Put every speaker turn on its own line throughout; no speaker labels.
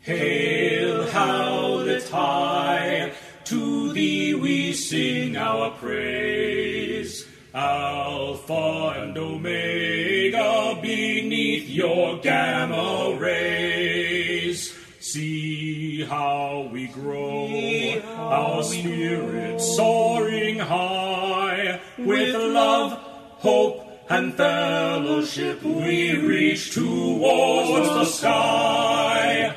Hail, how that's high, to thee we sing our praise. Alpha and Omega, beneath your gamma rays. See how we grow, our spirit soaring high. With love, hope, and fellowship, we reach towards the sky.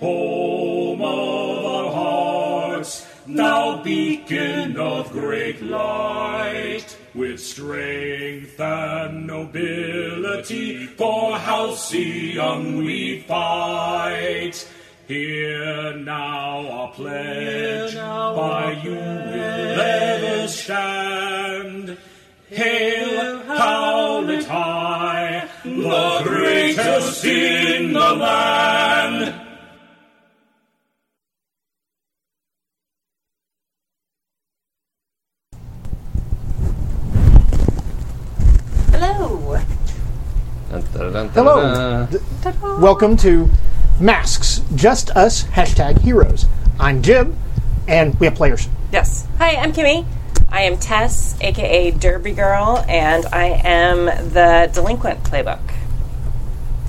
Home of our hearts, thou beacon of great light, with strength and nobility, for Halcyon we fight. Hear now our pledge, by you will ever stand. Hail, howlet high, the greatest in the land.
Hello.
Hello. D- Welcome to Masks, Just Us, hashtag heroes. I'm Jim, and we have players.
Yes. Hi, I'm Kimmy. I am Tess, aka Derby Girl, and I am the delinquent playbook.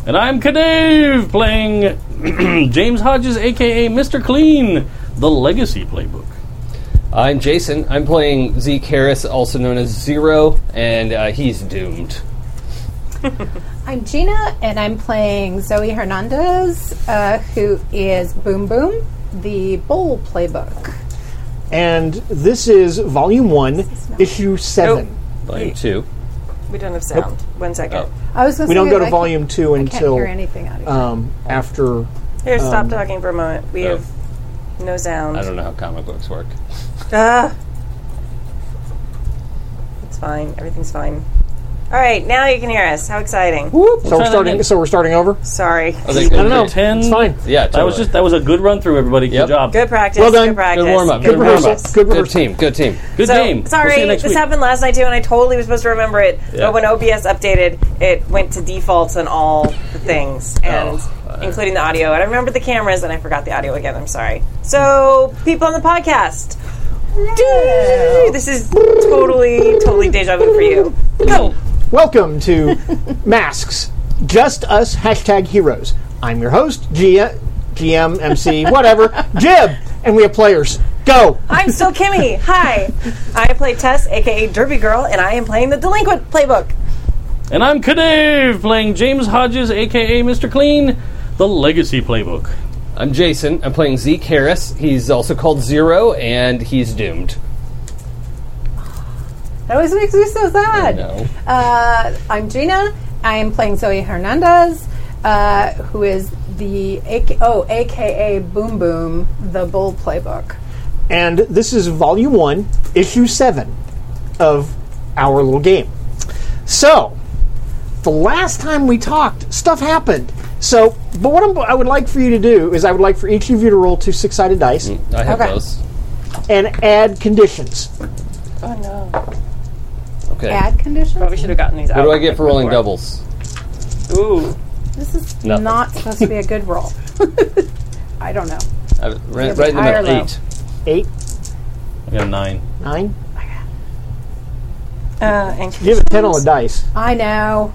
And I'm Kadave, playing James Hodges, aka Mr. Clean, the Legacy Playbook.
I'm Jason. I'm playing Zeke Harris, also known as Zero, and uh, he's doomed.
I'm Gina, and I'm playing Zoe Hernandez, uh, who is Boom Boom, the Bowl playbook.
And this is Volume 1, Issue 7.
Volume two.
We don't have sound. One second.
I was gonna
We don't
say,
go to
like,
Volume 2
I can't hear
until
anything out of you.
um, after.
Here, stop talking for a moment. We
oh.
have no sound.
I don't know how comic books work.
Ah. It's fine. Everything's fine. All right, now you can hear us. How exciting!
So we're
that
starting.
again.
So we're starting over.
Sorry.
Are they good?
I don't know.
Mm.
Ten.
It's fine.
Yeah,
That was
totally.
just that was a good run through. Everybody,
Yep.
good job.
Good practice.
Well done.
Good
Good
practice.
Good warm up.
Good rehearsal.
practice.
Good
Good
rehearsal.
team. Good team.
Good
So,
game.
Sorry,
We'll see you next
this
week.
happened last night too, and I totally was supposed to remember it.
Yeah.
But when OBS updated, it went to defaults on all the things,
Oh,
and
uh,
including the audio. And I remembered the cameras, and I forgot the audio again. I'm sorry. So, people on the podcast, Doo! this is totally, totally deja vu for you. Oh, Go.
Welcome to Masks, Just Us, hashtag heroes. I'm your host, G- GM, MC, whatever, Jib, and we have players. Go.
I'm still Kimmy. Hi. I play Tess, aka Derby Girl, and I am playing the Delinquent Playbook.
And I'm Kadave, playing James Hodges, aka Mr. Clean, the Legacy Playbook.
I'm Jason. I'm playing Zeke Harris. He's also called Zero, and he's doomed.
that always makes me so sad.
No.
Uh, I'm Gina. I am playing Zoe Hernandez, uh, who is the AK- oh, AKA Boom Boom, the Bowl playbook.
And this is Volume 1, Issue 7 of our little game. So, the last time we talked, stuff happened. So, but what I'm, I would like for you to do is I would like for each of you to roll two six sided dice
I have
Okay.
those.
and add conditions.
Oh no.
Okay.
Ad conditions?
Probably should have gotten these out.
What do I get for rolling doubles?
Ooh.
This is
Nothing.
not supposed to be a good roll. I don't know.
I, right,
be
right in the
high or
middle.
low?
Eight.
Eight,
I got a nine.
nine.
Uh, and
You have a 10 on the dice.
I know.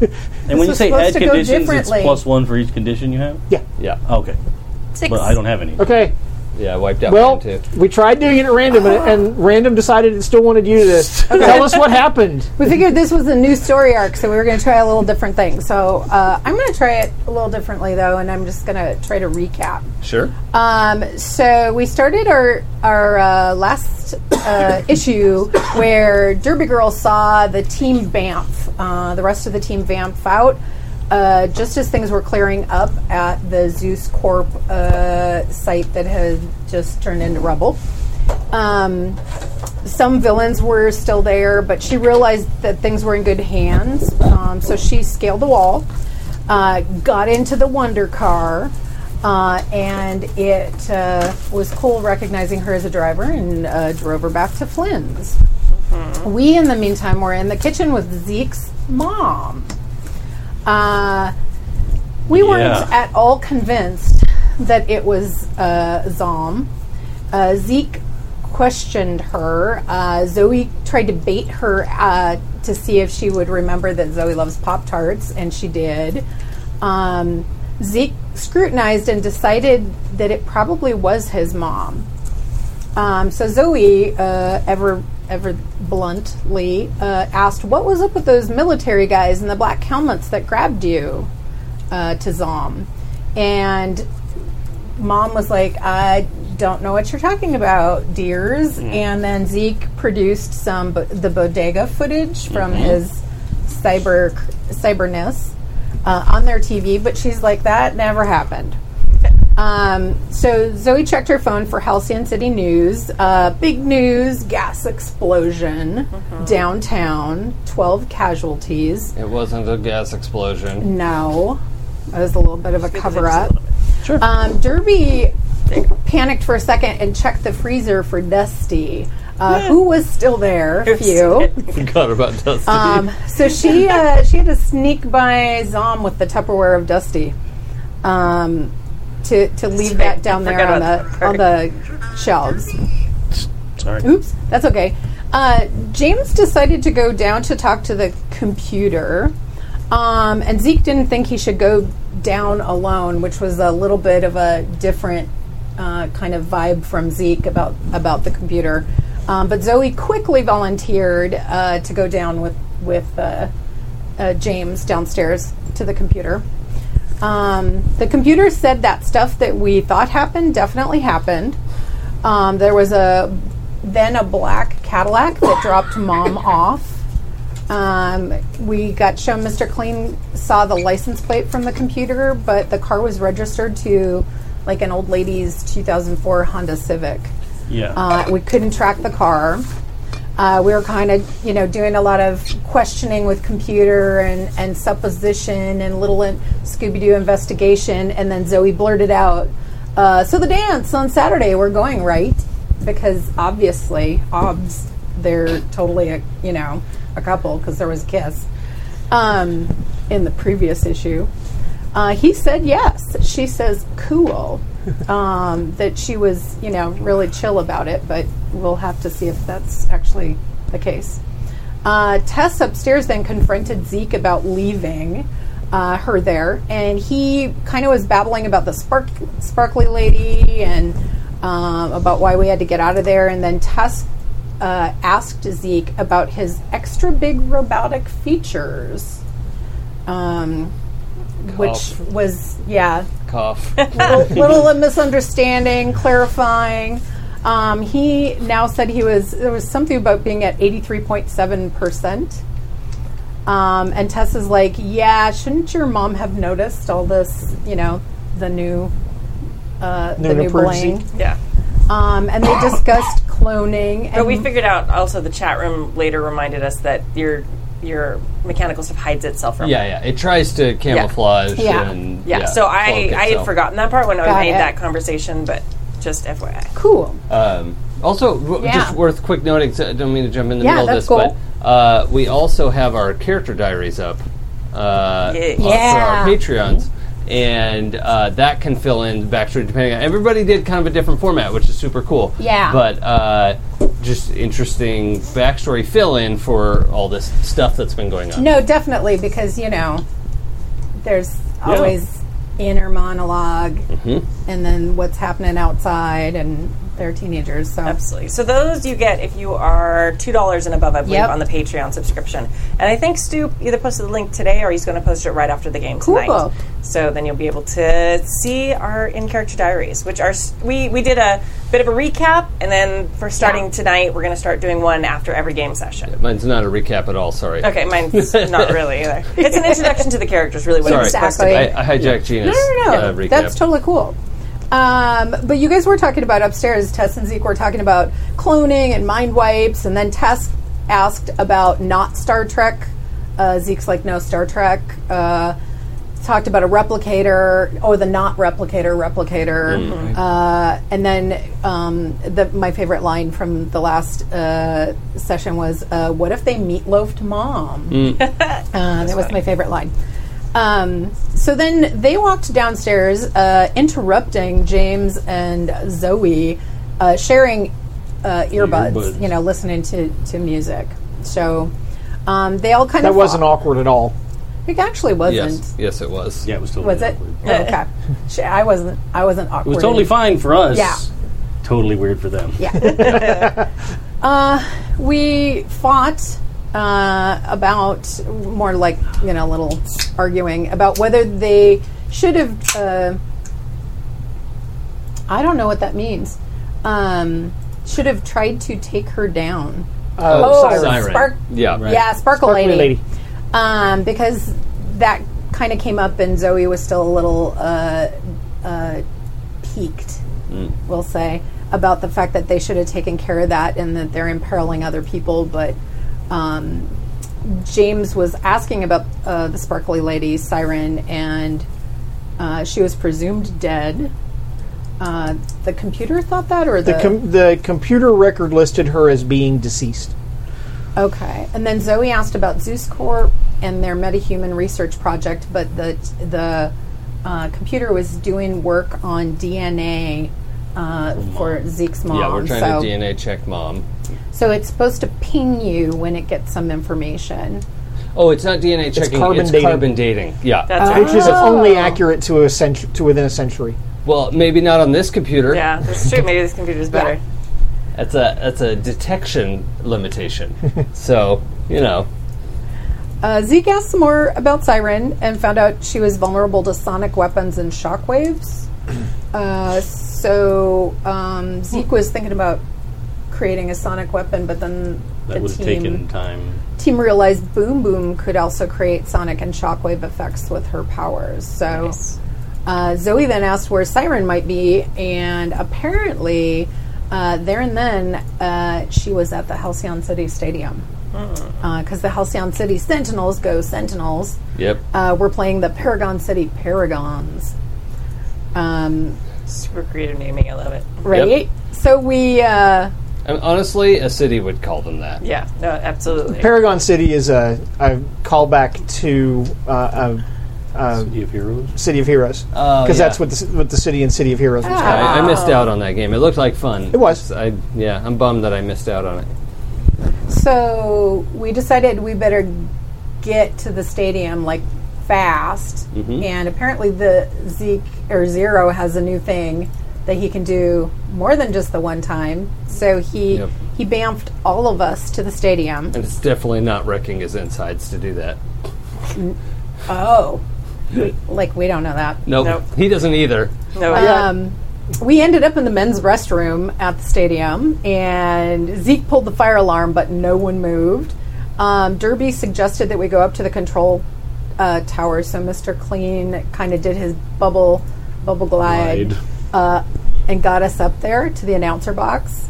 And when you
was
say
supposed
add
to go
conditions, it's
differently.
plus one for each condition you have.
Yeah.
Yeah.
Okay,
Six.
but I don't have any.
Okay.
Yeah, I wiped out
Well,
mine too.
we tried doing it at random, and, and random decided it still wanted you to tell us what happened.
We figured this was a new story arc, so we were going to try a little different thing. So uh, I'm going to try it a little differently, though, and I'm just going to try to recap.
Sure.
Um, so we started our our uh, last uh, issue where Derby Girl saw the team Banff, uh, the rest of the team Banff out, uh, just as things were clearing up at the Zeus Corp uh, site that had just turned into rubble. Um, some villains were still there, but she realized that things were in good hands. Um, so she scaled the wall, uh, got into the Wonder Car, uh, and it uh, was cool recognizing her as a driver and uh, drove her back to Flynn's. We, in the meantime, were in the kitchen with Zeke's mom. Uh, we weren't
Yeah.
at all convinced that it was uh, Zom. Uh, Zeke questioned her. Uh, Zoe tried to bait her uh, to see if she would remember that Zoe loves Pop Tarts, and she did. Um, Zeke scrutinized and decided that it probably was his mom. Um, so Zoe, uh, ever ever bluntly, uh, asked, "What was up with those military guys in the black helmets that grabbed you?" Uh, to Zom, and mom was like, "I don't know what you're talking about, dears." And then Zeke produced some bo- the bodega footage from his cyber cyberness uh, on their TV, but she's like, "That never happened." Um, so Zoe checked her phone for Halcyon City News. Uh, big news: gas explosion downtown. Twelve casualties.
It wasn't a gas explosion.
No, that was a little bit of a cover up. Sure. Um, Derby panicked for a second and checked the freezer for Dusty, uh, who was still there. A few.
Forgot about Dusty.
Um, so she uh, she had to sneak by Zom with the Tupperware of Dusty um, to to leave
right.
that down
I
there
forgot
on
about that
the on the shelves.
Sorry.
Oops, that's okay. Uh, James decided to go down to talk to the computer, um, and Zeke didn't think he should go down alone, which was a little bit of a different uh, kind of vibe from Zeke about about the computer. Um, but Zoe quickly volunteered uh, to go down with with uh, uh, James downstairs to the computer. Um, the computer said that stuff that we thought happened definitely happened. Um, there was a then a black Cadillac that dropped mom off. Um, we got shown Mr. Clean saw the license plate from the computer, but the car was registered to like an old lady's 2004 Honda Civic.
Yeah.
Uh, we couldn't track the car. Uh, we were kind of, you know, doing a lot of questioning with computer and, and supposition and little in Scooby Doo investigation. And then Zoe blurted out, uh, So the dance on Saturday, we're going, right? Because obviously, obs, they're totally, a, you know, a couple because there was a kiss um, in the previous issue. Uh, he said yes. She says cool. Um, that she was, you know, really chill about it, but we'll have to see if that's actually the case. Uh, Tess upstairs then confronted Zeke about leaving uh, her there, and he kind of was babbling about the spark- sparkly lady and um, about why we had to get out of there. And then Tess uh, asked Zeke about his extra big robotic features. Um, which
Cough.
was yeah
Cough.
little misunderstanding clarifying um, he now said he was there was something about being at 83.7 percent um, and tessa's like yeah shouldn't your mom have noticed all this you know the new uh,
New
the
and
new
improved
bling
Yeah.
um, and they discussed cloning
But
and
we figured out also the chat room later reminded us that your your mechanical stuff hides itself from
Yeah, yeah. It tries to camouflage
Yeah.
and
Yeah, so I
cloak
I had
itself.
forgotten that part when I
Got
made
it.
that conversation, but just FYI.
cool
Um, also, w-
Yeah.
just worth quick noting. 'cause I don't mean to jump in the
Yeah,
middle of
that's
this,
cool.
but uh, we also have our character diaries up uh,
Yeah.
on- for our
Yeah.
Patreons, and uh, that can fill in backstory depending on. Everybody did kind of a different format, which is super cool.
Yeah.
but uh, just interesting backstory fill in for all this stuff that's been going on.
No, definitely, because you know, there's always inner monolog and then what's happening outside, and they're teenagers, so
Absolutely. So those you get if you are two dollars and above, I believe,
Yep.
on the Patreon subscription. And I think Stu either posted the link today or he's going to post it right after the game tonight.
Cool.
So then you'll be able to see our in character diaries, which are s- we we did a bit of a recap, and then for starting tonight, we're going to start doing one after every game session.
Mine's not a recap at all. Sorry.
Okay, mine's not really either. It's an introduction to the characters, really. What
Sorry.
it's supposed to be.
Exactly.
I, I hijacked Gina's
no, no, no,
Uh, recap.
that's totally cool. Um, but you guys were talking about upstairs. Tess and Zeke were talking about cloning and mind wipes, and then Tess asked about not Star Trek. Uh, Zeke's like, no Star Trek. Uh, talked about a replicator or the not replicator replicator, uh, and then um, the, my favorite line from the last uh, session was, uh, "What if they meatloafed mom?" Uh, that was my favorite line. Um, so then they walked downstairs, uh, interrupting James and Zoe, uh, sharing uh, earbuds,
Earbuds.
You know, listening to, to music. So um, they all kind
That
of
wasn't awkward at all.
It actually wasn't.
Yes, yes, it was.
Yeah, it was totally
Was it?
awkward.
Oh, okay. Sh- I wasn't. I wasn't awkward.
It was totally fine for us.
Yeah.
Totally weird for them. Yeah.
we fought uh, about more like you know little arguing about whether they should have uh, i don't know what that means um, should have tried to take her down
Oh,
Siren.
Siren.
spark
Yeah, right.
yeah sparkle
Sparkly
lady,
lady.
Um, because that kind of came up and zoe was still a little uh, uh, peaked
Mm.
we'll say, about the fact that they should have taken care of that and that they're imperiling other people. But um, James was asking about uh, the sparkly lady, Siren, and uh, she was presumed dead. Uh, the computer thought that, or the,
The, com- the computer record listed her as being deceased.
okay. And then Zoe asked about Zeus Corp and their metahuman research project, but the the uh, computer was doing work on DNA uh, for Zeke's mom.
Yeah, we're trying
so
to DNA check mom.
So it's supposed to ping you when it gets some information.
Oh, it's not DNA checking. It's
carbon
carbon,
dating.
dating. Yeah.
That's right.
Which is only accurate to a centu- to within a century.
well, maybe not on this computer.
Yeah, that's true. Maybe this computer's better.
That's a that's a detection limitation. so you know,
Uh, Zeke asked some more about Siren and found out she was vulnerable to sonic weapons and shockwaves. Uh, so um, Zeke was thinking about creating a sonic weapon, but then
That
the
would have
team
taken time.
team realized Boom Boom could also create sonic and shockwave effects with her powers. So uh, Zoe then asked where Siren might be, and apparently, uh, there and then, uh, she was at the Halcyon City Stadium. Because the Halcyon City Sentinels, go Sentinels,
yep.
uh, were playing the Paragon City Paragons. Um,
Super creative naming. I love it.
right? So we. Uh,
And honestly, a city would call them that.
Yeah, no, absolutely.
Paragon City is a, a callback to uh,
City of
a
Heroes.
City of Heroes because
yeah.
that's what the, what the city and City of Heroes
Ah.
was. called.
I, I missed out on that game. It looked like fun. It
was.
I, yeah, I'm bummed that I missed out on it.
So we decided we better get to the stadium like fast,
Mm-hmm.
and apparently the Zeke or Zero has a new thing that he can do more than just the one time. So he
Yep.
he bamfed all of us to the stadium.
And it's definitely not wrecking his insides to do that.
Oh, We- like we don't know that.
Nope.
Nope.
He doesn't either.
No,
Um, we ended up in the men's restroom at the stadium, and Zeke pulled the fire alarm, but no one moved. Um, Derby suggested that we go up to the control uh, tower, so Mr. Clean kind of did his bubble bubble glide
Glide.
uh, and got us up there to the announcer box.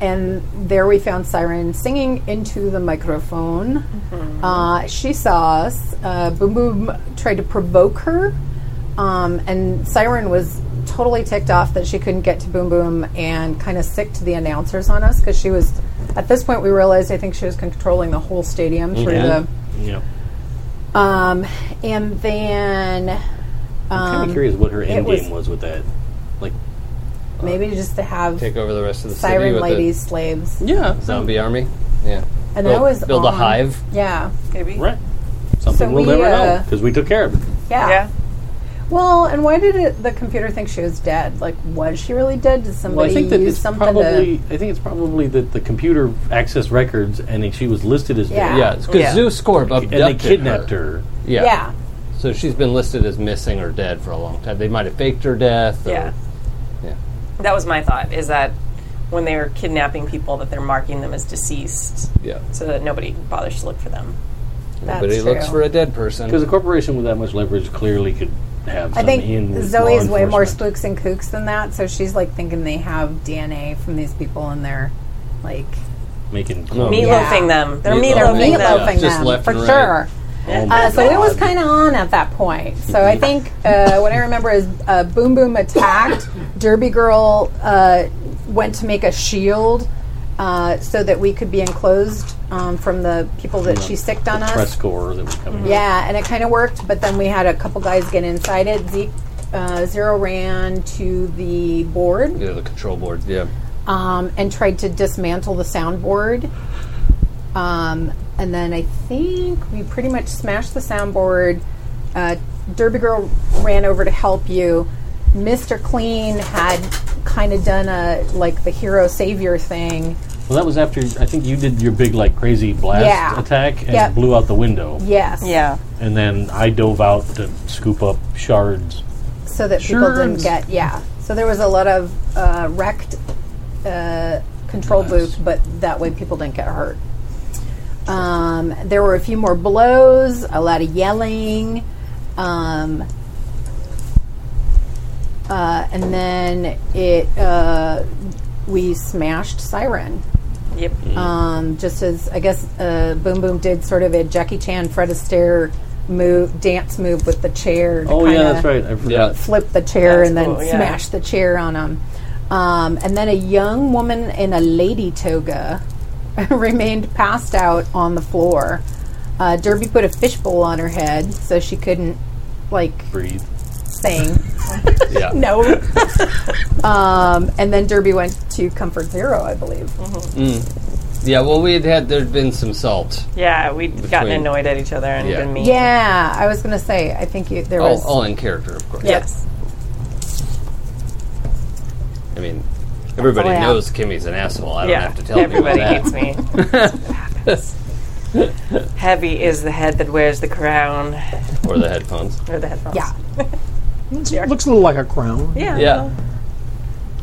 And there we found Siren singing into the microphone.
Mm-hmm.
Uh, she saw us. Uh, Boom Boom tried to provoke her, um, and Siren was totally ticked off that she couldn't get to Boom Boom and kind of sick to the announcers on us because she was. At this point, we realized I think she was controlling the whole stadium through
Yeah.
Yeah.
the. Um, and then
I'm kind of curious what her end
Um, was-
game was with that. Like,
maybe just to have
Take over the rest of the city
Siren
with
ladies, slaves.
yeah,
the zombie army. Yeah.
And
build,
I was
build a
on-
hive.
Yeah,
maybe.
right. Something
So
we'll
we,
never know
uh,
because we took care of it.
yeah.
Yeah.
Well, and why did it, the computer think she was dead? Like, was she really dead? Did
Well,
somebody
I think that
use
it's
something
probably.
to?
I think it's probably that the computer accessed records, and she was listed as
Yeah.
Yeah, because
Yeah.
Zeus Corp abducted
and they kidnapped her.
Yeah.
Yeah.
So she's been listed as missing or dead for a long time. They might have faked her death. Or,
Yeah.
Yeah.
That was my thought. Is that when they were kidnapping people, that they're marking them as deceased,
Yeah.
so that nobody bothers to look for them.
That's
But he looks
true.
for a dead person.
Because a corporation with that much leverage clearly could have.
I
some in
think
with
Zoe's
law
way more
enforcement.
spooks and kooks than that, so she's like thinking they have DNA from these people and they're like
making
Meatloafing them. They're
Oh, Meatloafing
they're
Oh,
meatloafing them.
yeah.
meatloafing
Just
them
left
for
and right.
sure.
Oh my
Uh, so it
God.
was kind of on at that point. So I think uh, what I remember is uh, Boom Boom attacked. Derby Girl uh, went to make a shield uh, so that we could be enclosed um, from the people that she sicked on us.
press score that was coming.
Yeah, and it kind of worked, but then we had a couple guys get inside it. Zeke uh, Zero ran to the board
Yeah, the control board. Yeah.
um, and tried to dismantle the soundboard. Um, and then I think we pretty much smashed the soundboard. Uh, Derby Girl ran over to help you. Mr. Clean had kind of done a like the hero savior thing.
Well, that was after I think you did your big like crazy blast
Yeah.
attack and
Yep.
blew out the window,
Yes.
Yeah.
and then I dove out to scoop up shards.
so that people didn't
Sherms.
get yeah. So there was a lot of uh, wrecked uh, control booth, but that way people didn't get hurt. Um, there were a few more blows, a lot of yelling, um, uh, and then it uh, we smashed Siren.
Yep.
Um, just as I guess uh, Boom Boom did sort of a Jackie Chan Fred Astaire move dance move with the chair. to
Oh yeah,
kinda-
that's right. I forgot.
Yeah.
flip the chair
That's
and then
cool, yeah.
smash the chair on them. Um, and then a young woman in a lady toga remained passed out on the floor. Uh, Derby put a fishbowl on her head so she couldn't like
Breathe.
sing.
Yeah.
No. um, and then Derby went to Comfort Zero, I believe.
Yeah. Well, we had had there'd been some salt.
Yeah, we'd gotten
Between-
annoyed at each other and
Yeah.
been mean.
Yeah, I was gonna say. I think you, there
All,
was.
all in character, of course.
Yes.
I mean, everybody
all I have.
knows Kimmy's an asshole. I don't
Oh, yeah.
have to tell
Everybody
people that.
hates me. That's what happens. Heavy is the head that wears the crown
Or the headphones.
or the headphones.
Yeah.
It's- It looks a little like a crown.
Yeah.
Yeah.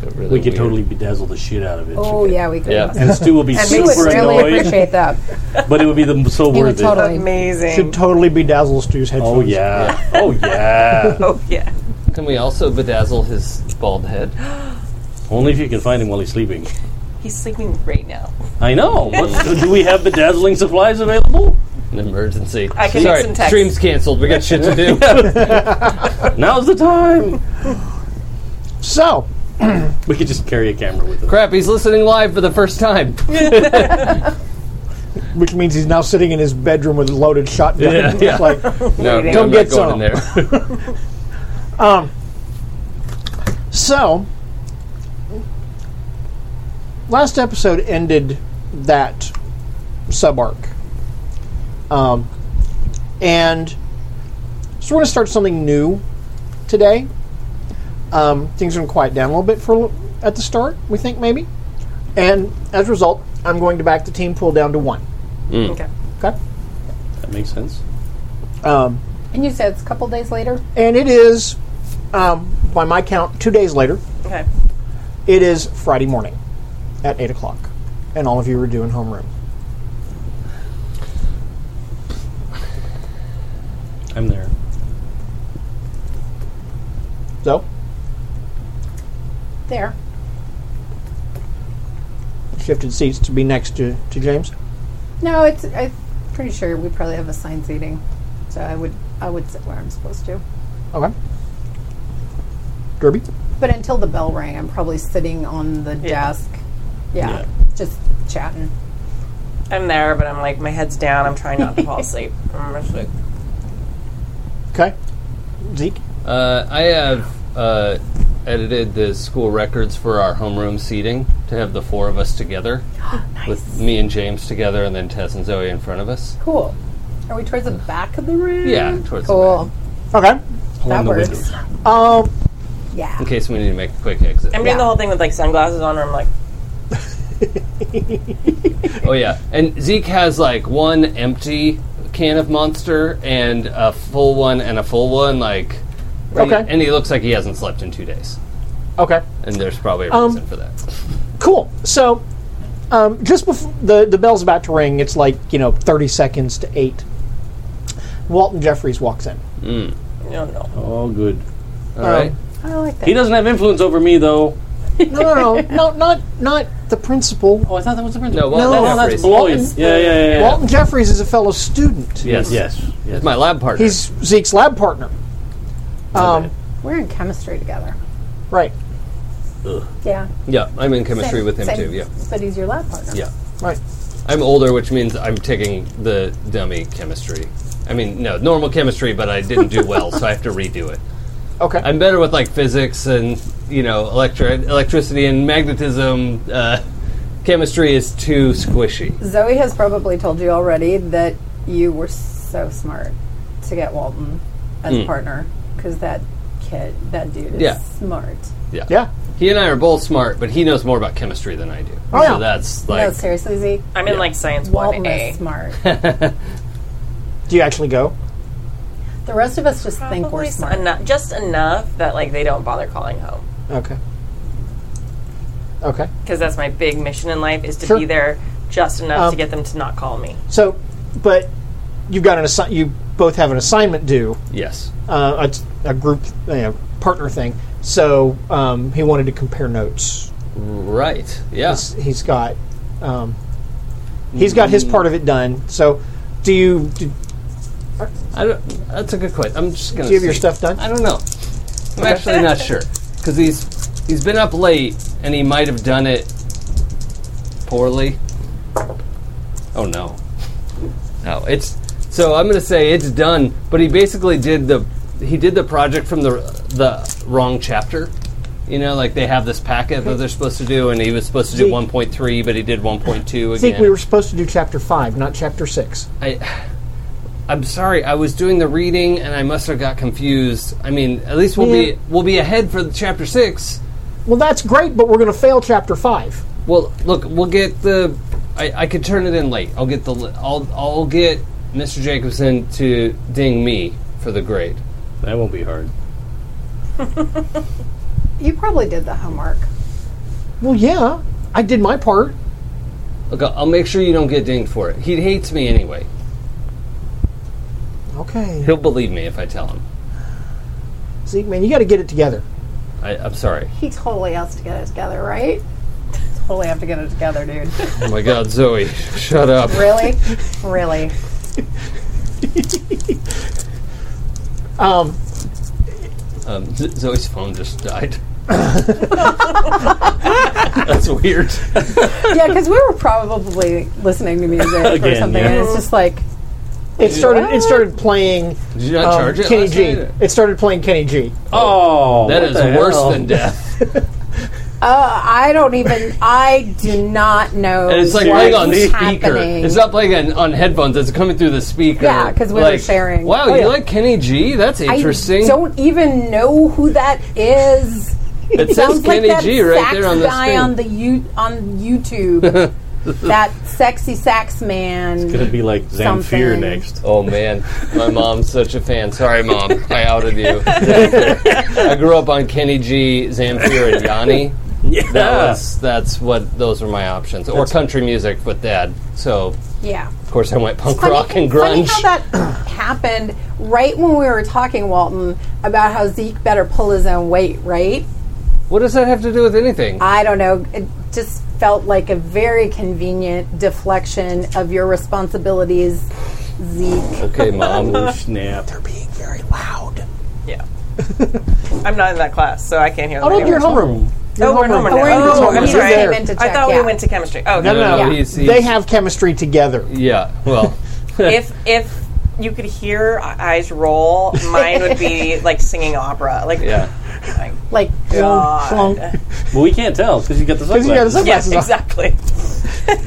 Got really
We could
weird.
totally bedazzle the shit out of it.
Oh yeah, we could.
Yeah.
And Stu will be
And
She would
super
really
annoyed,
appreciate that.
but it would be the, so
He would
worth it.
totally.
Amazing.
Should totally bedazzle Stu's headphones.
Oh yeah. oh yeah.
oh yeah.
Can we also bedazzle his bald head?
Only if you can find him while he's sleeping.
He's sleeping right now.
I know. What, do we have bedazzling supplies available?
An emergency.
I can make
Sorry,
some text.
stream's canceled. We got shit to do.
Now's the time.
So,
We could just carry a camera with us.
Crap, he's listening live for the first time.
which means he's now sitting in his bedroom with a loaded shotgun.
Yeah,
It's
yeah.
like,
No, no,
Waiting. Come
I'm
get
not going in there.
so last episode ended that sub arc, um, and so we're going to start something new today. Um, things are going to quiet down a little bit for a li- at the start. We think maybe, and as a result, I'm going to back the team pool down to one.
Hmm.
Okay.
Okay.
That makes sense.
Um,
And you said it's a couple days later.
and it is, um, by my count, two days later.
Okay.
It is Friday morning at 8 o'clock, and all of you are doing homeroom.
I'm there.
So,
There.
shifted seats to be next to, to James.
No, it's. I'm pretty sure we probably have assigned seating, so I would I would sit where I'm supposed to.
Okay. Derby.
But until the bell rang, I'm probably sitting on the desk. Yeah,
Yeah.
just chatting.
I'm there, but I'm like my head's down. I'm trying not to fall asleep. I'm just like,
Okay. Zeke.
Uh, I have uh, edited the school records for our homeroom seating to have the four of us together. With me and James together, and then Tess and Zoe in front of us.
Cool. Are we towards the back of the room?
Yeah, towards the
Cool.
Okay.
That
the
works.
windows.
Um,
Yeah.
In case we need to make a quick exit.
I'm
Yeah.
doing the whole thing with like sunglasses on, or I'm like,
Oh yeah, and Zeke has like one empty can of Monster and a full one and a full one. Like, and he-
Okay.
and he looks like he hasn't slept in two days,
okay.
and there's probably a
Um,
reason for that.
Cool. So, um, just before the, the bell's about to ring, it's like, you know, 30 seconds to 8. Walton Jeffries walks in.
no, no.
All good.
um,
All right,
I like that.
He doesn't have influence over me though.
No, no, no. no not, not the principal.
Oh, I thought that was the
no,
principal.
well,
No,
that
that's
Jeffries.
Lloyd. Yeah, yeah, yeah. yeah.
Walton Jeffries is a fellow student.
Yes,
Yes. yes.
It's my lab partner.
He's Zeke's lab partner. Um,
We're in chemistry together.
right.
Yeah.
yeah, I'm in chemistry
Same-
with him
same-
too. Yeah,
But he's your lab partner.
yeah.
Right.
I'm older, which means I'm taking the dummy chemistry. I mean, no, normal chemistry, but I didn't do well, so I have to redo it.
Okay.
I'm better with like physics and you know electri- electricity and magnetism. Uh, chemistry is too squishy.
Zoe has probably told you already that you were so smart to get Walton as a partner because that kid, that dude is
Hmm. Yeah.
smart.
Yeah.
yeah.
He and I are both smart, but he knows more about chemistry than I do.
Oh,
so
yeah.
that's like
no, seriously, Z.
I'm in like science
Walton
one A.
is smart.
Do you actually go?
The rest of us just think we're
Probably
smart.
enough, just enough that like they don't bother calling home.
Okay. Okay.
because that's my big mission in life is to
Sure.
be there just enough
Um,
to get them to not call me.
So, but you've got an assi- you both have an assignment due,
yes,
uh, a, a group you know, partner thing. So um, he wanted to compare notes.
right. Yeah.
He's- he's got um, he's got his part of it done. So do you do,
I don't, that's a good question. I'm just gonna.
Do you have your
see.
stuff done?
I don't know. I'm actually not sure because he's he's been up late and he might have done it poorly. Oh no, no, it's so I'm gonna say it's done. But he basically did the he did the project from the the wrong chapter. You know, like they have this packet that they're supposed to do, and he was supposed to do
Zeke.
1.3, but he did 1.2 again.
I think we were supposed to do chapter five, not chapter six?
I, I'm sorry. I was doing the reading, and I must have got confused. I mean, at least we'll
Yeah.
be we'll be ahead for the chapter six.
Well, that's great, but we're going to fail chapter five.
Well, look, we'll get the. I, I could turn it in late. I'll get the. li- I'll I'll get Mr. Jacobson to ding me for the grade.
That won't be hard.
You probably did the homework.
Well, yeah, I did my part.
Look, I'll, I'll make sure you don't get dinged for it. He hates me anyway.
Okay,
He'll believe me if I tell him.
Zeke, man, you got to get it together.
I, I'm sorry.
He totally has to get it together, right? Totally have to get it together, dude.
Oh my God, Zoe, shut up.
really? Really?
Um, Z- Zoe's phone just died. That's weird.
Yeah, because we were probably listening to music or
Again,
something,
yeah.
and it's just like,
It started. It started playing
Did you not
um,
charge it?
Kenny
last
G.
night?
It started playing Kenny G.
Oh,
That
what
is
the
worse
hell?
than death.
uh, I don't even, I do not know.
And it's like
what's
playing on speaker.
happening.
It's not playing on, on headphones. It's coming through the speaker.
Yeah, 'cause we were
Like,
sharing.
Wow,
Oh,
you
yeah.
like Kenny G? That's interesting.
I don't even know who that is.
it says
Sounds
Kenny
like that
G right
sax
there on the
guy
screen.
on the you on YouTube. that sexy sax man.
It'd be like Zamfir
Something.
next.
oh man, my mom's such a fan. Sorry, mom, I outed you. I grew up on Kenny G, Zamfir, and Yanni.
Yeah.
That was that's what those were my options, or country music with dad. So
Yeah.
of course I went punk rock and
funny
grunge.
how that happened right when we were talking, Walton, about how Zeke better pull his own weight, right?
what does that have to do with anything?
I don't know. It just felt like a very convenient deflection of your responsibilities, Zeke.
okay, mom.
Oh, snap.
Being very loud.
Yeah, I'm not in that class, so I can't hear.
Oh,
them
no, you're in
anyway.
homeroom. You're
Oh, we're in homeroom. now.
we're in
Oh,
homeroom.
I'm
You
sorry.
came in to
I
check,
thought
yeah.
we went to chemistry. Oh,
No, no, no,
Yeah.
he's-
They
he's-
have chemistry together.
Yeah, well,
if if you could hear eyes roll, mine would be like singing opera. Like,
yeah.
like
Like,
God.
But we can't tell because you got the
Because
sunglasses.
you got the
yeah,
sunglasses on.
exactly.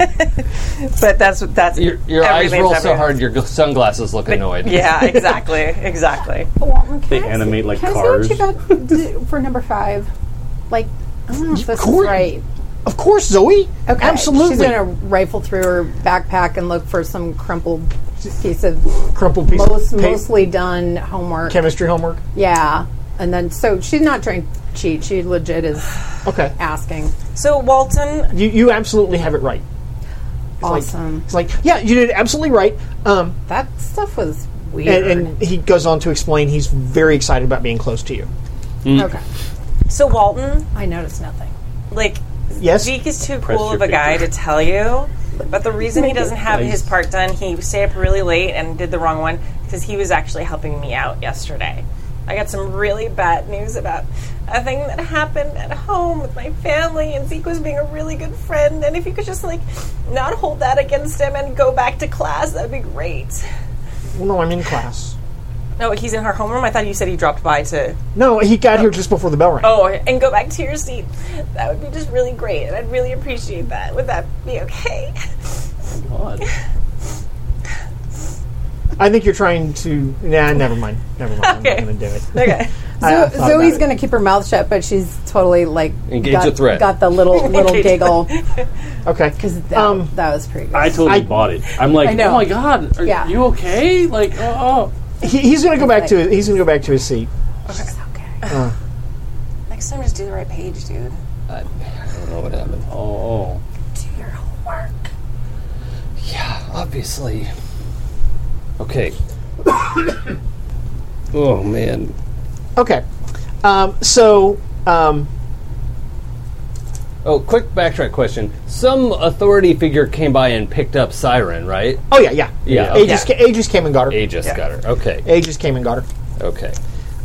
but that's what that's
Your, your eyes
everything's
roll so
happening.
hard, your gl- sunglasses look annoyed.
Yeah, exactly, exactly.
Walton, can
They
I see-
animate like
can
cars.
I see what you got d- for number five? Like, I don't know if this
course.
is right.
Of course, Zoe.
Okay,
Absolutely.
She's gonna rifle through her backpack and look for some crumpled piece of
Crumpled piece
most,
of pa-
mostly done homework.
chemistry homework.
yeah, and then so she's not trying to cheat. She legit is
Okay.
asking.
So Walton,
You you absolutely have it right. like-
awesome.
It's like, yeah, you did absolutely right. Um,
that stuff was
and,
weird.
and he goes on to explain he's very excited about being close to you.
okay,
so Walton,
I noticed nothing.
like
Yes.
Zeke is too
Press
cool
your
of a guy
finger.
to tell you. But the reason he doesn't have his part done, he stayed up really late and did the wrong one because he was actually helping me out yesterday. I got some really bad news about a thing that happened at home with my family, and Zeke was being a really good friend. And if you could just like not hold that against him and go back to class, that'd be great.
Well, no, I'm in class.
No, he's in her homeroom. I thought you said he dropped by to.
No, he got here just before the bell rang.
Oh, and go back to your seat. That would be just really great, and I'd really appreciate that. Would that be okay?
God.
I think you're trying to. Nah, never mind. Never mind. I'm
Okay.
not going to do it.
Okay.
I- I
Zo-
thought
Zoe's
about it.
going to keep her mouth shut, but she's totally like
Engage
got,
the threat.
Got the little little
Engage
giggle
Okay.
because that,
Um,
that was pretty. Good.
I totally
I-
bought it. I'm like,
I know.
oh my god, are
Yeah.
you okay? Like, oh,
He, he's going to go back to his, he's going to go back to his seat.
Next time, just do the right page, dude.
I don't know what happened.
oh, oh,
Do your homework.
Yeah, obviously. Okay. oh man.
Okay. Um, so um,
Oh, quick backtrack question. Some authority figure came by and picked up Siren, right?
Oh yeah, yeah,
Yeah,
Aegis,
okay.
ca- Aegis came and got her.
Aegis
Yeah.
got her. Okay.
Aegis came and got her.
Okay.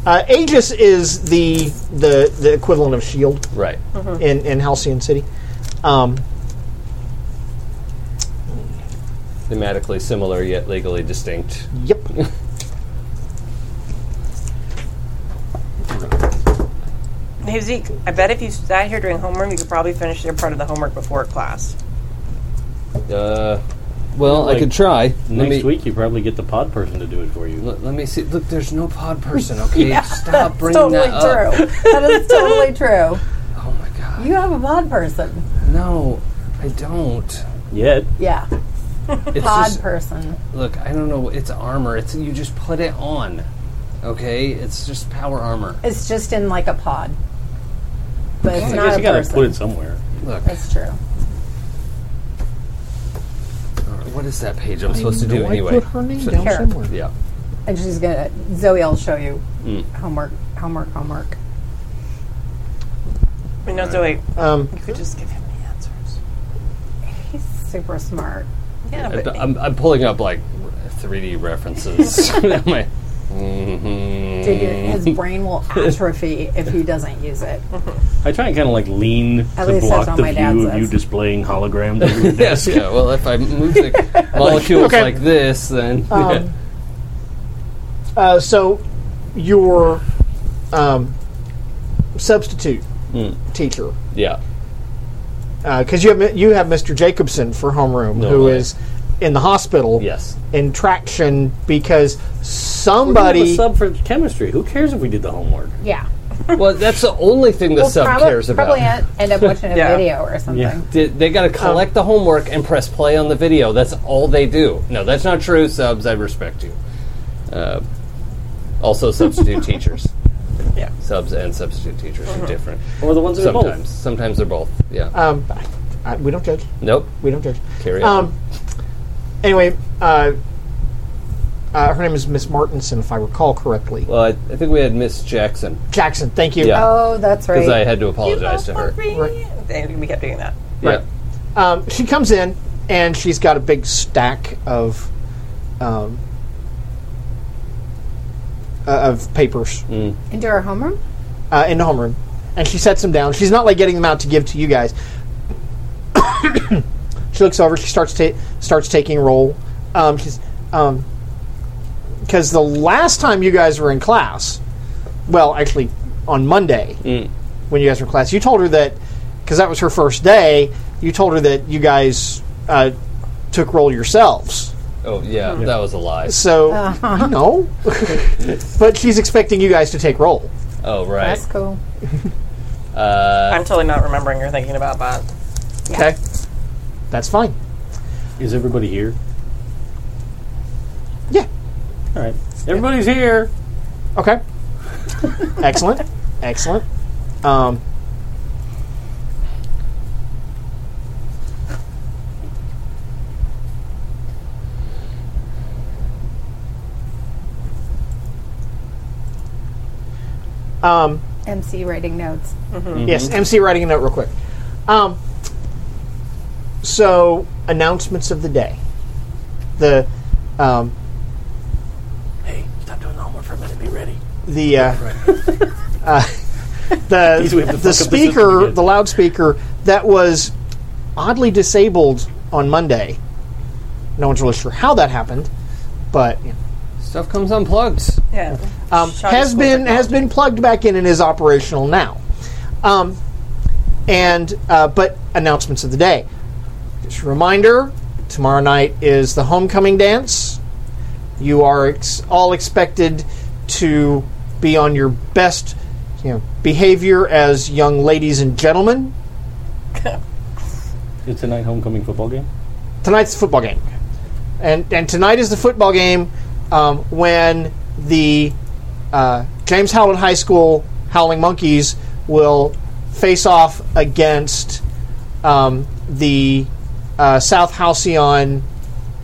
Uh, Aegis is the the the equivalent of Shield
Right.
E in in Halcyon City. Um,
Thematically similar yet legally distinct.
yep.
Hey Zeke, I bet if you sat here doing homework, you could probably finish your part of the homework before class.
Uh, well, I
Like,
could try. let
Next
me,
week, you probably get the pod person to do it for you.
Let, let me see. Look, there's no pod person. Okay, stop bringing
totally
that up.
true. that is totally true.
Oh my god.
You have a pod person.
No, I don't.
Yet,
Yeah,
It's
pod
just,
person.
look. I don't know. It's armor. It's you just put it on. Okay, it's just power armor.
It's just in like a pod, but it's
I
not
guess
a
you gotta
person.
put it somewhere.
Look,
That's true.
uh, what is that page I'm supposed to do
No, I
anyway?
put her name down
Here.
somewhere.
Yeah.
And she's gonna Zoe. will show you homework, homework, homework.
I mean, no, Zoe,
Um,
you could just give him the answers.
He's super smart.
Yeah,
I-
but
I'm, I'm pulling up like 3D references. Am I- Mhm.
Dude, his brain will atrophy if he doesn't use it.
I try and kind of like lean to
least that's
block
what
the
my
view
dad
of
says.
you displaying holograms over your
Yes.
desk.
Yeah. Well, if I move the molecules
okay.
like this, then
Um, uh, so your um, substitute
Hmm.
teacher,
yeah.
because you have you have Mr. Jacobson for homeroom,
No
who
way.
is in the hospital.
Yes.
In traction because
Buddy.
somebody.
sub for chemistry. Who cares if we did the homework?
Yeah.
Well, that's the only thing the sub
probab-
cares about.
probably en- end up watching a
Yeah.
video or something.
Yeah.
They, they got to collect the homework and press play on the video. That's all they do. No, that's not true. Subs, I respect you. Uh, also, substitute teachers.
Yeah.
Subs and substitute teachers are different.
Or the ones that are
Sometimes,
both?
sometimes they're both. Yeah.
um, I, we don't judge.
nope.
We don't judge.
Carry on.
Um. Anyway, uh, uh, her name is Miss Martinson, if I recall correctly.
Well, I, I think we had Miss Jackson
Jackson, thank you.
Yeah.
Oh, that's
because I
right.
had to apologize to her.
And we kept doing that.
Yeah.
Um, she comes in and she's got a big stack of um, uh, of papers
Into our homeroom?
uh, in the homeroom, and she sets them down. She's not like getting them out to give to you guys. she looks over. She starts ta- starts taking roll. Um, she's um 'cause because the last time you guys were in class, well, actually on Monday when you guys were in class, you told her that because that was her first day. You told her that you guys uh, took roll yourselves.
Oh, yeah. That was a lie.
So I know, but she's expecting you guys to take roll.
Oh, right.
That's cool.
Uh,
I'm totally not remembering or thinking about that.
Okay, that's fine.
Is everybody here?
Yeah.
All right. Everybody's here.
Okay. Excellent. Excellent. Um, um,
MC writing notes.
Yes, MC writing a note real quick. Um, so, announcements of the day. The. Um,
Hey, stop doing the homework for a minute. Be ready.
the uh, uh,
Easy way to
the
fuck up
the
the system
speaker,
again.
the loudspeaker that was oddly disabled on Monday. No one's really sure how that happened, but you know,
Stuff comes unplugged.
Yeah.
um,
Shot
has
is
been
cool
has been plugged back in and is operational now. Um, and uh, but announcements of the day. Just a reminder: tomorrow night is the homecoming dance. You are ex- all expected to be on your best, you know, behavior as young ladies and gentlemen.
It's a night homecoming football game.
tonight's the football game, and and tonight is the football game um, when the uh, James Howland High School Howling Monkeys will face off against um, the uh, South Halcyon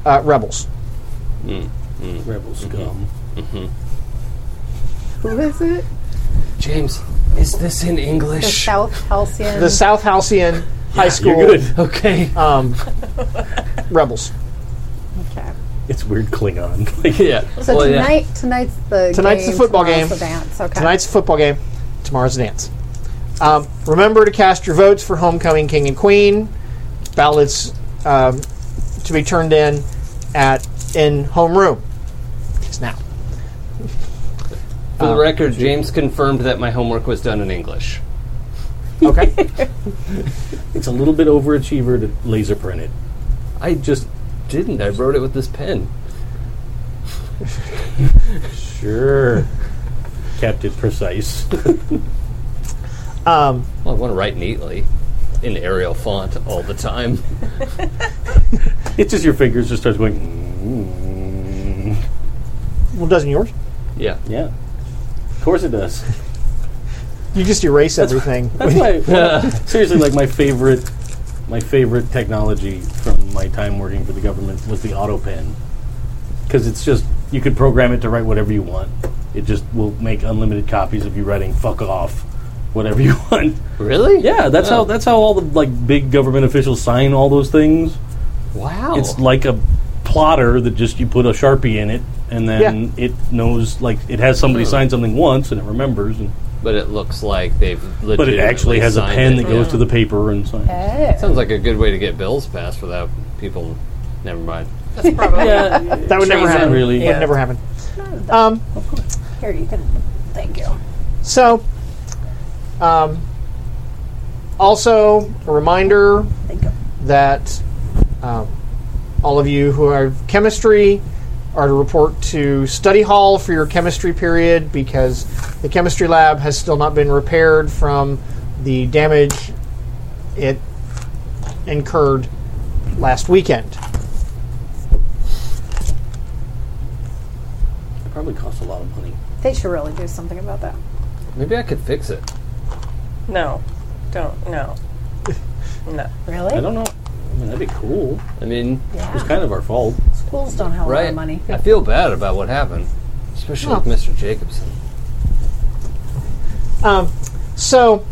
uh, Rebels.
Rebel scum.
Who is it?
James, is this in
The
English?
South Halcyon.
The South Halcyon High School
Mm-hmm. You're good.
Okay.
Um, Rebels.
Okay.
It's weird Klingon. Like,
yeah.
So
Well, yeah.
tonight, tonight's the
Tonight's
game,
the football
tomorrow's
game.
The dance. Okay.
Tonight's the football game. Tomorrow's the dance. Um, remember to cast your votes for homecoming king and queen. Ballots um, to be turned in at in homeroom. It's now.
Oh,
For the record, James confirmed that my homework was done in English.
Okay.
it's a little bit overachiever to laser print it.
I just didn't. I wrote it with this pen.
Sure. Kept it precise.
Well,
um,
I want to write neatly in Arial font all the time.
it's just your fingers just starts going. "Mm."
well, doesn't yours?
Yeah.
Yeah. Of course it does.
You just erase everything.
That's my seriously like my favorite my favorite technology from my time working for the government was the auto pen because it's just you could program it to write whatever you want. It just will make unlimited copies of you writing "fuck off," whatever you want.
Really?
Yeah, that's how
Oh.
that's how all the like big government officials sign all those things.
Wow.
It's like a plotter that just you put a sharpie in it and then it knows like it has somebody sign something once and it remembers and
but it looks like they've.
but it actually has a pen that goes to the paper and signs.
Oh.
Sounds like a good way to get bills passed without people. Never mind.
That's probably.
Yeah,
that would never happen.
really.
Would never happen. Um,
Here you can. Thank you.
so, um, also a reminder
Thank you.
that um, all of you who have chemistry are to report to study hall for your chemistry period because the chemistry lab has still not been repaired from the damage it incurred last weekend.
It probably costs a lot of money.
They should really do something about that.
Maybe I could fix it.
No. Don't. No. No.
Mm-hmm.
Really?
I don't know. I mean, that'd be cool.
I mean,
It was kind of our fault.
Schools don't have a lot
right?
of money.
I feel bad about what happened, especially with Mr. Jacobson.
Um, so,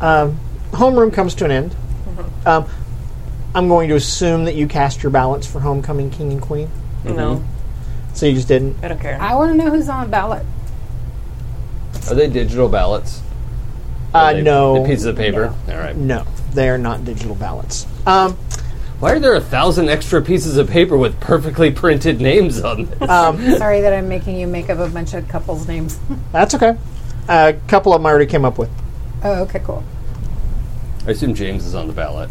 um, homeroom comes to an end. Um, I'm going to assume that you cast your ballots for homecoming king and queen.
No.
So you just didn't.
I don't care.
I want to know who's on the ballot.
Are they digital ballots?
Uh,
Are they-
no.
the pieces of paper. All right.
No, they are not digital ballots. Um,
Why are there a thousand extra pieces of paper with perfectly printed names on them?
um,
Sorry that I'm making you make up a bunch of couples' names.
that's okay. A couple of them I already came up with.
oh, okay, cool.
I assume James is on the ballot.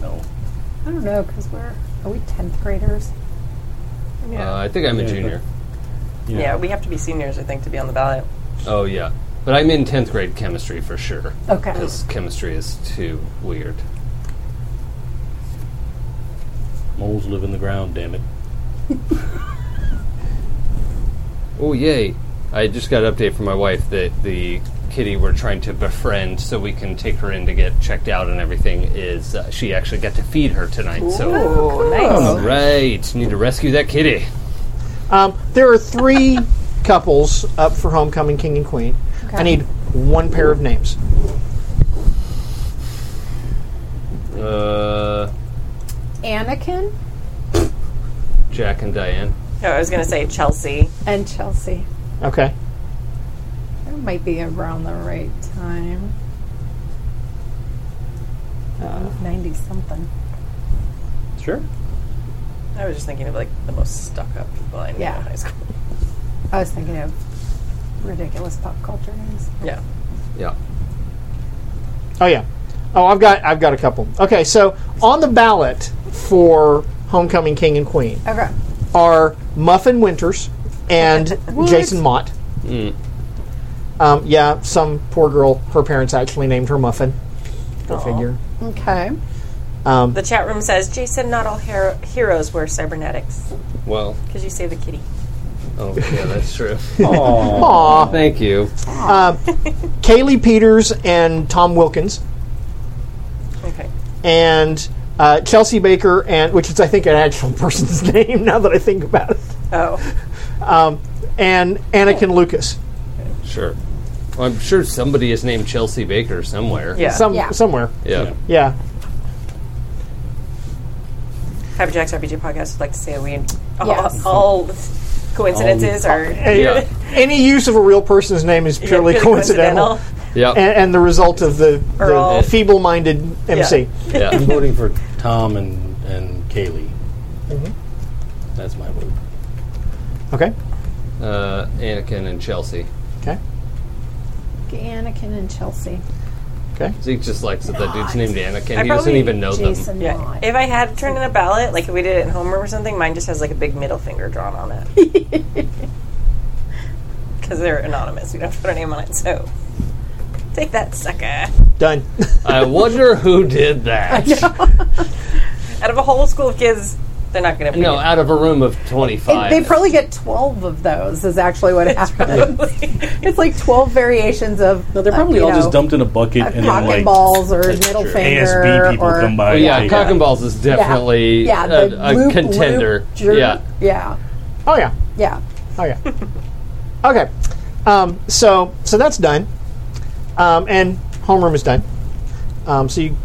No.
I don't know because we're are we tenth graders?
Uh, I think I'm a
Yeah.
junior.
Yeah, we have to be seniors, I think, to be on the ballot.
Oh yeah, but I'm in tenth grade chemistry for sure.
Okay.
Because chemistry is too weird.
Moles live in the ground. Damn it.
Oh yay! I just got an update from my wife that the kitty we're trying to befriend so we can take her in to get checked out and everything is uh, she actually got to feed her tonight. So
Oh, nice.
all right, need to rescue that kitty.
Um, there are three couples up for homecoming king and queen. I need one pair of names.
Uh,
Anakin.
Uh, Jack and Diane.
No, I was going to say Chelsea.
and Chelsea.
Okay.
That might be around the right time. Ninety something.
Sure.
I was just thinking of like the most stuck up people I knew
Yeah.
in high school.
I was thinking of ridiculous pop culture names.
Yeah.
Yeah.
Oh yeah. Oh, I've got I've got a couple. Okay, so on the ballot for Homecoming King and Queen
Okay.
are Muffin Winters and Jason Mott. Um, yeah, some poor girl. Her parents actually named her Muffin. Go figure.
Okay.
The chat room says Jason, not all hero- heroes were cybernetics
Well.
because you say the kitty.
Oh, yeah, that's true.
Aw.
Oh, Thank you.
Kaylee Peters and Tom Wilkins
Okay.
and uh, Chelsea Baker and which is I think an actual person's name now that I think about it. Um,
Oh,
And Anakin Lucas.
Sure. Well, I'm sure somebody is named Chelsea Baker somewhere.
yeah.
Some
Yeah.
somewhere.
Yeah.
Yeah.
Happy Jack's RPG podcast would like to say we all,
Yes.
all coincidences are
Hey,
Yeah.
Any use of a real person's name is purely
purely
coincidental,
Yeah.
And, and the result of the,
Or all-
the feeble-minded MC.
yeah.
I'm voting for Tom and, and Kaylee. That's my vote.
Okay,
Uh, Anakin and Chelsea.
okay,
Anakin and Chelsea.
okay.
Zeke just likes
Oh,
that the dude's named Anakin.
I
he doesn't
probably-
even know them.
Jason
Yeah.
Mott.
If I had turned in a ballot, like if we did it in Homeroom or something, mine just has like a big middle finger drawn on it. Because they're anonymous. We don't put a name on it, so take that sucker.
Done.
I wonder who did that.
Out of a whole school of kids, they're not going to be.
No, out of a room of
It,
25.
they probably get 12 of those, is actually what happened. it's like 12 variations of.
No, they're probably
uh, you
all just
know,
dumped in a bucket
uh,
and
cock
then
and
like
balls or
That's
middle
true.
finger.
ASB people
or,
come by.
Oh,
and
yeah,
take
cock
it.
and balls is definitely
Yeah,
a,
the
Uh, a
loop,
contender.
loop jerk.
yeah,
Yeah.
oh yeah,
Yeah.
oh yeah. okay, um, so so that's done, um, and homeroom is done. Um, so you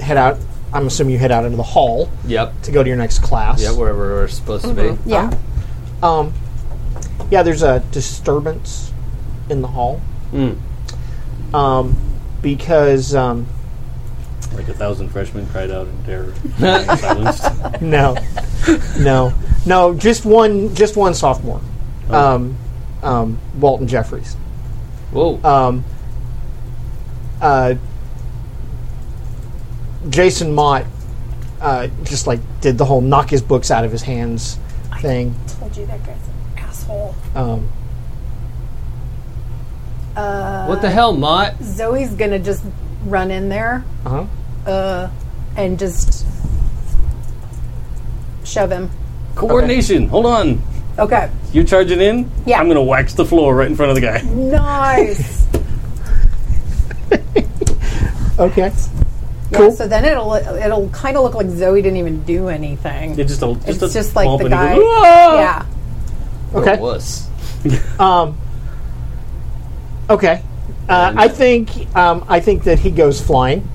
head out. I'm assuming you head out into the hall
yep,
to go to your next class.
yeah, wherever we're supposed to be.
Yeah.
Um, yeah, there's a disturbance in the hall.
Hmm.
Um, because um,
like a thousand freshmen cried out in terror, and silenced.
no, no, no, just one, just one sophomore,
Oh.
um, um, Walton Jeffries.
Whoa,
Um, uh, Jason Mott uh, just like did the whole knock his books out of his hands thing.
Told you that guy's an asshole.
Um,
what the hell, Mott?
Uh, Zoe's going to just run in there
uh-huh.
uh, and just shove him.
Coordination. Hold on.
Okay.
You charging in?
Yeah.
I'm gonna wax the floor right in front of the guy.
Nice.
Okay.
Yeah, so then it'll it'll kind of look like Zoe didn't even do anything.
It just a, just
it's
a
just like
bump
the
and he
guy.
goes, "Ah!"
Yeah.
What a
Okay.
wuss.
Um, okay. Uh, I think um, I think that he goes flying.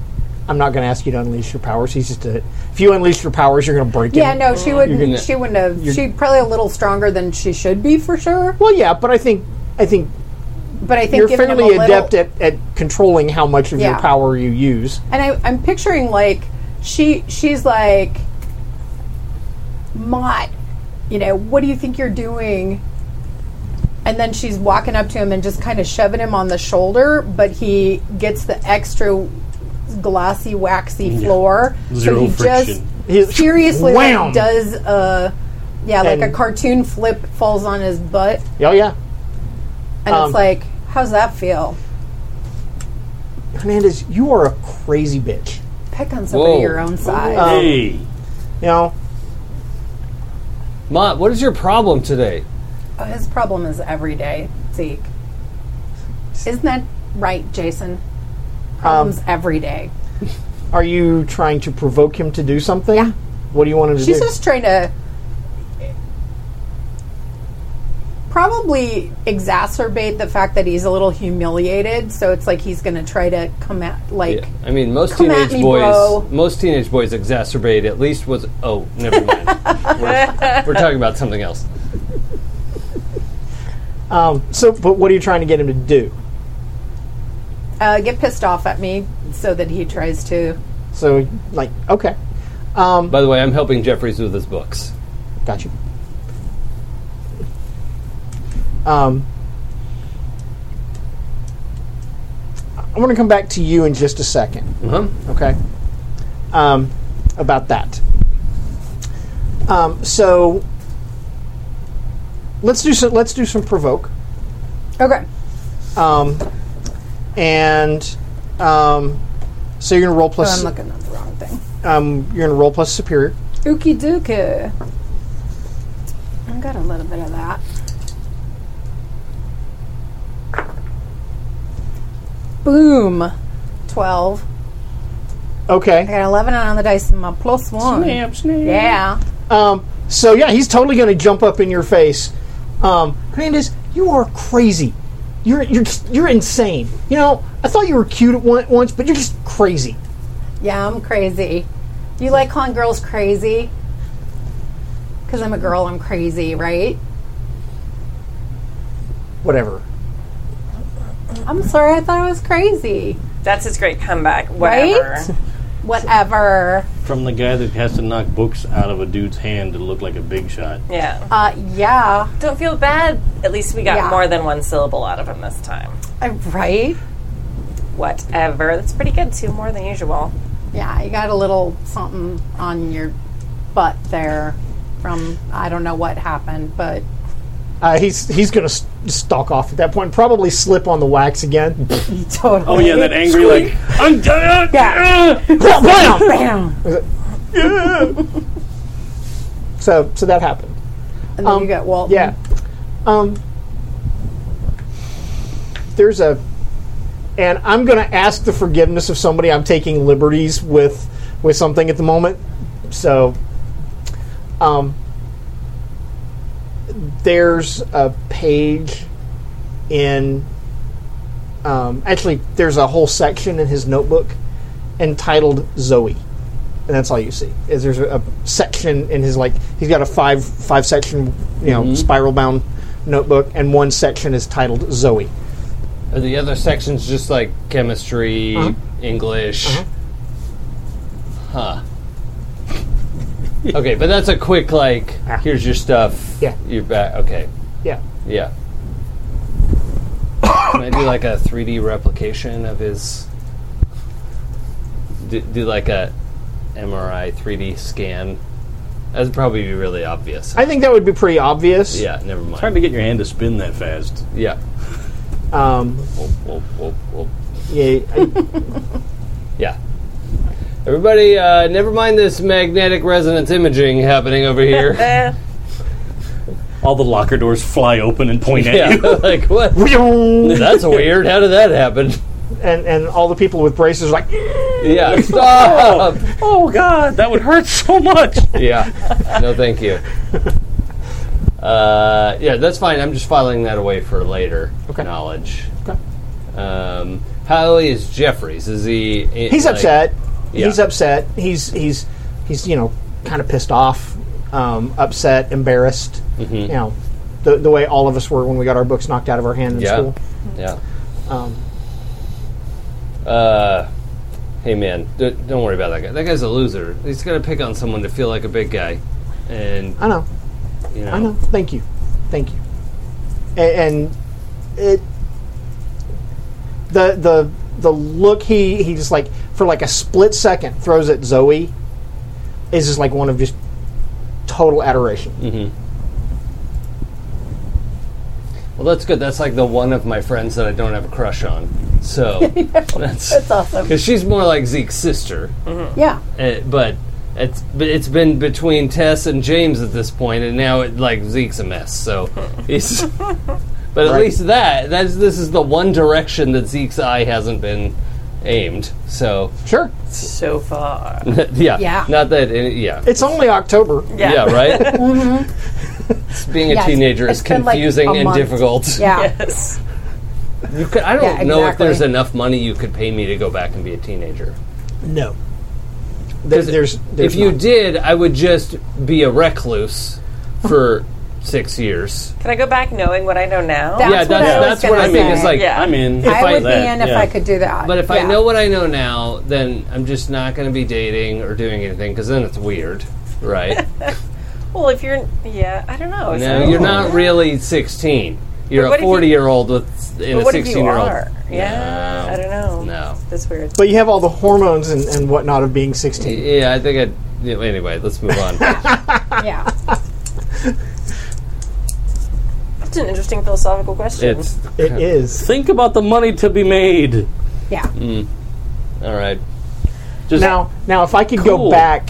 I'm not going to ask you to unleash your powers. He's just a. If you unleash your powers, you're going to break.
Yeah,
him.
no, she wouldn't.
gonna-
she wouldn't have. She probably a little stronger than she should be for sure.
Well, yeah, but I think I think
But I think
you're
giving him a
fairly
little-
adept at, at controlling how much of your
Yeah.
power you use.
And I, I'm picturing like she she's like, Mott, you know, what do you think you're doing? And then she's walking up to him and just kind of shoving him on the shoulder, but he gets the extra glossy, waxy floor.
Zero
so he
friction.
He's-
just seriously like,
Wham!
does a yeah, like
And-
a cartoon flip falls on his butt,
Oh yeah,
and
Um,
it's like, how's that feel?
Hernandez, you are a crazy bitch.
Pick on somebody
Whoa.
your own size.
Hey,
You know,
Mott, what is your problem today?
Oh, His problem is every day, Zeke. Isn't that right, Jason? Problems
Um,
every day.
are you trying to provoke him to do something?
Yeah.
What do you want him to
She's
do?
just trying to probably exacerbate the fact that he's a little humiliated. So it's like he's going to try to come at like
Yeah. I mean, most
Come at
teenage
me,
boys,
bro.
most teenage boys exacerbate at least was. Oh, never mind. we're, we're talking about something else.
Um, so, but what are you trying to get him to do?
uh, get pissed off at me, so that he tries to.
So, like, okay, Um,
By the way, I'm helping Jeffries with his books.
got you. Um, I'm going to come back to you in just a second.
Uh-huh.
Okay. Um, about that. Um, so let's do some, let's do some provoke Um,
Okay.
and um, so you're gonna roll
Oh,
plus
I'm looking at the wrong thing.
um, you're gonna roll plus superior.
Ookie dookie. I got a little bit of that. Boom. 12. I
Okay.
got 11 on the dice and my plus one. Yeah.
Um, so yeah, he's totally gonna jump up in your face. Um, Hernandez, you are crazy. You're you're just, you're insane. You know, I thought you were cute at one, once, but you're just crazy.
Yeah, I'm crazy. You like calling girls crazy? Because I'm a girl, I'm crazy, right?
Whatever.
I'm sorry, I thought I was crazy.
That's his great comeback. Whatever.
Right? Whatever.
From the guy that has to knock books out of a dude's hand to look like a big shot.
Yeah.
Uh, yeah.
Don't feel bad. At least we got
Yeah.
more than one syllable out of him this time.
Uh, Right?
Whatever. That's pretty good. Two more than usual.
Yeah, you got a little something on your butt there from I don't know what happened, but
Uh, he's he's gonna s stalk off at that point. Probably slip on the wax again.
totally.
Oh yeah, that angry like I'm done.
Yeah.
Blam!
Oh.
bam,
So so that happened.
and then you get Walton.
Yeah. Um there's a and I'm gonna ask the forgiveness of somebody I'm taking liberties with with something at the moment. So um there's a page in um, actually there's a whole section in his notebook entitled Zoe and that's all you see is there's a, a section in his like he's got a five five section you
Mm-hmm.
know spiral bound notebook and one section is titled Zoe
Are the other sections just like chemistry,
Uh-huh.
English? Huh. okay, but that's a quick like.
Ah.
Here's your stuff.
Yeah.
You're back. Okay.
yeah
Yeah. Can I do like a 3D replication of his? Do, do like a MRI 3D scan? That'd probably be really obvious.
I think that would be pretty obvious
yeah, never mind.
Hard to get your hand to spin that fast.
Yeah.
um
Whoop, whoop, whoop, whoop.
yeah I-
Yeah. Everybody, uh, never mind this magnetic resonance imaging happening over here.
Eh.
All the locker doors fly open and point
yeah,
at you.
like what?
and
That's weird. How did that happen?
and all the people with braces are like
Yeah, stop.
Oh god, that would hurt so much.
yeah. No, thank you. Uh, yeah, that's fine. I'm just filing that away for later
Okay.
knowledge.
Okay.
Um, how is Jeffries? Is he? eh,
he's
like-
upset
Yeah.
he's upset he's he's he's you know kind of pissed off um, upset embarrassed
Mm-hmm.
you know the, the way all of us were when we got our books knocked out of our hand in
Yeah.
school
Yeah.
um,
Uh, hey man, d- don't worry about that guy. That guy's a loser. He's gonna pick on someone to feel like a big guy, and
I know
you know.
I know. Thank you. Thank you. And, and it the the the look he he just like for like a split second throws at Zoe is just like one of just total adoration.
Mm. Well, that's good. That's like the one of my friends that I don't have a crush on. So that's
That's awesome.
because she's more like Zeke's sister.
Yeah.
Uh, but it's but it's been between Tess and James at this point, and now it like Zeke's a mess. So he's. But at
Right.
least that that's this is the one direction that Zeke's eye hasn't been aimed. So
Sure.
so far.
yeah,
Yeah.
not that it, yeah.
It's only October.
Yeah, right. Being a
Mm-hmm. Yeah, it's-
teenager
it's
is
been, like, a
confusing and
month.
difficult.
Yeah.
Yes.
You could, I don't
Yeah,
know if there's
exactly.
enough money you could pay me to go back and be a teenager.
No. There,
'Cause
there's, there's
if you
not.
did, I would just be a recluse for six years.
Can I go back knowing what I know now?
That's
yeah,
what
that's
I was
that's what
gonna
I mean. It's
say.
like
Yeah.
I'm in.
If I-
I would be
that,
in if
yeah.
I could do that.
But if I
Yeah.
know what I know now, then I'm just not going to be dating or doing anything because then it's weird, right?
Well, if you're, yeah, I don't know. Is
no,
that-
you're not really 16. You're
But what
a
if you-
40 year old with and
But
a
what if you
16 year old.
are? Yeah,
No.
I don't know.
No.
That's weird.
But you have all the hormones and, and whatnot of being 16.
Yeah, I think I. yeah, Anyway, let's move on.
yeah,
That's an interesting philosophical question.
it's
It is.
Think about the money to be made.
yeah,
Mm. all right.
Just
Now, now if I could go
Cool.
back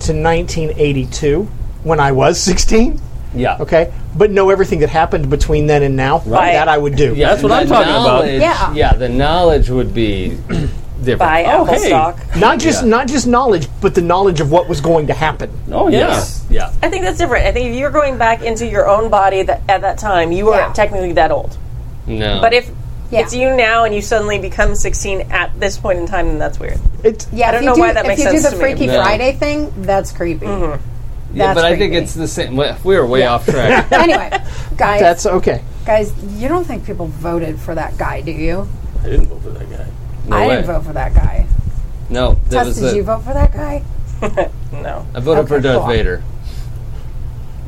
to 1982 when I was 16,
Yeah.
okay, but know everything that happened between then and now,
Right.
that I would do.
Yeah,
That's what
the
I'm talking about.
knowledge-
Yeah.
Yeah, the knowledge would be different.
Buy Apple
hey.
stock.
Not just
Yeah.
not just knowledge, but the knowledge of what was going to happen.
oh yeah,
Yes. Yeah.
I think that's different. I think if you're going back into your own body that, at that time, you
Yeah.
aren't technically that old.
No.
But if
Yeah.
it's you now and you suddenly become 16 at this point in time, then that's weird.
It's
yeah.
I don't
if you
know
do,
why that
if
makes
you
sense
do
to
the
me. Mm-hmm.
Freaky
No.
Friday thing, that's creepy.
yeah,
that's
but I think
creepy.
it's the same. we- We're way off track.
anyway, guys,
that's okay.
guys, you don't think people voted for that guy, do you?
I didn't vote for that guy.
No
I
way.
didn't vote for that guy.
No, that
Tess,
was
did you
the,
vote for that guy?
No.
I voted for
Okay,
Darth
cool.
Vader.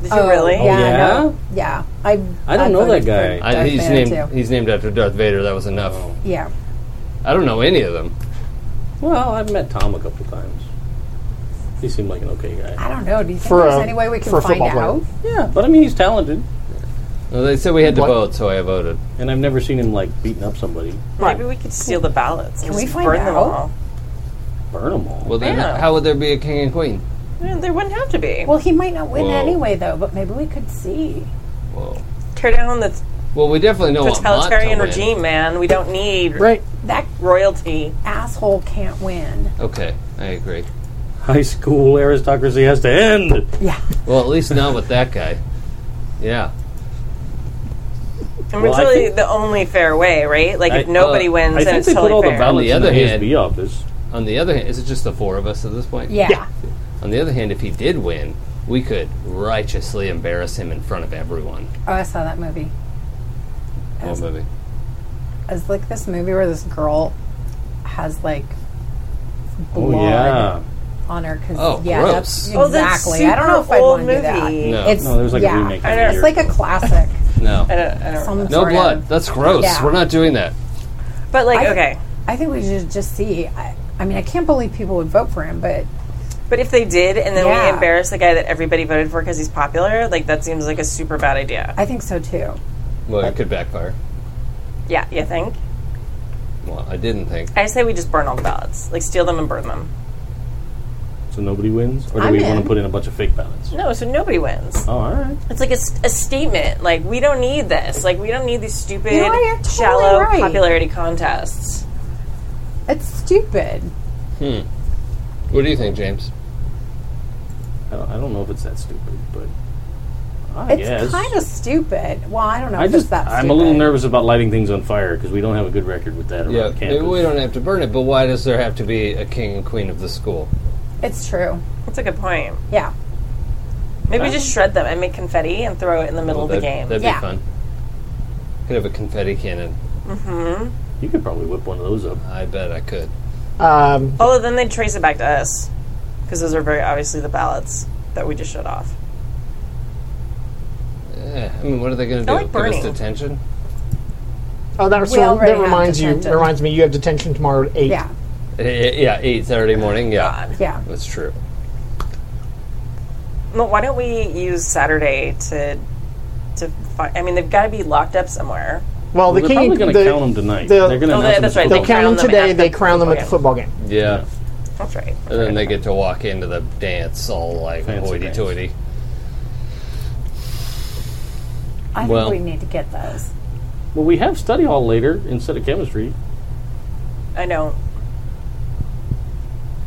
Did you really?
Yeah. No, Oh, yeah. I
I don't know
voted
that guy.
for
I,
Darth
he's
Vader,
named.
too.
He's named after Darth Vader. That was enough.
Yeah.
I don't know any of them.
Well, I've met Tom a couple times. He seemed like an okay guy.
I don't know. Do you think
For
there's
a-
any way we
for
can
a
find
football player.
out?
Yeah, but I mean, he's talented,
No, they said we had to
What?
vote, so I voted.
and I've never seen him like beating up somebody.
Maybe we could steal the ballots. Can
we find
burn them
out?
all?
Burn them all.
Well, then
Yeah.
how would there be a king and queen?
Yeah, there wouldn't have to be.
Well, he might not win
Whoa.
anyway, though. But maybe we could see.
Whoa.
Tear down the
Well, we definitely know what Mott to
totalitarian
win.
regime, man. We don't need
Right.
That
royalty.
asshole can't win.
Okay, I agree.
High school aristocracy has to end.
Yeah.
Well, at least not with that guy. Yeah.
I mean,
Well,
it's
I
really
think-
the only fair way, right? Like, if
I-
nobody
uh,
wins,
I
then
think
it's
they
totally
put all the
fair.
ballots
the other
in the
hand-
ASB office.
On the other hand, is it just the four of us at this point?
Yeah.
On the other hand, if he did win, we could righteously embarrass him in front of everyone.
Oh, I saw that movie.
What movie?
It's like this movie where this girl has like
Oh
blood
yeah.
on her. Cause,
Oh,
yeah,
gross.
That's,
Oh, that's
exactly. I don't know if
super
I
old
want to do that.
movie.
No.
It's
No, there was like
yeah.
a remake.
I
of
know,
it
It's
years
like a
ago.
classic.
I
No.
don't, I don't
Some
No
sort
blood.
Of.
That's gross.
Yeah.
We're not doing that.
But, like,
I-
okay.
I think we should just see. I, I mean, I can't believe people would vote for him, but
But if they did, and then we
Yeah.
embarrass the guy that everybody voted for because he's popular, like, that seems like a super bad idea.
I think so too.
Well, it could backfire.
Yeah, you think?
Well, I didn't think.
I say we just burn all the ballots. Like, steal them and burn them.
So nobody wins, or do
I'm
we want
in.
to put in a bunch of fake ballots?
No, so nobody wins.
Oh, all right.
It's like a, s- a statement. Like, we don't need this. Like, we don't need these stupid,
You know what? You're totally
shallow
right.
popularity contests.
It's stupid.
What do you think, James?
I don't, I don't know if it's that stupid, but I
It's
guess.
kind of stupid. Well, I don't know
I
if
just
it's that stupid.
I'm a little nervous about lighting things on fire because we don't have a good record with that around
Yeah,
campus.
we don't have to burn it, but why does there have to be a king and queen of the school?
It's true.
That's a good point.
Yeah.
Maybe just shred them and make confetti and throw it in the middle of the
that'd,
game.
That'd
Yeah.
be fun. Could have a confetti cannon.
You could probably whip one of those up.
I bet I could.
Um,
Although then they'd trace it back to us because those are very obviously the ballots that we just shut off.
Eh, I mean, what are they going to do?
I like
Give us
burning.
detention?
oh, that, was-
We
so
already
that
have
reminds you.
detention.
Reminds me, you have detention tomorrow at eight.
Yeah.
Eh, Yeah, eight Saturday
Oh,
morning. Yeah,
Yeah.
that's true.
Well, why don't we use Saturday to to? Fi- I mean, they've got to be locked up somewhere.
Well, the
They're
king.
probably going to
the-
count them tonight.
the-
They're going to
Oh,
announce
that-
them
that's
at
right.
the
They
count
football.
count them
them
today.
after
They
the
crown them at the
football
football game.
Yeah,
That's right.
and then they get to walk into the dance all like
Fancy
hoity-toity.
I think
Well-
we need to get those.
Well, we have study hall later instead of chemistry.
I know.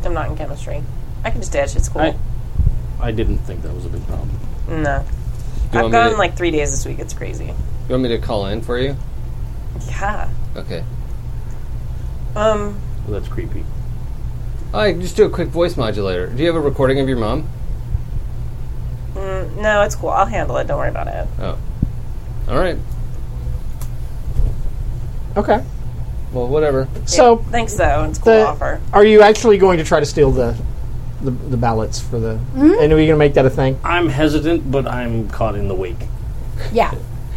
I'm not in chemistry. I can just dash at school.
I I didn't think that was a big problem.
no.
you
I've
want me to-
gone like three days this week. It's crazy.
You want me to call in for you?
Yeah.
Okay.
Um.
Well, that's creepy.
I can just do a quick voice modulator. Do you have a recording of your mom?
mm, No, it's cool. I'll handle it. Don't worry about it.
Oh. All right.
Okay.
Well, whatever.
So,
Thanks though. It's a cool
the,
offer.
are you actually going to try to steal the the, the ballots for the?
Hmm?
And are you going to make that a thing?
I'm hesitant, but I'm caught in the wake.
Yeah,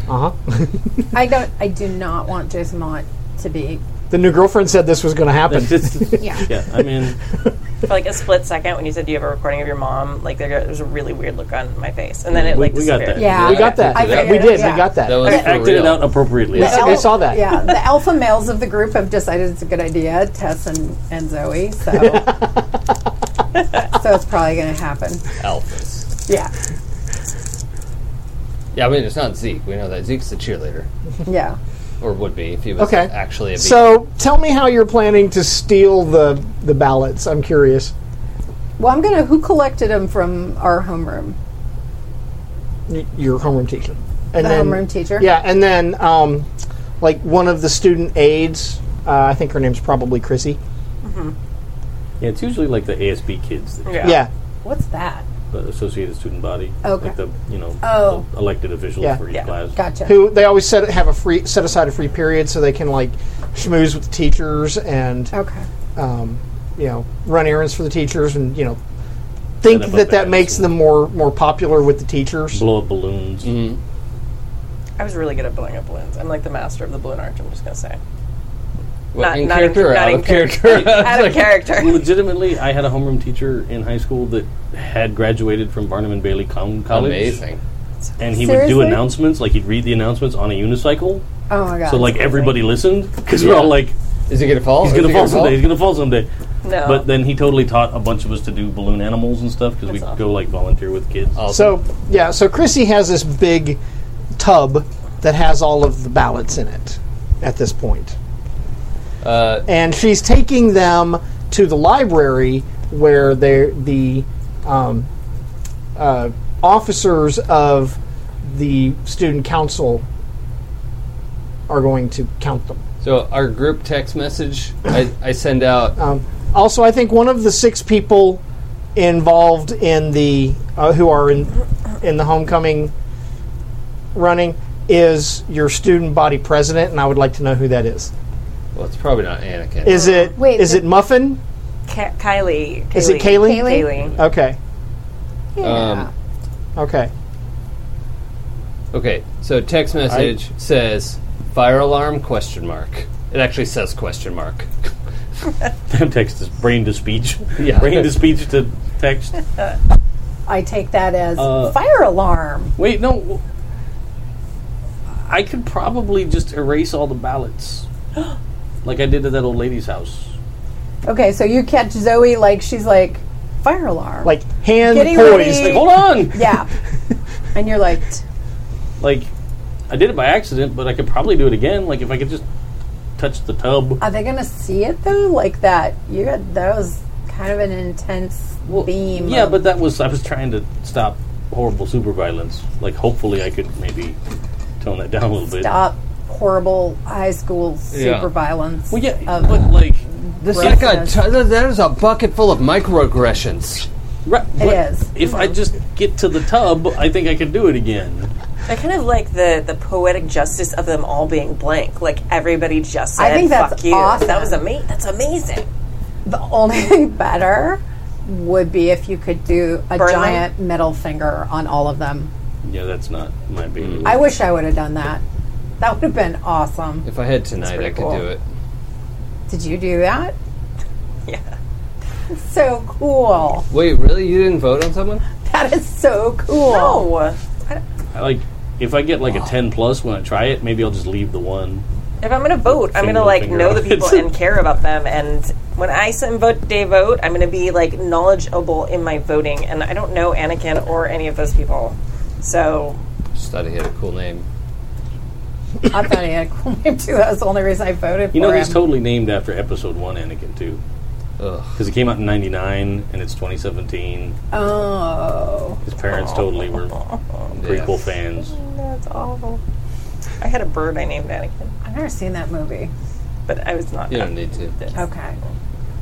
Uh huh.
I don't. I do not want Jason Mott to be.
the new girlfriend said this was going to happen.
Yeah.
yeah, I mean,
For like a split second, when you said you have a recording of your mom, like there there was a really weird look on my face, and then it
We-
like
we got
disappeared.
that.
Yeah,
We got that.
I figured
we
it,
did.
yeah.
We got that.
That was for
acted it
real.
out appropriately.
Yeah.
It's-
I saw that.
Yeah, the alpha males of the group have decided it's a good idea, Tess and, and Zoe. So, so it's probably going to happen.
Alphas.
Yeah,
Yeah, I mean it's not Zeke. We know that Zeke's the cheerleader,
yeah.
or would be if he was
Okay.
actually a.
So, tell me how you're planning to steal the the ballots. I'm curious.
Well, I'm going to. Who collected them from our homeroom?
Y- Your homeroom teacher. And
The homeroom teacher?
Yeah, and then um, like one of the student aides. Uh, I think her name's probably Chrissy.
yeah, it's usually like the ASB kids, that,
Yeah.
Yeah.
What's that?
the Associated Student Body,
Okay.
like the you know
Oh.
the elected officials
Yeah.
for each
Yeah.
class.
Gotcha.
Who they always set have a free set aside a free period so they can like schmooze with the teachers and
Okay.
um, you know run errands for the teachers and you know think
Set up a
that that
band
makes
and-
them more more popular with the teachers.
Blow up balloons.
Mm-hmm.
I was really good at blowing up balloons. I'm like the master of the balloon arch. I'm just gonna say.
What,
Not-
in
not in-
character or
not
out
in
of character.
Out of character.
Legitimately, I had a homeroom teacher in high school that had graduated from Barnum and Bailey Clown College.
Amazing.
And he would do
Seriously?
announcements, like he'd read the announcements on a unicycle.
Oh my god.
So like everybody listened because we're all like,
Is he gonna fall?
he's
Oh, Is
gonna
he
fall someday. He's gonna fall someday.
No.
But then he totally taught a bunch of us to do balloon animals and stuff because we
That's
could go like volunteer with kids.
Awesome.
So yeah, so Chrissy has this big tub that has all of the ballots in it at this point.
Uh,
and she's taking them to the library where they the um, uh, officers of the student council are going to count them.
So our group text message, I, I send out.
Um, also, I think one of the six people involved in the uh, who are in in the homecoming running is your student body president, and I would like to know who that is.
Well, it's probably not Anakin.
Is it
Wait,
is
the-
it Muffin?
Ka- Kylie, Kaylee.
Is it Kaylee?
Kaylee?
Kaylee.
Okay,
Yeah.
okay.
Okay, so text message says fire alarm question mark. It actually says question mark.
text is brain to speech.
Yeah.
brain to speech to text.
I take that as fire alarm.
Wait, no. I could probably just erase all the ballots, like I did at that old lady's house.
Okay, so you catch Zoe like she's like fire alarm.
like hand
Getting
poised.
ready.
Like, hold on.
yeah, and you're like,
Like, I did it by accident, but I could probably do it again. Like, if I could just touch the tub.
are they gonna see it though? Like that? You had that was kind of an intense beam.
Yeah,
of-
but that was I was trying to stop horrible super violence. Like, hopefully, I could maybe tone that down a little bit.
stop horrible high school super
Yeah.
violence.
Well, yeah,
of-
but like,
This
Right.
is a t- that is a bucket full of microaggressions.
right, but
is.
If I just get to the tub, I think I could do it again.
I kind of like the the poetic justice of them all being blank. Like everybody just said,
I think that's
"Fuck you."
awesome.
That was amazing. That's amazing.
the only thing better would be if you could do a
Burn them?
giant middle finger on all of them.
Yeah, that's not my baby.
I wish I would have done that. That would have been awesome.
If I had tonight,
pretty
I could
cool.
do it.
Did you do that?
Yeah.
So cool.
Wait, really? You didn't vote on someone?
That is so cool.
Oh,
I like if I get like a ten plus when I try it, maybe I'll just leave the one.
if I'm gonna vote, I'm
Finger-
gonna like
finger
know the
out.
people and care about them. And when I send vote day vote, I'm gonna be like knowledgeable in my voting. And I don't know Anakin or any of those people, so
Just thought he had a cool name.
I thought he had a cool name too. That was the only reason I voted
You
for
know,
him.
he's totally named after Episode One Anakin too. because it came out in '99 and it's 2017.
Oh.
His parents totally were prequel
Yeah.
fans.
That's awful. I had a bird I named Anakin,
I've never seen that movie.
but I was not.
You don't need to.
Okay.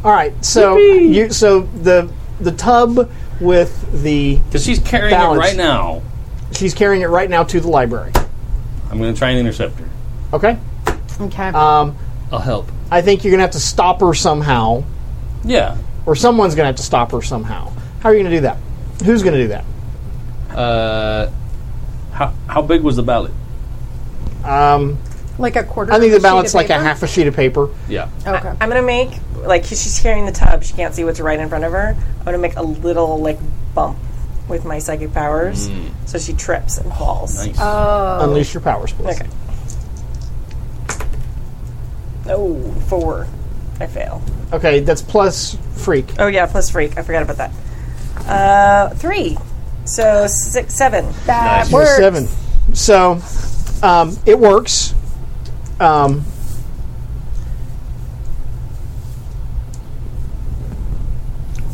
All right, so you so the the tub with the
Because she's carrying
Balance.
it right now.
she's carrying it right now to the library.
I'm going to try and intercept her.
Okay,
Okay.
um,
I'll help.
I think you're gonna have to stop her somehow,
Yeah.
or someone's gonna have to stop her somehow. How are you gonna do that? Who's gonna do that?
Uh,
How, how big was the ballot?
Um,
like a quarter.
I think
of
the
a sheet of
ballot's like a
paper?
half a sheet of paper.
Yeah.
Okay.
I'm gonna make like she's carrying the tub. She can't see what's right in front of her. I'm gonna make a little like bump with my psychic powers,
Mm.
so she trips and falls.
Nice.
Uh, Oh.
Unleash your powers, please.
Okay. Oh, four. I fail.
Okay, that's plus freak.
Oh yeah, plus freak. I forgot about that. Uh, three. So six, seven.
That
Or
works.
Seven. So um, it works. Um,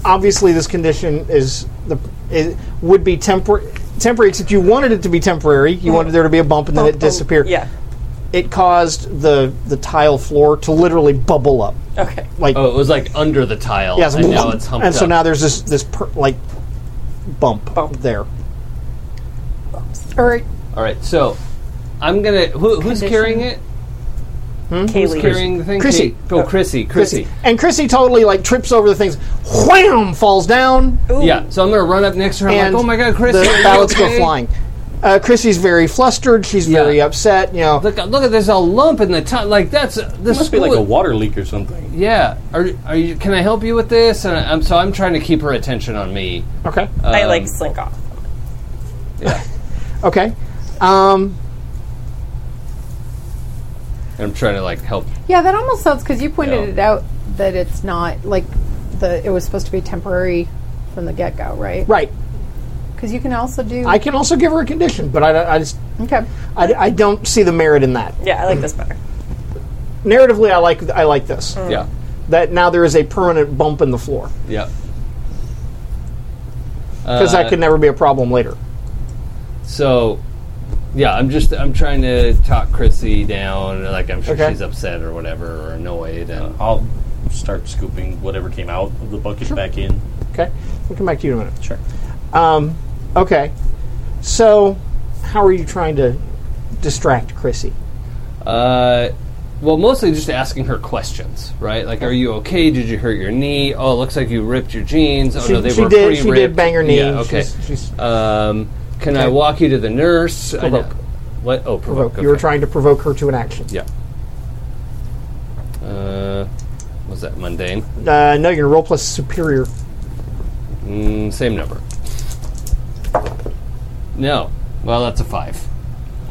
obviously, this condition is the it would be tempor- temporary. Except you wanted it to be temporary.
Mm.
You wanted there to be a bump and then it disappeared.
Yeah.
It caused the the tile floor to literally bubble up.
Okay.
Like
oh, it was like under the tile.
yes,
and now it's humped
and so
up.
now there's this this per- like bump,
Bump.
there.
Or
All right, so I'm gonna. Who, who's carrying it?
Kaylee.
Carrying the thing?
Chrissy.
Kate. Oh, Chrissy. Chrissy.
Chrissy. And Chrissy totally like trips over the things, wham, falls down,
Ooh.
Yeah. So I'm gonna run up next to her. I'm
and
like, oh my god, Chrissy!
the
are you
ballots
okay?
go flying. Uh, Chrissy's very flustered. She's
Yeah.
very upset. You know,
Look! Look at there's a lump in the top. Like that's this
Must be like a
school-
water leak or something.
Yeah. Are, are you? Can I help you with this? And I'm so I'm trying to keep her attention on me.
okay,
I like
Um,
slink off.
okay. Um,
And I'm trying to like help.
yeah, that almost sounds because you pointed
Yeah.
it out that it's not like the it was supposed to be temporary from the get go, right?
right.
Because you can also do.
I can also give her a condition, but I, I just
okay.
I, I don't see the merit in that.
Yeah, I like this better.
Narratively, I like I like this
Yeah.
that now there is a permanent bump in the floor
Yeah. Uh,
because that could never be a problem later.
So, yeah, I'm just I'm trying to talk Chrissy down. Like I'm sure
Okay.
she's upset or whatever or annoyed. And
I'll start scooping whatever came out of the bucket back in.
Okay, we'll come back to you in a minute.
Sure.
Um, okay, so how are you trying to distract Chrissy?
Uh, well, mostly just asking her questions, right? Like, are you okay? Did you hurt your knee? Oh, it looks like you ripped your jeans. Oh
She-
no, they
she
were
did-
pretty
she did
ripped.
bang her knee.
Yeah, okay.
She's- she's-
um, can I
Okay.
walk you to the nurse? I
Provoke.
know- What? Oh, provoke.
Provoke. You were
okay.
trying to provoke her to an action.
Yeah. Uh, was that mundane?
Uh, no, you're gonna roll plus superior.
Mm, same number. No. Well, that's a five.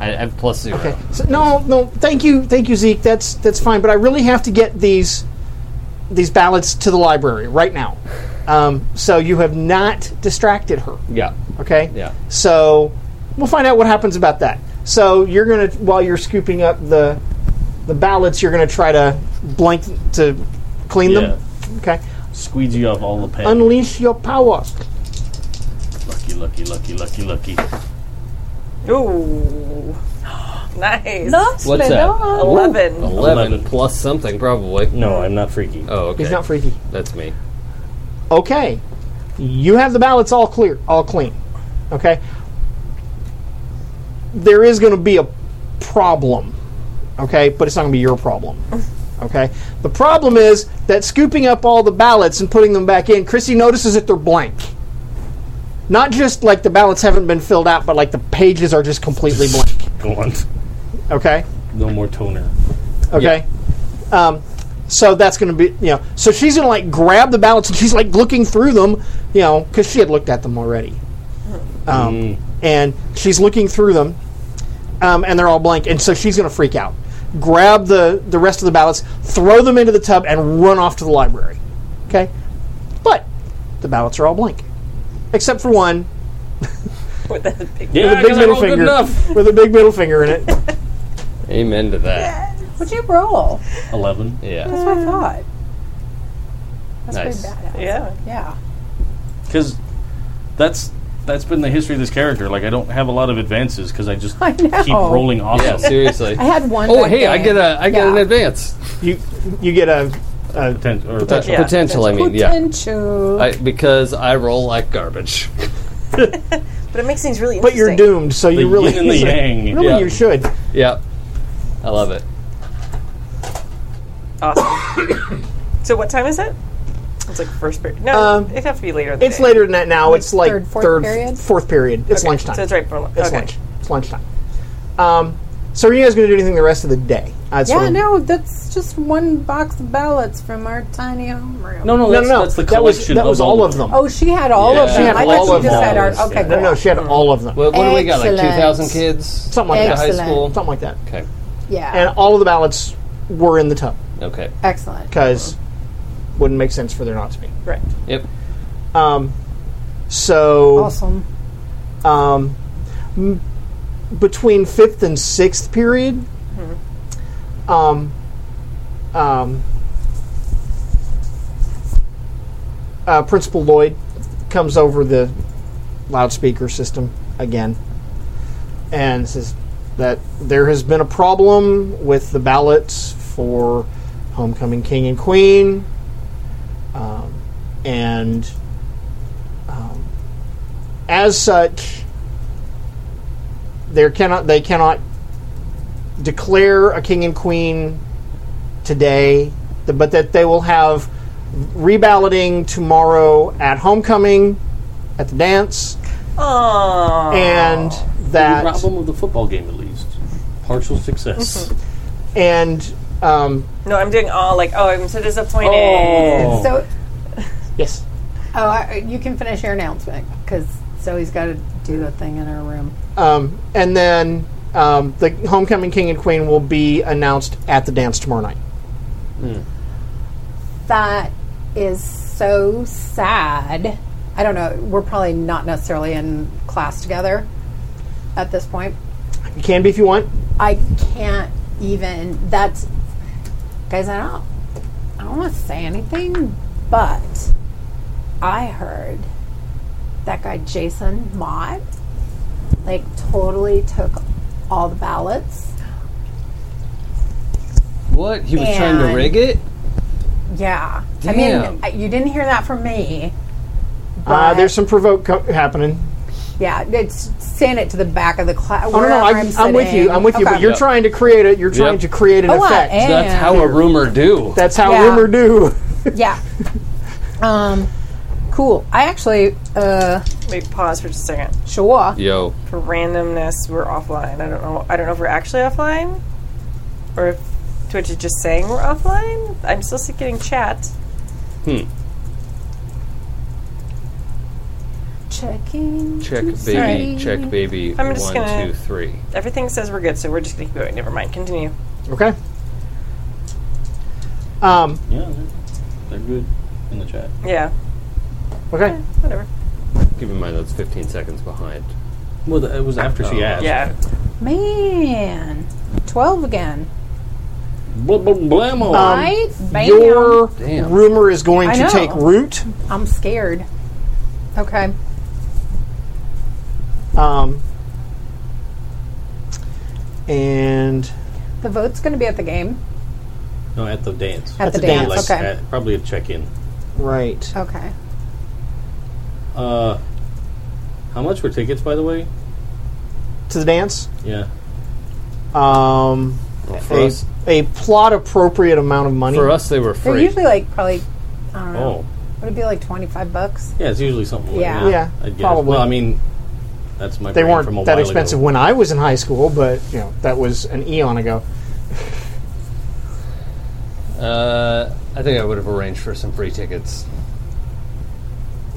I I have plus zero.
Okay. So, no, no. Thank you, thank you, Zeke. That's that's fine. But I really have to get these these ballots to the library right now. Um, so you have not distracted her.
Yeah.
Okay.
Yeah.
So we'll find out what happens about that. So you're gonna while you're scooping up the the ballots, you're gonna try to blank to clean them. Okay.
Squeegee off all the pen.
Unleash your power.
lucky, lucky, lucky, lucky, lucky.
Ooh. nice.
mm. What's that? Oh. Eleven
Eleven.
Eleven.
plus something, probably.
No, I'm not freaky.
Oh, okay.
He's not freaky.
That's me.
okay, you have the ballots all clear, all clean. Okay, there is going to be a problem. Okay, but it's not going to be your problem. Okay, the problem is that scooping up all the ballots and putting them back in, Chrissy notices that they're blank. Not just like the ballots haven't been filled out, but like the pages are just completely blank.
Go on.
Okay,
No more toner.
okay. Um, so that's going to be, you know, so she's going to like grab the ballots and she's like looking through them, you know, because she had looked at them already.
Hmm.
Um, And she's looking through them um, and they're all blank. And so she's going to freak out, grab the, the rest of the ballots, throw them into the tub, and run off to the library. Okay? But the ballots are all blank, except for one
With that big-
Yeah,
with a big
'cause I
middle
rolled good
finger.
enough.
With a big middle finger in it.
Amen to that.
What'd you roll?
Eleven.
Hmm.
Yeah.
That's what I thought.
nice.
Pretty badass.
Yeah.
Yeah.
because that's that's been the history of this character. Like I don't have a lot of advances because I just
I know.
keep rolling awesome.
Yeah, seriously.
I had one.
oh,
that
hey, I
day.
get a I get
Yeah.
an advance.
You you get a, a
Potent- or-
Potential,
Yeah.
potential I mean, yeah.
potential.
I, because I roll like garbage.
But it makes things really
but
interesting.
you're doomed. So
the
you really
yin and the yang.
really
Yeah.
you should.
Yeah, I love it.
Awesome. so what time is it? It's like first period. No,
Um,
it'd have to be later. in the
It's
day.
later than that now. it's like
third, fourth period?
fourth period. It's lunchtime.
So it's right before lunch.
It's
okay.
lunch. It's lunchtime. Um, so are you guys going to do anything the rest of the day? Uh, it's sort
yeah,
of-
no, that's just one box of ballots from our tiny homeroom.
No, no,
No,
that's,
no, no.
that's the
that was
collection.
that was
of
all of them.
Oh, she had all of
Yeah.
them.
She had
I
all
thought
of
she just
them.
had our. Okay,
no,
cool.
no, she had all of them.
What, what do we got? Like
Excellent.
two thousand kids.
Something like
at
that.
High school.
Something like that.
Okay.
Yeah.
And all of the ballots were in the tub
Okay.
Excellent.
because wouldn't make sense for there not to be.
Right.
Yep.
Um, so
Awesome.
um, m- between fifth and sixth period, um, um, uh, Principal Lloyd comes over the loudspeaker system again and says that there has been a problem with the ballots for homecoming king and queen, um, and as such, there cannot they cannot declare a king and queen today, th- but that they will have reballoting tomorrow at homecoming, at the dance,
Aww.
and that
The problem of the football game, at least. Partial success.
and um,
No, I'm doing all like, oh, I'm so disappointed.
Oh.
So,
yes,
oh, I, you can finish your announcement because Zoe's got to do the thing in her room.
um, and then um, the homecoming king and queen will be announced at the dance tomorrow night.
That is so sad. I don't know. We're probably not necessarily in class together at this point.
You can be if you want.
I can't even. That's guys. I don't. I don't want to say anything, but I heard that guy Jason Mott like totally took all the ballots.
What he was trying to
And-
rig it?
Yeah, I
Damn.
mean, I- you didn't hear that from me.
Uh,
but-
there's some provoke co- happening.
Yeah, it's stand it to the back of the class.
Oh, no, no, I, I'm, with you. I'm with you. But you're
Yeah.
trying to create a. You're trying
Yep.
to create an
Oh, I
effect.
am.
That's how a rumor do.
That's how
Yeah.
rumor do.
yeah. um, cool. I actually uh,
Wait, pause for just a second.
sure.
Yo.
For randomness, we're offline. I don't know. I don't know if we're actually offline, or if Twitch is just saying we're offline. I'm still see- getting chat.
Checking.
Check baby.
Sorry.
Check baby.
I'm just
One,
gonna-
two, three.
Everything says we're good, so we're just gonna keep going. Never mind. Continue.
okay. Um.
yeah, they're, they're good in the chat.
Yeah.
Okay.
Whatever.
Keep in mind that's fifteen seconds behind.
Well, th- it was after she
Oh.
asked.
Yeah.
Man, twelve again.
Blah, blah, blammo.
Um,
right? Bam.
Your
Damn.
rumor is going
I
to
know.
take root.
I'm scared. Okay.
Um. And
The vote's going to be at the game.
no, at the dance.
At,
At
the,
the
dance.
like,
Okay.
at- probably a check-in.
right.
okay.
Uh, how much were tickets, by the way?
to the dance.
Yeah.
Um.
Well, for
A,
us,
a plot appropriate amount of money.
for us they were
They're
free.
usually like probably. I don't know.
Oh,
Would it be like twenty-five bucks?
yeah. It's usually something. Like
Yeah.
that,
Yeah,
I'd guess.
probably.
Well, I mean, that's my.
They
brain from a
weren't that
while
expensive
Ago.
when I was in high school, but you know that was an eon ago.
Uh, I think I would have arranged for some free tickets.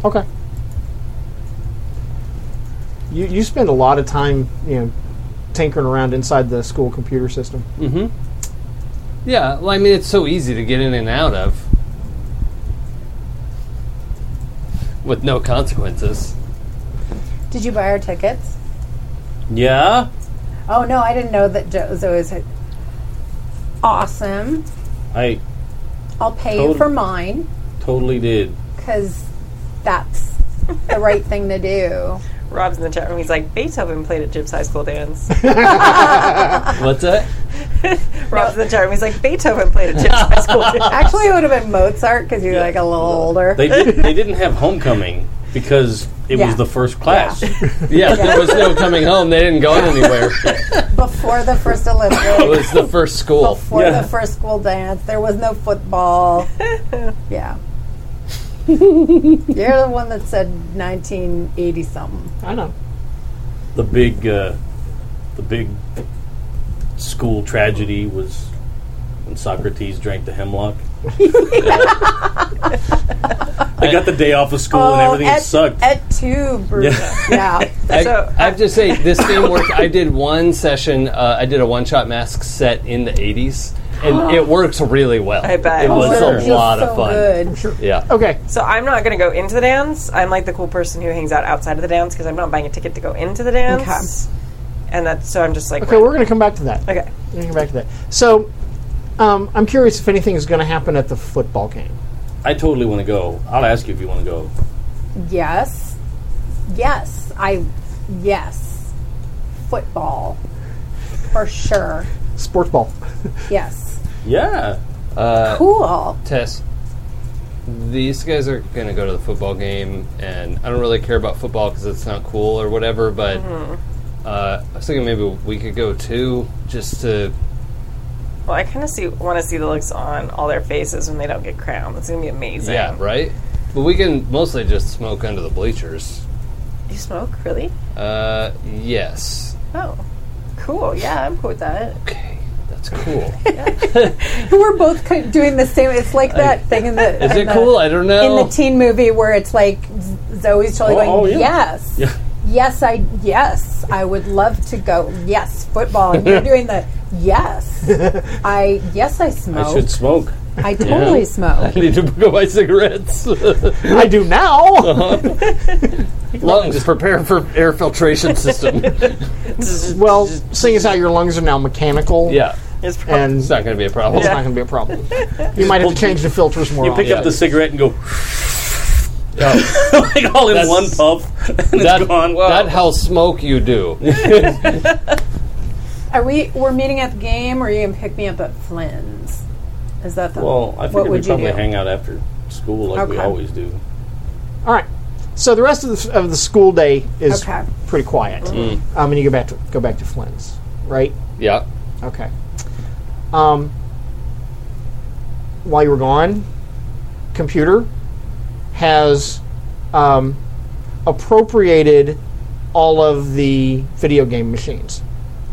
Okay. You you spend a lot of time, you know, tinkering around inside the school computer system.
Yeah, well, I mean, it's so easy to get in and out of with no consequences.
Did you buy our tickets?
Yeah.
Oh no, I didn't know that jo- Zoe's had- awesome.
I
I'll pay you
Totally.
for mine.
Totally did.
because that's the right thing to do.
Rob's in the chat room. He's like, Beethoven played at Jib's high school dance.
What's that?
Rob's in the chat room. He's like, Beethoven played at Jib's high school dance.
Actually, it would have been Mozart because you're like a little older.
They did, they didn't have homecoming because it
Yeah.
was the first class.
Yeah, there was no coming home. They didn't go anywhere.
Before the first
It
Olympics,
was the first school.
before
Yeah.
the first school dance, there was no football. yeah. You're the one that said 1980 something.
I know.
The big, uh, the big school tragedy was when Socrates drank the hemlock. I got the day off of school and everything.
Oh, at,
it sucked.
At two, Bruce. Yeah.
I,
So-
I have to say,
uh,
this game worked. I did one session. Uh, I did a one-shot mask set in the '80s, and it works really well.
I bet.
it
Oh,
was
It
a
feels
lot
so
of fun.
Good.
Yeah,
Okay.
So I'm not going to go into the dance. I'm like the cool person who hangs out outside of the dance because I'm not buying a ticket to go into the dance. And that's so I'm just like,
Okay, we're going to come back to that.
okay.
We're gonna come back to that. So, um, I'm curious if anything is going to happen at the football game.
I totally want to go. I'll ask you if you want to go.
Yes. Yes. I. Yes. Football. For sure.
Sports ball.
Yes.
Yeah.
Uh,
Cool.
Tess. These guys are gonna go to the football game, and I don't really care about football because it's not cool or whatever. But
Mm-hmm.
uh, I was thinking maybe we could go too, just to
Well, I kind of see want to see the looks on all their faces when they don't get crowned. It's going to be amazing.
yeah, right. But we can mostly just smoke under the bleachers.
You smoke? Really?
Uh, yes.
Oh. Cool. Yeah, I'm cool with that.
Okay, that's cool.
We're both kind of doing the same. It's like that thing in the.
Is
in
it
the-
cool? I don't know.
In the teen movie where it's like Z- Zoe's totally going,
oh, yeah.
yes, yes, I, yes, I would love to go. Yes, football. And you're doing the yes. I yes, I smoke.
I
I,
should smoke.
totally
I
smoke.
need to go buy cigarettes.
I do now.
Uh-huh.
Lungs, prepare for air filtration system.
well, seeing as how your lungs are now mechanical,
yeah,
It's probably
and
it's not going to be a problem.
it's not going to be a problem. You might have to change the filters more.
You pick
often.
up the cigarette and go
Oh,
like all in
That's-
one puff, and
that,
it's gone.
that how smoke you do.
Are we? We're meeting at the game, or are you gonna pick me up at Flynn's? Is that the?
Well, I
what
figured
would
we'd
you
probably
do?
hang out after school like we
Okay.
always do.
All right. So the rest of the, of the school day is
Okay.
pretty quiet. Um, and you go back to go back to Flynn's, right?
Yeah.
Okay. Um, while you were gone, computer has um, appropriated all of the video game machines.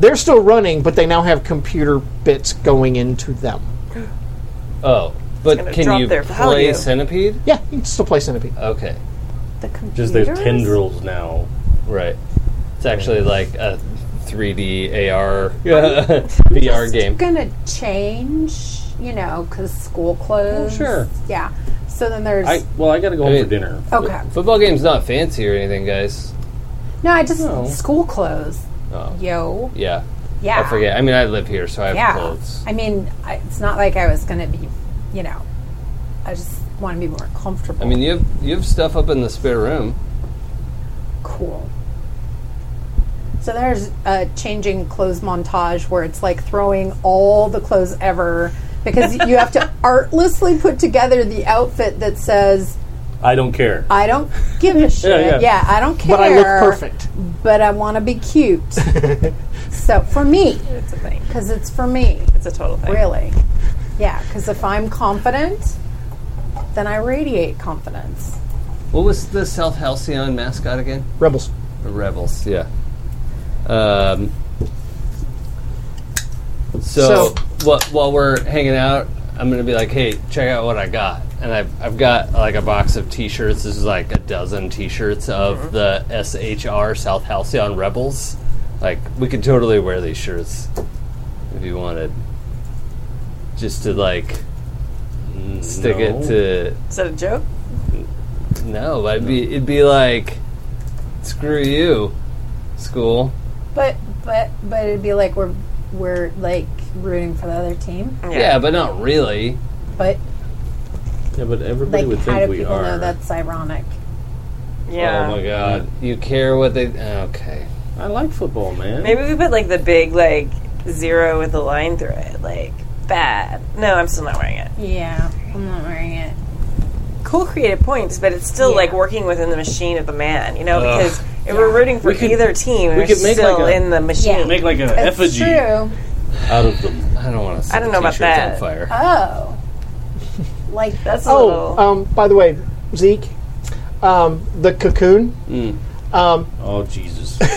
They're still running, but they now have computer bits going into them.
Oh,
gonna
but
drop
can you
their value.
play Centipede?
Yeah, you can still play Centipede.
Okay,
the computer.
Just their tendrils now.
right. It's actually like a 3D AR VR game.
gonna change, you know, because school closed.
sure.
Yeah. So then there's.
I well, I got to go
I
home
mean-
for dinner.
okay.
Football game's not fancy or anything, guys.
No, I just
No.
school clothes.
Oh.
Yo.
Yeah.
Yeah.
I forget. I mean, I live here, so I have
Yeah.
clothes.
I mean, I, it's not like I was gonna be, you know. I just want to be more comfortable.
I mean, you have you have stuff up in the spare room.
cool. So there's a changing clothes montage where it's like throwing all the clothes ever because you have to artlessly put together the outfit that says
I don't care.
I don't give a shit.
yeah.
yeah. I don't care.
But I look perfect.
But I want to be cute. so for me,
it's a thing.
because it's for me,
It's a total thing.
really. Yeah, because if I'm confident, then I radiate confidence.
What was the South Halcyon mascot again?
Rebels.
The Rebels. Yeah. Um. So,
So-
wha- while we're hanging out, I'm gonna be like, "Hey, check out what I got." And I've, I've got like a box of T-shirts. This is like a dozen T-shirts of the SHR South Halcyon Rebels. Like, we could totally wear these shirts if you wanted, just to like
Mm,
stick
No.
it to
Is that a joke?
no, but it'd be it'd be like, screw you, school.
But but but it'd be like we're we're like rooting for the other team.
Yeah, but not really.
But
Yeah, but everybody
Like,
would
how
think
do
we
people
are.
know that's ironic?
Yeah.
Oh my god. You care what they. Okay.
I like football, man.
Maybe we put like the big like zero with the line through it, like bad. No, I'm still not wearing it.
Yeah, I'm not wearing it.
Cool creative points, but it's still
Yeah.
like working within the machine of the man, you know,
Ugh.
because if we're rooting for
We could-
either team,
we
we're
could make,
still
like, a-
in the machine.
Yeah.
Make like an
That's
effigy
true.
out of them.
I don't want to.
I don't know about that.
On fire.
Oh, like
That's a
Oh,
little.
um, by the way, Zeke, um, the cocoon. Um,
Oh Jesus.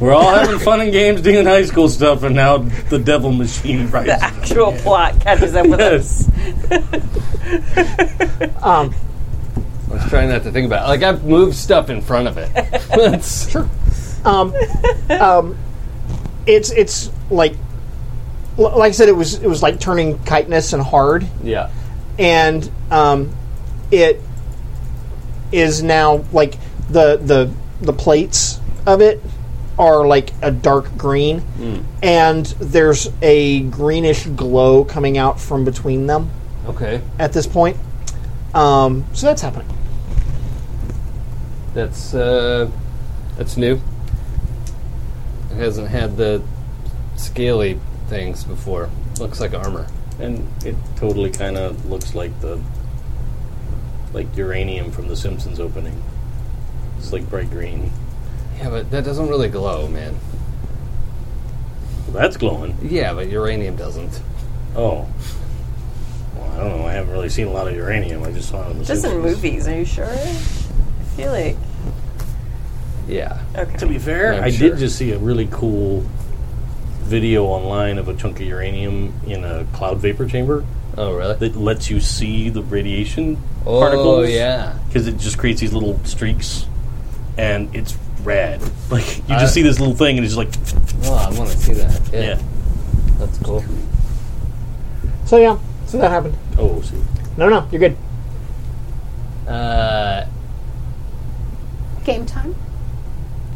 We're all having fun and games doing high school stuff, and now the devil machine
the
rises.
actual plot catches up with us.
Yes.
um,
Let's try not to think about. It. Like I've moved stuff in front of it. That's sure.
um, um, it's it's like l- like I said, it was it was like turning chitinous and hard,
Yeah.
and um, it is now like the the the plates of it are like a dark green,
Hmm.
and there's a greenish glow coming out from between them
Okay.
at this point. Um, so that's happening.
That's uh, that's new. It hasn't had the scaly things before. Looks like armor.
And it totally kind of looks like the like uranium from The Simpsons opening. It's like bright green.
Yeah, but that doesn't really glow, man.
Well, that's glowing.
Yeah, but uranium doesn't.
Oh. Well, I don't know. I haven't really seen a lot of uranium. I just saw it in the
Just in
Simpsons.
movies, are you sure? I feel like
Yeah.
To
okay.
be fair,
I'm
I
sure.
did just see a really cool video online of a chunk of uranium in a cloud vapor chamber
Oh, really?
that lets you see the radiation
oh,
particles.
yeah.
because it just creates these little streaks, and it's rad. Like you
I-
just see this little thing, and it's just like,
Oh, I want to see that. Yeah,
yeah.
that's cool.
So yeah, so that happened.
Oh, see.
No, no, you're good.
Uh,
game time.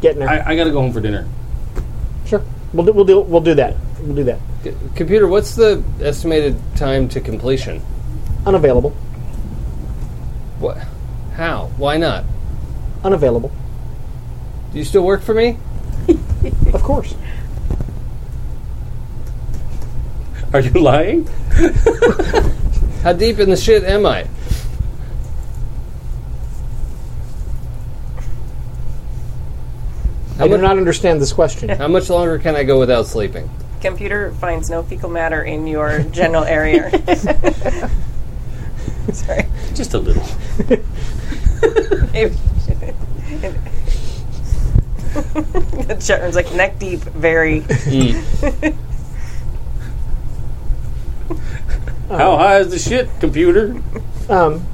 Getting there.
I, I gotta go home for dinner.
sure. We'll do, we'll do we'll do that. We'll do that.
c- computer, what's the estimated time to completion?
Unavailable.
What? How? Why not?
Unavailable.
Do you still work for me?
Of course.
Are you lying?
How deep in the shit am I?
I do not understand this question.
How much longer can I go without sleeping?
Computer finds no fecal matter in your general area. Sorry.
Just a little.
Maybe you shouldn't. the chat room's like neck deep, very.
How high is the shit, computer?
Um,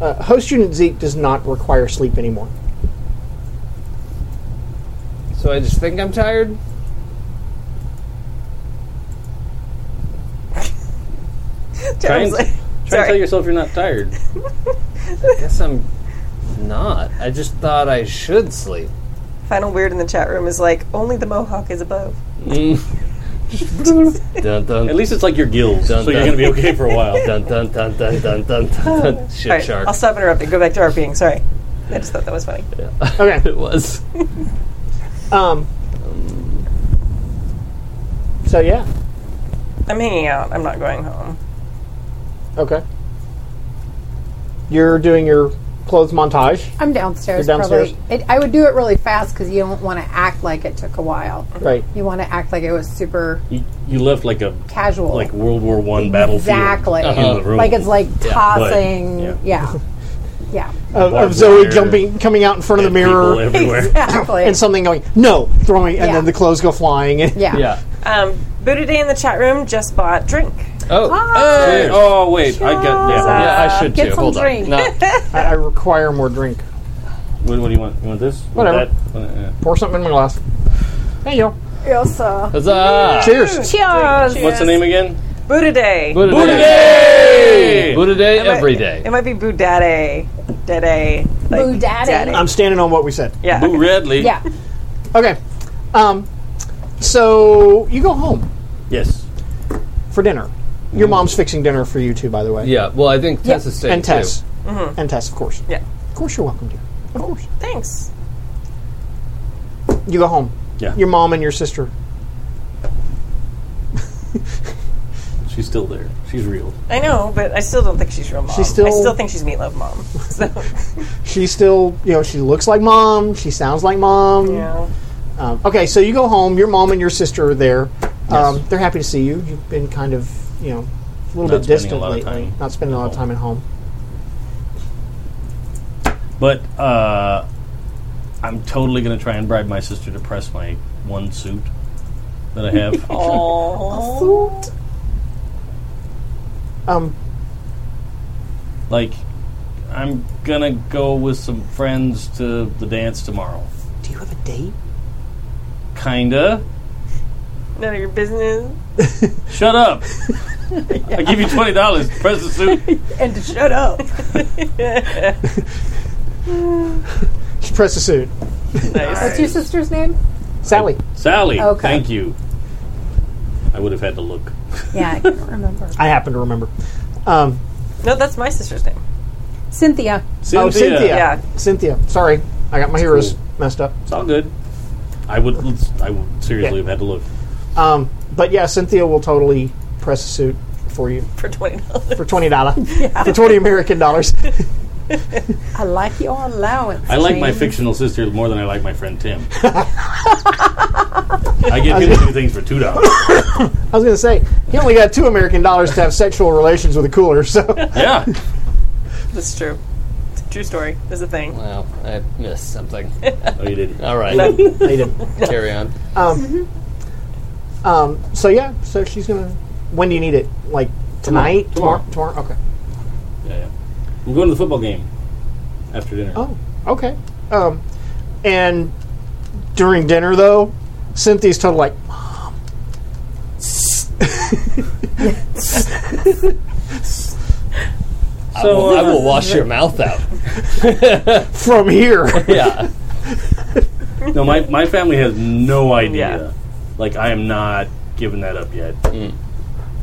uh, host unit Zeke does not require sleep anymore.
So I just think I'm tired?
Try and,
Jerem's like,
try and tell
sorry.
yourself you're not tired.
I guess I'm not. I just thought I should sleep.
Final weird in the chat room is like only the mohawk is above.
Dun dun.
At least it's like your gills,
Dun,
so you're
dun.
gonna be okay for a while.
Dun dun dun dun dun dun dun. Shit
All right,
shark.
I'll stop interrupting. Go back to RPing. Sorry, I just thought that was funny.
Okay.
It was.
Um, so yeah.
I'm hanging out. I'm not going home.
Okay. You're doing your clothes montage,
I'm downstairs.
You're downstairs?
Probably. It, I would do it really fast because you don't want to act like it took a while.
right?
You want to act like it was super
You, you left like a
casual.
like World War One battlefield.
exactly.
in the room.
Like it's like tossing.
Yeah.
yeah. yeah.
Of, of
Barbed
Zoe
wire.
jumping, coming out in front of the
And people
mirror,
everywhere.
Exactly.
and something going no, throwing, and
Yeah.
then the clothes go flying. And
yeah.
Yeah.
Um, Buddha Day in the chat room just bought drink.
Ah,
Oh.
Hey, oh wait, I got yeah.
yeah, I should
Get
too.
some
Hold
drink.
on. No.
I, I require more drink.
What, what do you want? You want this? You want
Whatever.
that? Uh, yeah.
Pour something in my glass. There you go.
Yes, uh,
Huzzah!
Cheers.
Cheers.
What's the name again?
Buddha Day.
Buddha,
Buddha
day.
Day!
Buddha day
It might-
every day.
It might be Boo Daddy. Daddy. Like,
Boo Daddy.
I'm standing on what we said.
yeah.
Boo Radley.
yeah.
Okay. Um, so you go home
Yes.
for dinner.
Mm-hmm.
Your mom's fixing dinner for you too, by the way.
Yeah. Well, I think Tess is staying
And Tess.
too.
And Tess, of course.
Yeah.
Of course you're welcome, dear. Of course.
Thanks.
You go home.
Yeah.
Your mom and your sister.
She's still there. She's real.
I know, but I still don't think she's real mom.
She's still-
I still think she's meatloaf mom. So,
She's still, you know, she looks like mom. She sounds like mom.
yeah.
Um, okay, so you go home. Your mom and your sister are there. Um, they're happy to see you. You've been kind of, you know, a little
Not
bit distant
spending a lot of
lately.
time
not spending a lot of
at
time at home.
But uh, I'm totally gonna try and bribe my sister to press my one suit that I have.
Oh.
Um,
like, I'm gonna go with some friends to the dance tomorrow.
do you have a date?
Kinda.
None of your business.
Shut up. I give you twenty dollars. Press the suit.
And
Shut up.
She pressed the suit.
what's your sister's name?
Sally.
Sally.
Okay. Oh,
Thank you. I would have had to look.
Yeah, I can't remember.
I happen to remember. Um,
No, that's my sister's name.
Cynthia.
oh, Cynthia.
Yeah.
Cynthia. Sorry, I got my heroes
cool.
messed up.
It's all good. I would. I would seriously
Yeah.
have had to look.
Um, but yeah, Cynthia will totally press a suit for you
For twenty dollars.
for twenty dollar for twenty American dollars.
I like your allowance.
I like my
Jane.
fictional sister more than I like my friend Tim. I get him two things for two dollars.
I was gonna say he only got two American dollars to have sexual relations with a cooler. So
Yeah,
That's true. It's a true story. There's a thing.
Well, I missed something.
oh, you did.
All right.
they did.
Carry on.
Um, so yeah, so she's gonna. When do you need it? Like tonight? Tomorrow? Tomorrow? Okay.
Yeah, yeah. I'm going to the football game after dinner.
Oh, okay. Um, and during dinner though, Cynthia's total like, mom.
So
I will wash your mouth out.
from here.
Yeah.
uh, no, my my family has no idea.
Yeah.
Like I am not giving that up yet. like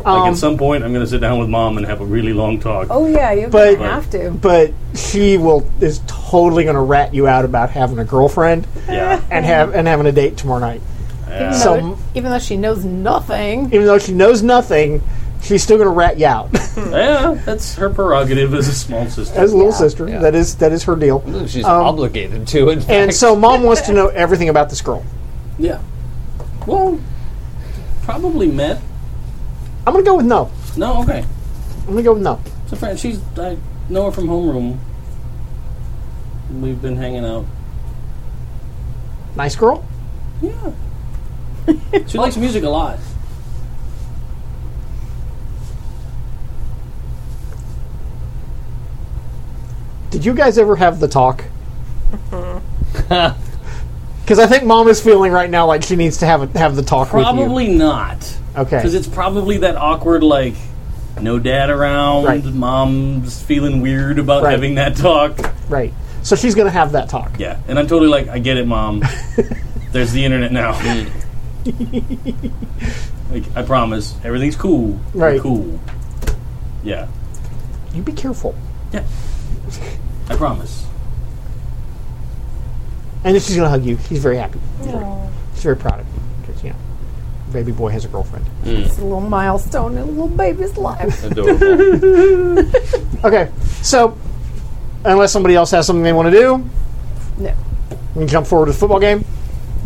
Um,
at some point, I'm going to sit down with mom and have a really long talk.
Oh yeah, you
But-
have to.
but she will is totally gonna rat you out about having a girlfriend
Yeah,
and have and having a date tomorrow night.
yeah.
So-
Even though- even though she knows nothing,
Even though she knows nothing, she's still gonna rat you out.
Yeah, that's her prerogative as a small sister.
As a little sister,
yeah.
that is that is her deal.
She's
Um,
obligated to it.
And so mom wants to know everything about this girl.
yeah. Well, probably met.
I'm gonna go with no.
No, okay.
I'm gonna go with no.
It's a friend. She's I know her from homeroom. We've been hanging out.
Nice girl.
Yeah. she likes music a lot.
Did you guys ever have the talk?
Mm-hmm.
Because I think mom is feeling right now like she needs to have a, have the talk with
Probably not.
you. Okay.
Because it's probably that awkward like no dad around,
Right.
mom's feeling weird about
Right.
having that talk.
right. So she's gonna have that talk.
Yeah. And I'm totally like, I get it, mom. There's the internet now. like I promise. Everything's cool. We're
Right.
cool. Yeah.
You be careful.
Yeah. I promise.
And then she's gonna hug you. She's very happy. She's very proud of you because you know, baby boy has a girlfriend.
it's a little milestone in a little baby's life.
Adorable.
Okay. So unless somebody else has something they want to do,
no,
we can jump forward to the football game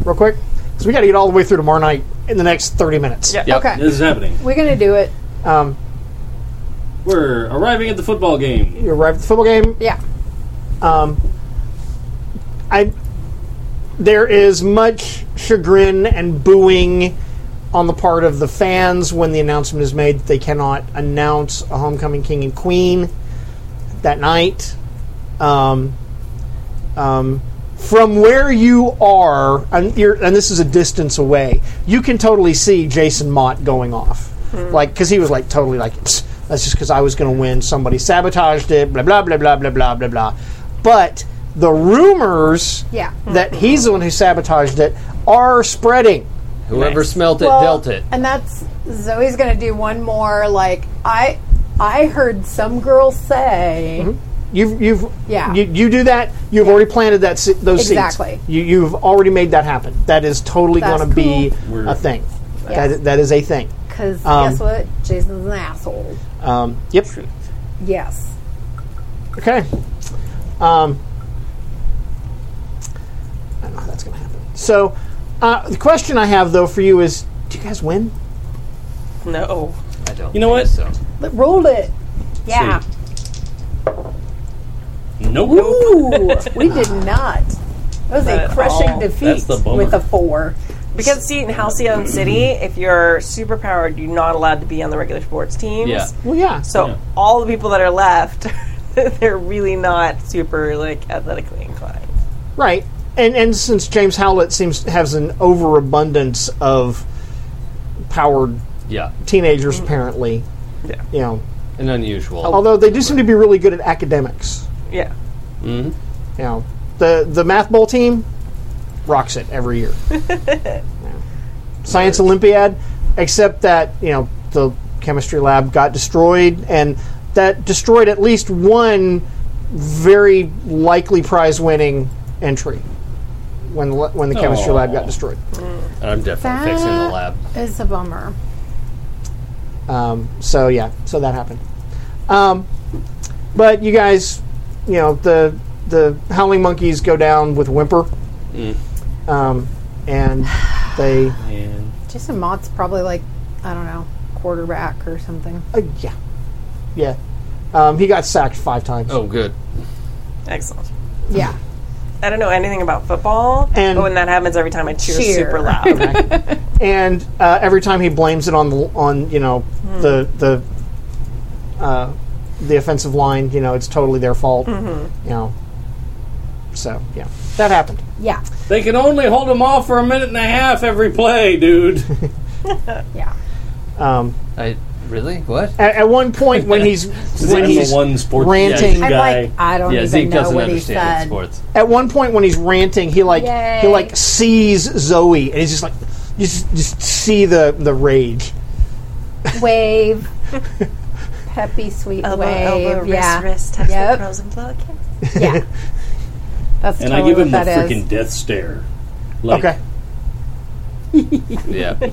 real quick because we got to get all the way through tomorrow night in the next 30 minutes.
Yeah.
Yep.
okay,
This is happening.
we're gonna do it.
Um,
We're arriving at the football game.
you arrive at the football game.
Yeah,
Um, I there is much chagrin and booing on the part of the fans when the announcement is made that they cannot announce a homecoming king and queen that night. Um, um, from where you are, and, you're, and this is a distance away, you can totally see Jason Mott going off, like because he was like totally like, "Psst, that's just because I was going to win. Somebody sabotaged it. Blah blah blah blah blah blah blah blah. But the rumors
Yeah.
that he's the one who sabotaged it are spreading.
Whoever
Nice.
smelt it
Well,
dealt it.
And that's Zoe's going to do one more. Like I, I heard some girl say,
Mm-hmm. You've, you've,
Yeah.
You, you do that. You've already planted that se- those
Exactly.
seeds. You, you've already made that happen. That is totally
That's
going to be
We're-
a thing.
Yeah.
That, that is a thing.
because
Um,
guess what? Jason's an asshole.
Um, yep.
Yes.
Okay. Um, I don't know how that's going to happen. So, uh, the question I have though for you is: Do you guys win?
No.
I don't.
You know what?
think So.
But rolled it.
Yeah.
See. Nope.
Ooh, we did not. That was
Not
a
at
crushing
all.
defeat
That's the bummer.
with a four.
Because see, in Halcyon City, if you're super powered, you're not allowed to be on the regular sports teams.
Yeah.
Well, yeah.
So
Yeah.
all the people that are left, they're really not super like athletically inclined.
Right. And and since James Howlett seems has an overabundance of powered
Yeah.
teenagers,
Mm-hmm.
apparently,
Yeah.
you know,
An unusual.
Oh,
although they do seem to be really good at academics.
Yeah.
You know, the the math bowl team rocks it every year. Science Olympiad, except that you know the chemistry lab got destroyed, and that destroyed at least one very likely prize-winning entry when the, when the chemistry lab got
Aw.
destroyed.
I'm definitely fixing the lab.
It's a bummer.
Um, so yeah, so that happened. Um, but you guys, you know the the howling monkeys go down with a whimper, um, and they
And
Jason Mott's probably like, I don't know, quarterback or something.
uh, yeah yeah um, he got sacked five times.
Oh, good.
Excellent.
Yeah.
I don't know anything about football,
And-
but when that happens, every time I cheer,
Cheer.
super loud.
and uh, every time he blames it on the on you know the the uh, the offensive line, you know it's totally their fault. You know, so yeah, that happened.
Yeah.
they can only hold him off for a minute and a half every play, dude.
Yeah.
I really what?
Um, At, at one point when he's when
I'm
he's
the one sports
ranting.
I'm like, I don't
Yeah,
even
Zeke
know
doesn't
what he
understand
said.
sports.
at one point when he's ranting, he like
Yay.
he like sees Zoe, and he's just like, you just just see the the rage.
Wave. Peppy sweet
elbow,
wave.
elbow,
yeah.
wrist, wrist, touch
Yep.
the pearls and plug.
yeah. That's
And
totally
I give him the
what that is.
freaking death stare. Like,
Okay,
Yeah.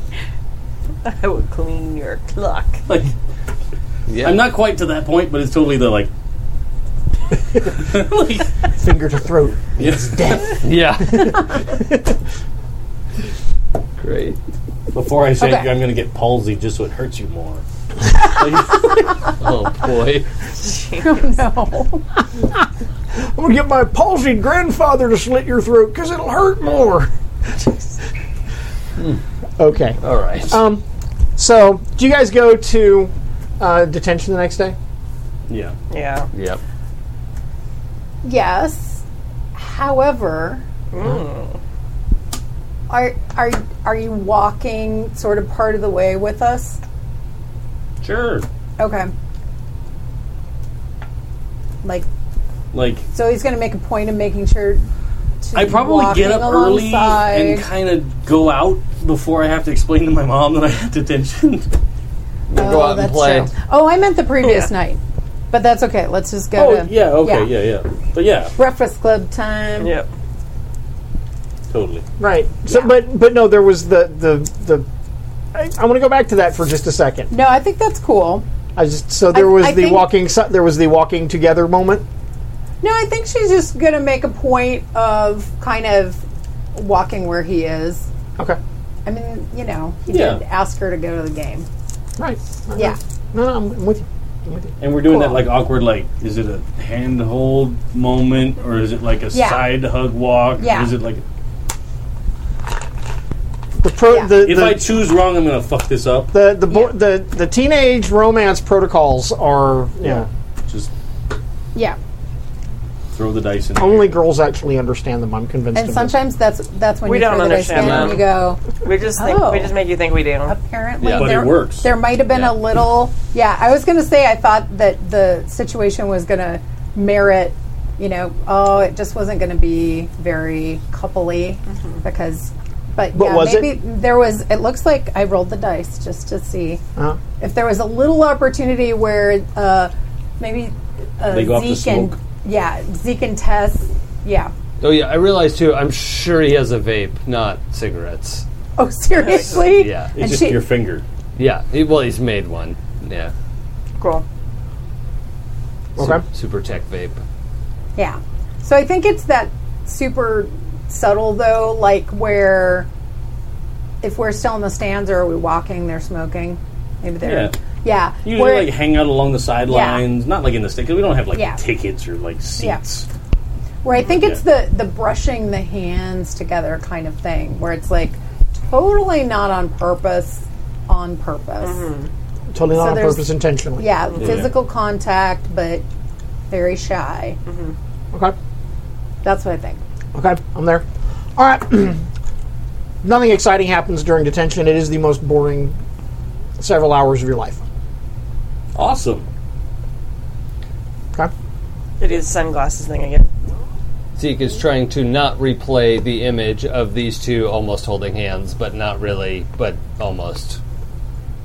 I will clean your clock.
Like,
Yeah.
I'm not quite to that point, but it's totally the like. like
finger to throat.
yes.
Yeah. Great.
Before I say
Okay.
you, I'm going to get palsy just so it hurts you more.
Oh boy.
No.
I'm gonna get my palsied grandfather to slit your throat because it'll hurt more. okay, um,
All right.
Um,
so do you guys go to uh, detention the next day?
Yeah.
Yeah.
yep.
yes. However,
Mm.
are are are you walking sort of part of the way with us?
Sure.
Okay. Like
Like
so, he's going to make a point of making sure. To
I probably get
walking
up early
alongside.
and kind of go out before I have to explain to my mom that I had detention.
We'll go
Oh,
out and
that's
play.
true. Oh, I meant the previous night, but that's okay. Let's just go.
oh
to,
yeah. Okay. Yeah. yeah. But yeah.
Breakfast club time.
Yep.
Totally.
Right. So, but but no, there was the the the. I, I want to go back to that for just a second.
No, I think that's cool.
I just so there was
I
the
think-
walking so- there was the walking together moment.
No, I think she's just going to make a point of kind of walking where he is.
Okay.
I mean, you know, he
Yeah.
did ask her to go to the game.
Right. All
Yeah.
right. No, no, I'm, I'm with you. I'm with you.
And we're doing that
Cool.
like awkward, like is it a handhold moment or is it like a
Yeah.
side hug walk?
Yeah.
Or is it like
The pro,
Yeah.
the
if
the,
I choose wrong, I'm gonna fuck this up.
the the, bo- the the teenage romance protocols are you know,
Just
Yeah.
throw the dice in.
only girls actually understand them. I'm convinced.
And
of
sometimes that's that's when
We
you
don't
throw the dice
understand
down and
that.
you go,
We just think
Oh.
we just make you think we do.
apparently
Yeah.
But
there,
it works.
there might have been
Yeah.
a little yeah i was going to say i thought that the situation was going to merit
Mm-hmm.
you know oh it just wasn't going to be very coupley because But
But
yeah,
was it?
maybe there was. It looks like I rolled the dice just to see
Uh,
if there was a little opportunity where uh, maybe uh,
They go up to
Zeke and
smoke.
yeah, Zeke and Tess. Yeah.
Oh yeah, I realized too. I'm sure he has a vape, not cigarettes.
Oh, seriously?
Yeah. It's
It's
And
just
she,
your finger.
Yeah, he, well, he's made one. Yeah,
Cool.
Su-
Okay.
super tech vape.
Yeah. So I think it's that super subtle though, like where if we're still in the stands or are we walking, they're smoking. Maybe they're yeah.
Yeah. You
where-
like hang out along the sidelines, not like in the stick. 'cause We don't have like
Yeah.
tickets or like seats.
Where I think it's the the brushing the hands together kind of thing, where it's like totally not on purpose, on purpose.
totally not on
there's-
purpose, intentionally.
Yeah, physical contact, but very shy.
Okay.
That's what I think.
Okay, I'm there. All right. Nothing exciting happens during detention. It is the most boring several hours of your life.
Awesome.
Okay.
It is sunglasses thing again.
Zeke is trying to not replay the image of these two almost holding hands, but not really, but almost.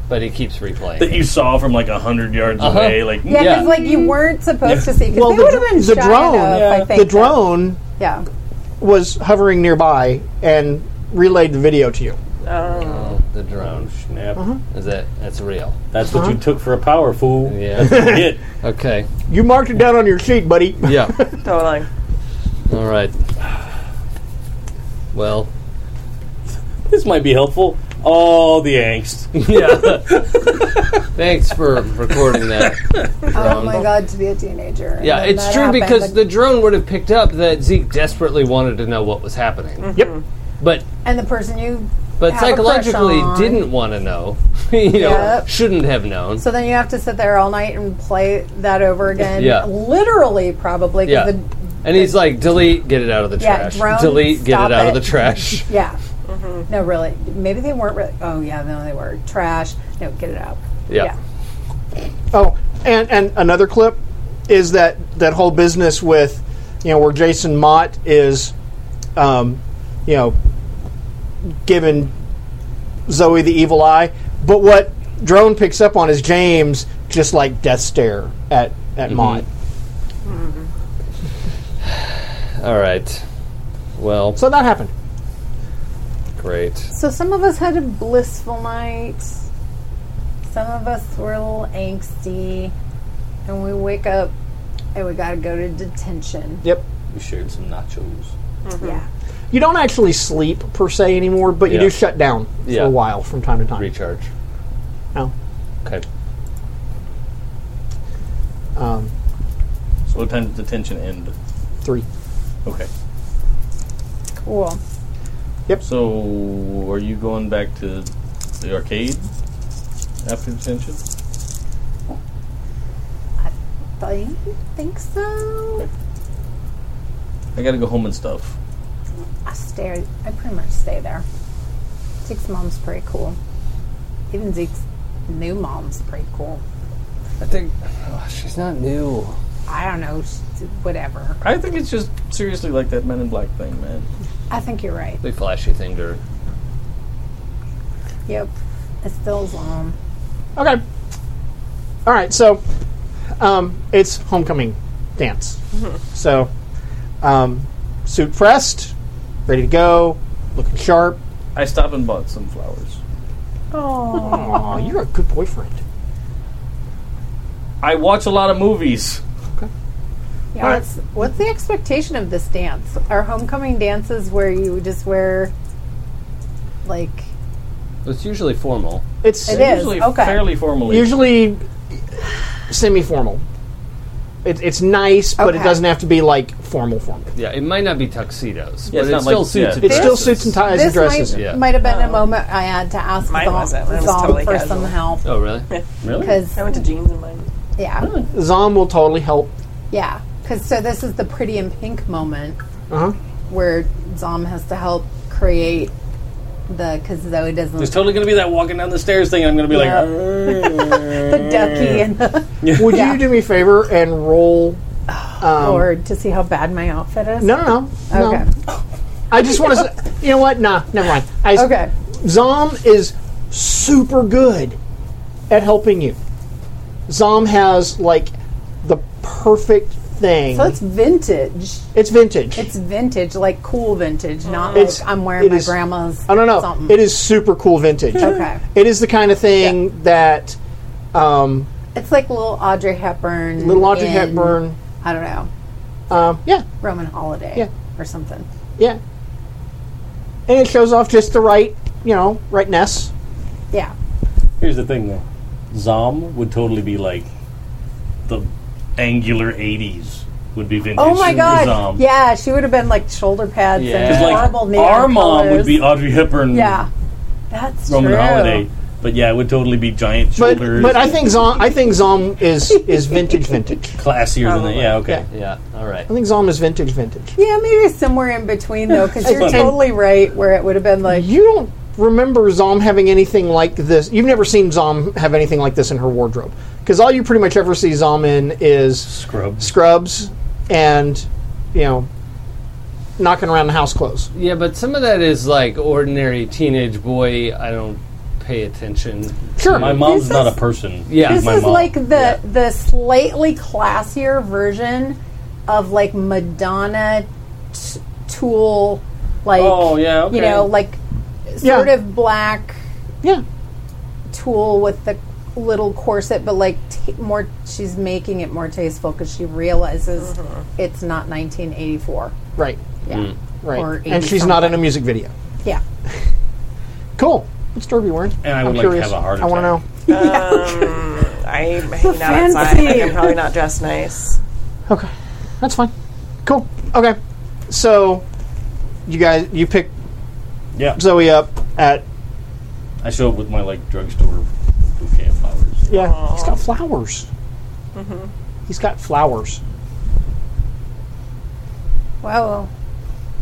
But he keeps replaying.
That
it.
you saw from like a hundred yards
Uh-huh.
away. Like
Yeah,
Yeah.
because like you weren't supposed to see. 'cause
Well,
they
the
would have
dr-
been
the
shy
drone-
enough, I
Yeah.
think,
The
that-
drone
Yeah.
was hovering nearby and relayed the video to you.
Oh, the
Oh,
drone
snap.
Uh-huh.
is that? That's real.
That's what you took for a power fool.
Yeah.
Hit.
okay.
You marked it down on your sheet, buddy.
Yeah.
Totally.
All right. Well.
This might be helpful. All the angst.
Yeah. Thanks for recording that.
Oh my god, to be a teenager. And
Yeah,
then
it's
that
true
happened,
because
but-
the drone would have picked up that Zeke desperately wanted to know what was happening.
Yep.
Mm-hmm.
But
and the person you
but
Have a crush
psychologically
on.
didn't want to know. you know,
Yep.
shouldn't have known.
So then you have to sit there all night and play that over again.
Yeah.
Literally, probably. 'cause
Yeah.
The,
and he's like, delete, get it out of the
Yeah,
trash.
drone,
delete, get
stop
it out of
it.
the trash.
yeah. No, really. Maybe they weren't really. Oh, yeah, no, they were. Trash. No, get it out.
Yeah.
Oh, and and another clip is that that whole business with, you know, where Jason Mott is, um, you know, giving Zoe the evil eye. But what drone picks up on is James just like death stare at
Mm-hmm.
at Mott.
All right. Well,
So that happened.
great.
So some of us had a blissful night. Some of us were a little angsty. And we wake up and we got to go to detention.
Yep.
We shared some nachos.
Yeah.
You don't actually sleep per se anymore, but you
Yeah.
do shut down for
Yeah.
a while from time to time.
Recharge.
Oh.
Okay.
Um,
So what time does detention end?
three.
Okay.
Cool.
So are you going back to the arcade after detention?
I think so.
I gotta go home and stuff.
I stay. I pretty much stay there. Zeke's mom's pretty cool. Even Zeke's new mom's pretty cool.
I think oh, she's not new.
I don't know, sh- whatever.
I think it's just seriously like that Men in Black thing, man.
I think you're right.
The flashy thing to her.
Yep, it's still his mom.
Okay. All right. So um, it's homecoming dance.
Mm-hmm.
So um, suit pressed, ready to go, looking sharp.
I stopped and bought some flowers.
Aw, you're a good boyfriend.
I watch a lot of movies.
Yeah, what's, what's the expectation of this dance? Are homecoming dances where you just wear like
It's usually formal.
It's
It is.
Usually
okay.
fairly formally.
usually semi-formal. It, it's nice, but it
Okay.
doesn't have to be like formal formal.
Yeah, it might not be tuxedos, but
Yeah, it's
it
not
still
like-
suits.
yeah.
and
It still
dresses.
suits and ties and
this
dresses.
might
Yeah.
might have been a moment I had to ask
Mine
Zom,
wasn't. It was
Zom
totally
for
casual.
some help
Oh, really?
really?
because
I went to jeans and mine.
yeah.
Zom will totally help.
Yeah, because so this is the pretty in pink moment
Uh huh.
where Zom has to help create the because Zoe doesn't
It's totally gonna be that walking down the stairs thing. I'm gonna be
Yeah.
like, "Arr."
the ducky and
Mm.
the
Would
Yeah.
you do me a favor and roll? Um,
board to see how bad my outfit is.
No, no, no.
Okay.
No. I just want to. you know what? Nah, never mind. I, s-
Okay.
Zom is super good at helping you. Zom has like the perfect thing.
So it's vintage.
it's vintage.
It's vintage, like cool vintage, not
Mm. It's-
like I'm wearing
it
my
is-
grandma's.
I don't know.
Something.
It is super cool vintage.
Okay.
It is the kind of thing that um,
It's like little Audrey Hepburn.
Little Audrey
in,
Hepburn.
I don't know.
Um, yeah,
Roman Holiday.
Yeah.
Or something.
yeah. And it shows off just the right, you know, rightness.
Yeah.
Here's the thing, though. Zom would totally be like the angular '80s would be vintage.
Oh my
for
god.
Zom.
Yeah, she would have been like shoulder pads
Yeah.
and
um, 'Cause, like
horrible neon
our mom
colors.
would be Audrey Hepburn,
Yeah. That's
Roman
true.
Holiday, but yeah, it would totally be giant
But
shoulders.
but I think Zom I think Zom is is vintage vintage.
classier than that. Yeah, okay.
Yeah. All right.
I think Zom is vintage vintage.
Yeah, maybe somewhere in between though, because you're
funny.
totally right where it would have been like
You don't remember Zom having anything like this. You've never seen Zom have anything like this in her wardrobe because all you pretty much ever see Zom in is
Scrubs.
scrubs and you know knocking around in house clothes.
Yeah, but some of that is like ordinary teenage boy. I don't pay attention.
Sure,
My mom's
This
not
is-
a person.
Yeah.
this
my
is
mom.
like the the slightly classier version of like Madonna t- Tool like
Oh, yeah,
you
okay.
know like sort of black
Yeah.
Tool with the little corset but like t- more she's making it more tasteful because she realizes
Mm-hmm.
it's not 1984
Right.
yeah
Mm.
Right.
Or
and she's not in a music video.
yeah
Cool. What's Derby wearing?
And I
I'm
would like to
curious.
have a heart
I want to
attack.
know.
I hang out outside.
fancy.
Like, I'm probably not dressed nice.
Okay, that's fine. Cool. Okay, so you guys, you pick
Yeah.
Zoe up at
I show up with my like drugstore bouquet of flowers.
yeah. He's got flowers. He's got flowers.
wow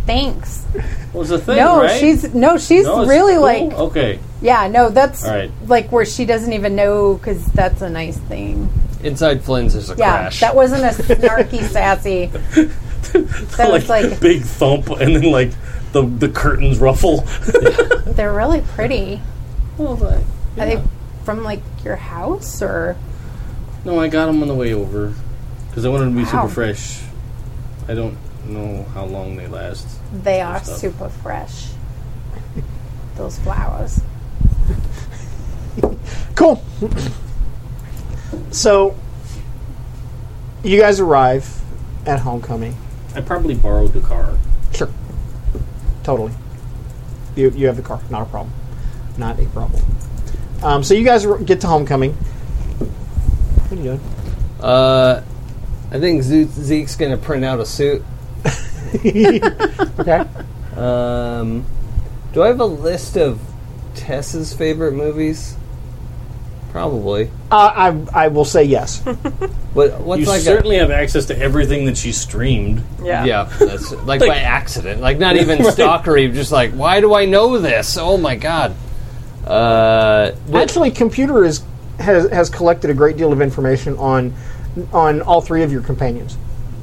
thanks
Was the thing
no
right?
she's no she's
No, it's
really
cool?
like
okay.
Yeah, no, that's
All right.
like where she doesn't even know because that's a nice thing.
Inside Flynn's is a
Yeah,
crash.
that wasn't a snarky, sassy. That was like
big thump, and then like the the curtains ruffle.
they're really pretty. Are they from like your house or?
no, I got them on the way over because I wanted to be
Wow.
super fresh. I don't know how long they last.
They are
Stuff.
super fresh. Those flowers.
Cool. so you guys arrive at homecoming.
I probably borrowed the car.
Sure. Totally. You, you have the car. Not a problem. Not a problem. Um, so you guys r- get to homecoming. What are you doing?
Uh, I think Ze- Zeke's gonna print out a suit.
Okay.
Um, do I have a list of Tess's favorite movies? Probably.
uh, I I will say yes.
What? What's
You
like a,
certainly have access to everything that she streamed.
Yeah.
Yeah, that's like, by accident. Like not even stalkery. Just like, why do I know this? Oh my god. Uh, what-
Actually, computer is has has collected a great deal of information on on all three of your companions.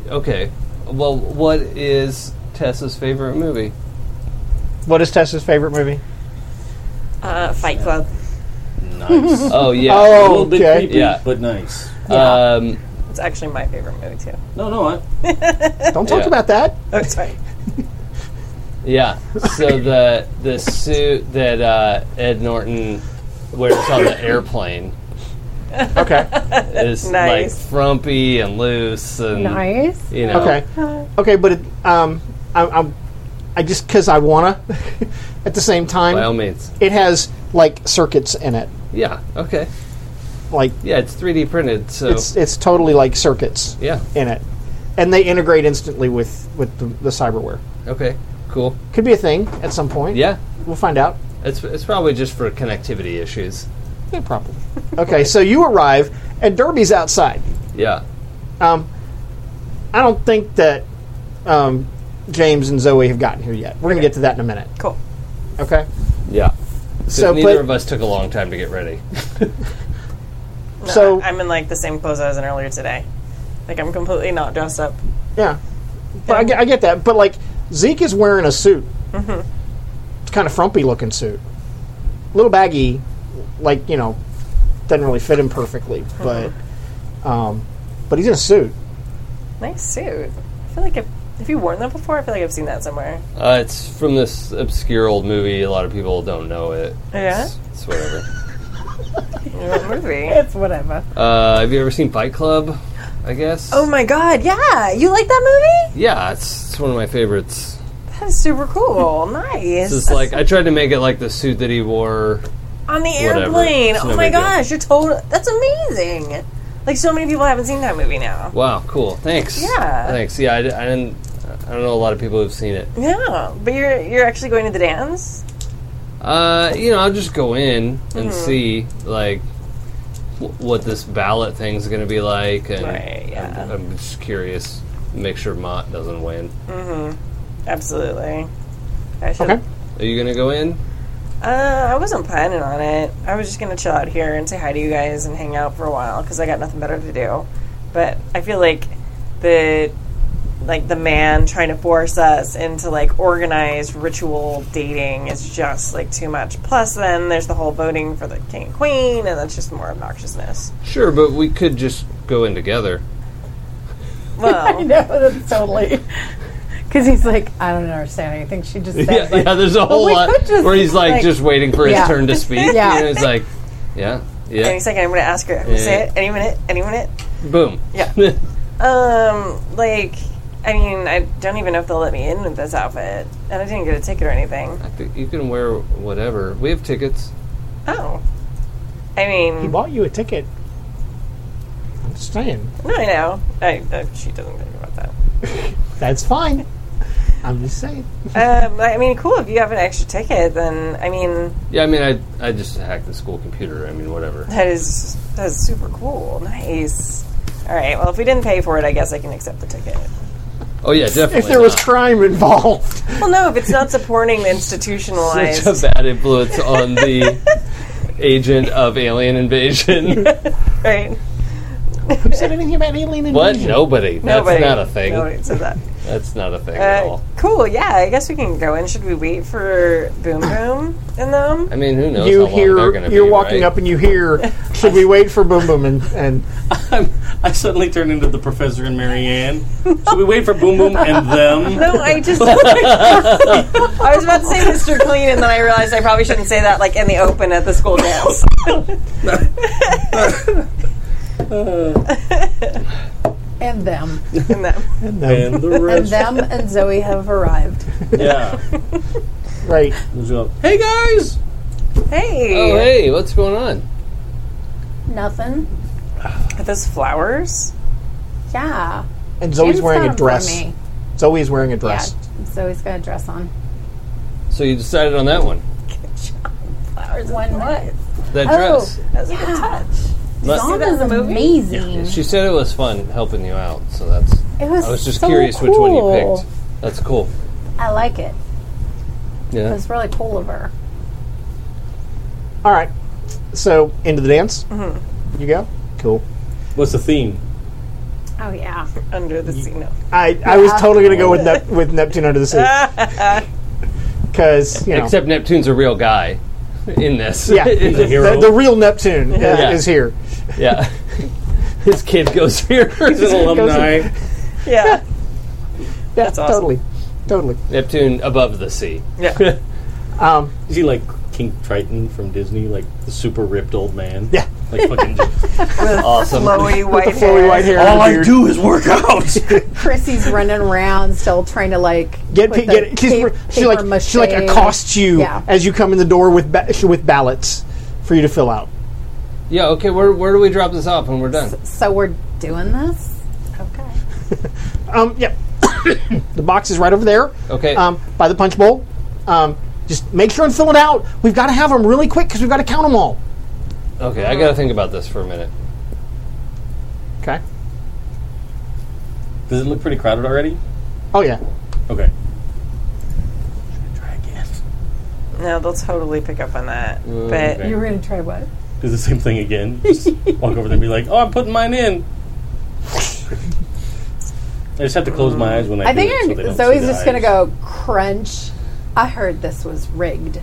okay. Well, what is Tessa's favorite movie?
What is Tessa's favorite movie?
Uh, Fight Club.
Nice.
Oh yeah.
Oh,
a little bit
okay.
creepy,
Yeah.
but nice.
Um,
It's actually my favorite movie too.
No, no, I,
Don't talk
Yeah.
about that.
Oh, sorry.
yeah. So the the suit that uh, Ed Norton wears on the airplane
Okay.
is
Nice.
like frumpy and loose
Mm.
and
Nice.
you know.
Okay. Okay, but it, um, I, I'm I just because I wanna. at the same time,
By all means.
it has like circuits in it.
Yeah. Okay.
Like
Yeah, it's 3D printed. So
it's it's totally like circuits
yeah.
in it, and they integrate instantly with with the, the cyberware.
Okay. Cool.
Could be a thing at some point.
Yeah.
we'll find out.
It's it's probably just for connectivity issues.
Yeah, probably. Okay, so you arrive and Derby's outside.
Yeah.
Um, I don't think that um, James and Zoe have gotten here yet. We're gonna get to that in a minute.
Cool.
Okay.
Yeah.
So,
neither
but-
of us took a long time to get ready.
No,
So-
I, am in like the same clothes I was in earlier today. Like I'm completely not dressed up.
Yeah, but I, get, I get that. But like Zeke is wearing a suit, kind of frumpy looking suit. Little baggy, like you know, doesn't really fit him perfectly, but um, but he's in a suit.
Nice suit. I feel like if have you worn that before? I feel like I've seen that somewhere.
Uh, it's from this obscure old movie. A lot of people don't know it.
Yeah?
It's, it's whatever.
You know, that movie.
It's whatever.
Uh, have you ever seen Fight Club? I guess.
oh my god! Yeah, you like that movie?
Yeah, it's, it's one of my favorites.
That's super cool. Nice.
It's just like I tried to make it like the suit that he wore.
on the
Whatever.
airplane.
It's
oh
no
my
big deal.
gosh, you're total. That's amazing. Like so many people haven't seen that movie now.
Wow, cool. Thanks.
Yeah.
Thanks. Yeah, I, di- I didn't. I don't know a lot of people who've seen it.
Yeah, but you're you're actually going to the dance.
Uh, you know, I'll just go in
Mm-hmm.
and see like w- what this ballot thing's going to be like, and
Right, yeah.
I'm, I'm just curious. Make sure Mott doesn't win.
Absolutely. I should.
Okay.
Are you going to go in?
Uh, I wasn't planning on it. I was just gonna chill out here and say hi to you guys and hang out for a while because I got nothing better to do. But I feel like the like the man trying to force us into like organized ritual dating is just like too much. Plus, then there's the whole voting for the king and queen, and that's just more obnoxiousness.
Sure, but we could just go in together.
I
Well,
know that's totally. Because he's like, I don't understand anything. She just said.
Yeah,
like,
yeah. There's a whole
we
lot
could just,
where he's like,
like-
just waiting for his
Yeah.
turn to speak.
Yeah.
and he's like, yeah,
any
yeah,
second I'm gonna ask her. I'm gonna say it any minute, any minute.
boom.
Yeah. Um, like, I mean, I don't even know if they'll let me in with this outfit, and I didn't get a ticket or anything.
I think you can wear whatever. We have tickets.
Oh, I
He
mean,
bought you a ticket. I'm just saying.
no, I know. I, uh, she doesn't think about that.
That's fine. I'm just saying.
Um, I mean, cool. If you have an extra ticket, then I mean,
Yeah, I mean, I I just hacked the school computer. I mean, whatever.
that is that is super cool. Nice. All right. Well, if we didn't pay for it, I guess I can accept the ticket.
Oh yeah, definitely.
If there was
not.
crime involved,
Well, no, if it's not supporting the
such
institutionalized.
a bad influence on the agent of alien invasion.
right.
who said anything about alien invasion?
what? Nobody. That's
Nobody-
not a thing.
Nobody said that.
That's not a thing at
Uh,
all.
cool. Yeah, I guess we can go in. Should we wait for Boom Boom and them?
I mean, who knows
You
how long they're
hear
going to be?
you're walking
right?
up and you hear. Should we wait for Boom Boom and, and
I'm, I suddenly turn into the professor and Marianne. So we wait for Boom Boom and them.
No, I just. I was about to say Mr. Clean, and then I realized I probably shouldn't say that like in the open at the school dance.
and them.
And them.
and them?
And the
And
rest.
them and Zoe have arrived.
Yeah.
Right.
There's a- Hey guys!
Hey,
Oh hey, what's going on?
Nothing.
are those flowers?
Yeah.
And Zoe's
Jim's
wearing
got
a
'em for
dress.
me.
Zoe's wearing a
Yeah.
dress.
Zoe's got a dress on.
So you decided on that one?
One what?
That
Oh.
dress?
That's a good touch.
Let-
Donna's
in the movie?
amazing.
She said it was fun helping you out, so that's.
It was.
I was just
so
curious which one you
cool.
picked. That's cool.
I like it. It
Yeah.
was really cool of her.
All right. So into the dance. You go. Cool.
What's the theme?
Oh yeah.
Under the sea. No.
I, I was totally going to go with Nep- with Neptune under the sea because you know
Except Neptune's a real guy in this.
yeah
In
the,
the-
hero.
the real Neptune i-
Yeah.
is here.
yeah. His kid goes here.
It's an alumni.
Yeah.
Yeah,
That's awesome.
totally, totally.
Neptune above the sea.
Yeah.
Um,
Is he like King Triton from Disney? Like the super ripped old man?
Yeah.
Like fucking.
Awesome.
Flowy white
the flowy
hair.
white hair.
All
and the
I
beard.
do is work out!
Chrissy's running around still trying to like
Get,
put
pe-
the
get she's,
pa-
she like
paper mache-
she like accosts you
Yeah.
as you come in the door with ba- with ballots for you to fill out.
Yeah, okay, where, where do we drop this off when we're done?
So we're doing this. Okay.
Um, yeah, the box is right over there.
Okay.
Um, by the punch bowl. Um, just make sure and fill it out. We've got to have them really quick because we've got to count them all.
Okay, I gotta think about this for a minute.
Okay.
Does it look pretty crowded already?
Oh yeah.
Okay. Should I try again?
No, they'll totally pick up on that. but
okay.
You were gonna try what?
Do the same thing again. Just walk over there and be like, oh, I'm putting mine in. I just have to close my eyes when I
I
do
think
it so they
I'm,
don't see
Zoe's
the
just gonna
eyes.
go crunch, I heard this was rigged.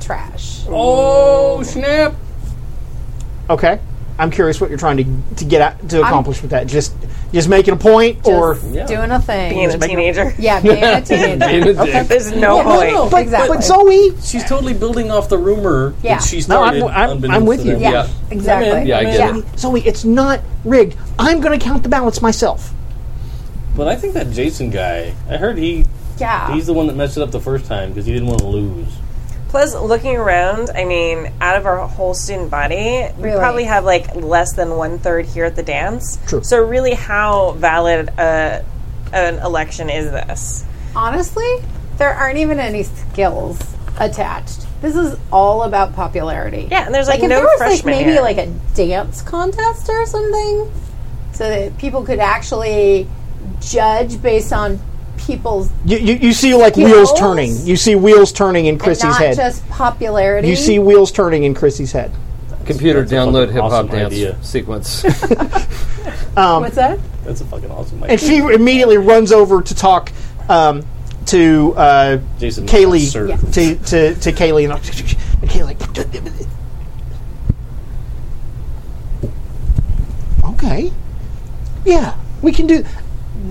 Trash.
Oh snap!
Okay. I'm curious what you're trying to, to get at, to accomplish with that. Just just making a point, or
Just
Yeah.
doing a thing.
Being a teenager.
yeah, being a teenager.
There's no
Yeah,
point.
no,
but,
exactly.
but Zoe,
She's totally building off the rumor
Yeah.
that she
No, I'm-
started.
I'm- I'm
unbeknownst
with
to
you.
them.
yeah,
Yeah.
exactly.
Yeah, I get
yeah.
it.
Zoe, it's not rigged. I'm going to count the balance myself.
But I think that Jason guy, I heard he
Yeah.
he's the one that messed it up the first time because he didn't want to lose.
Plus, looking around, I mean, out of our whole student body, we
Really?
probably have like less than one third here at the dance.
True.
So, really, how valid uh, an election is this?
Honestly, there aren't even any skills attached. This is all about popularity.
Yeah, and there's, like,
if
no
there was like
freshmen
maybe
here.
like a dance contest or something, so that people could actually judge based on people's
You, you, you see like wheels
Wheels?
turning. You see wheels turning in
and
Chrissy's
not
head.
just popularity.
You see wheels turning in Chrissy's head.
Computer
a fucking
download hip hop
awesome
dance
idea.
sequence.
um,
what's that?
That's a fucking awesome
And
idea.
she immediately runs over to talk um, to uh,
Jason
Kaylee
Sir.
Yeah.
to, to, to Kaylee and, and Kaylee. Okay. Yeah, we can do.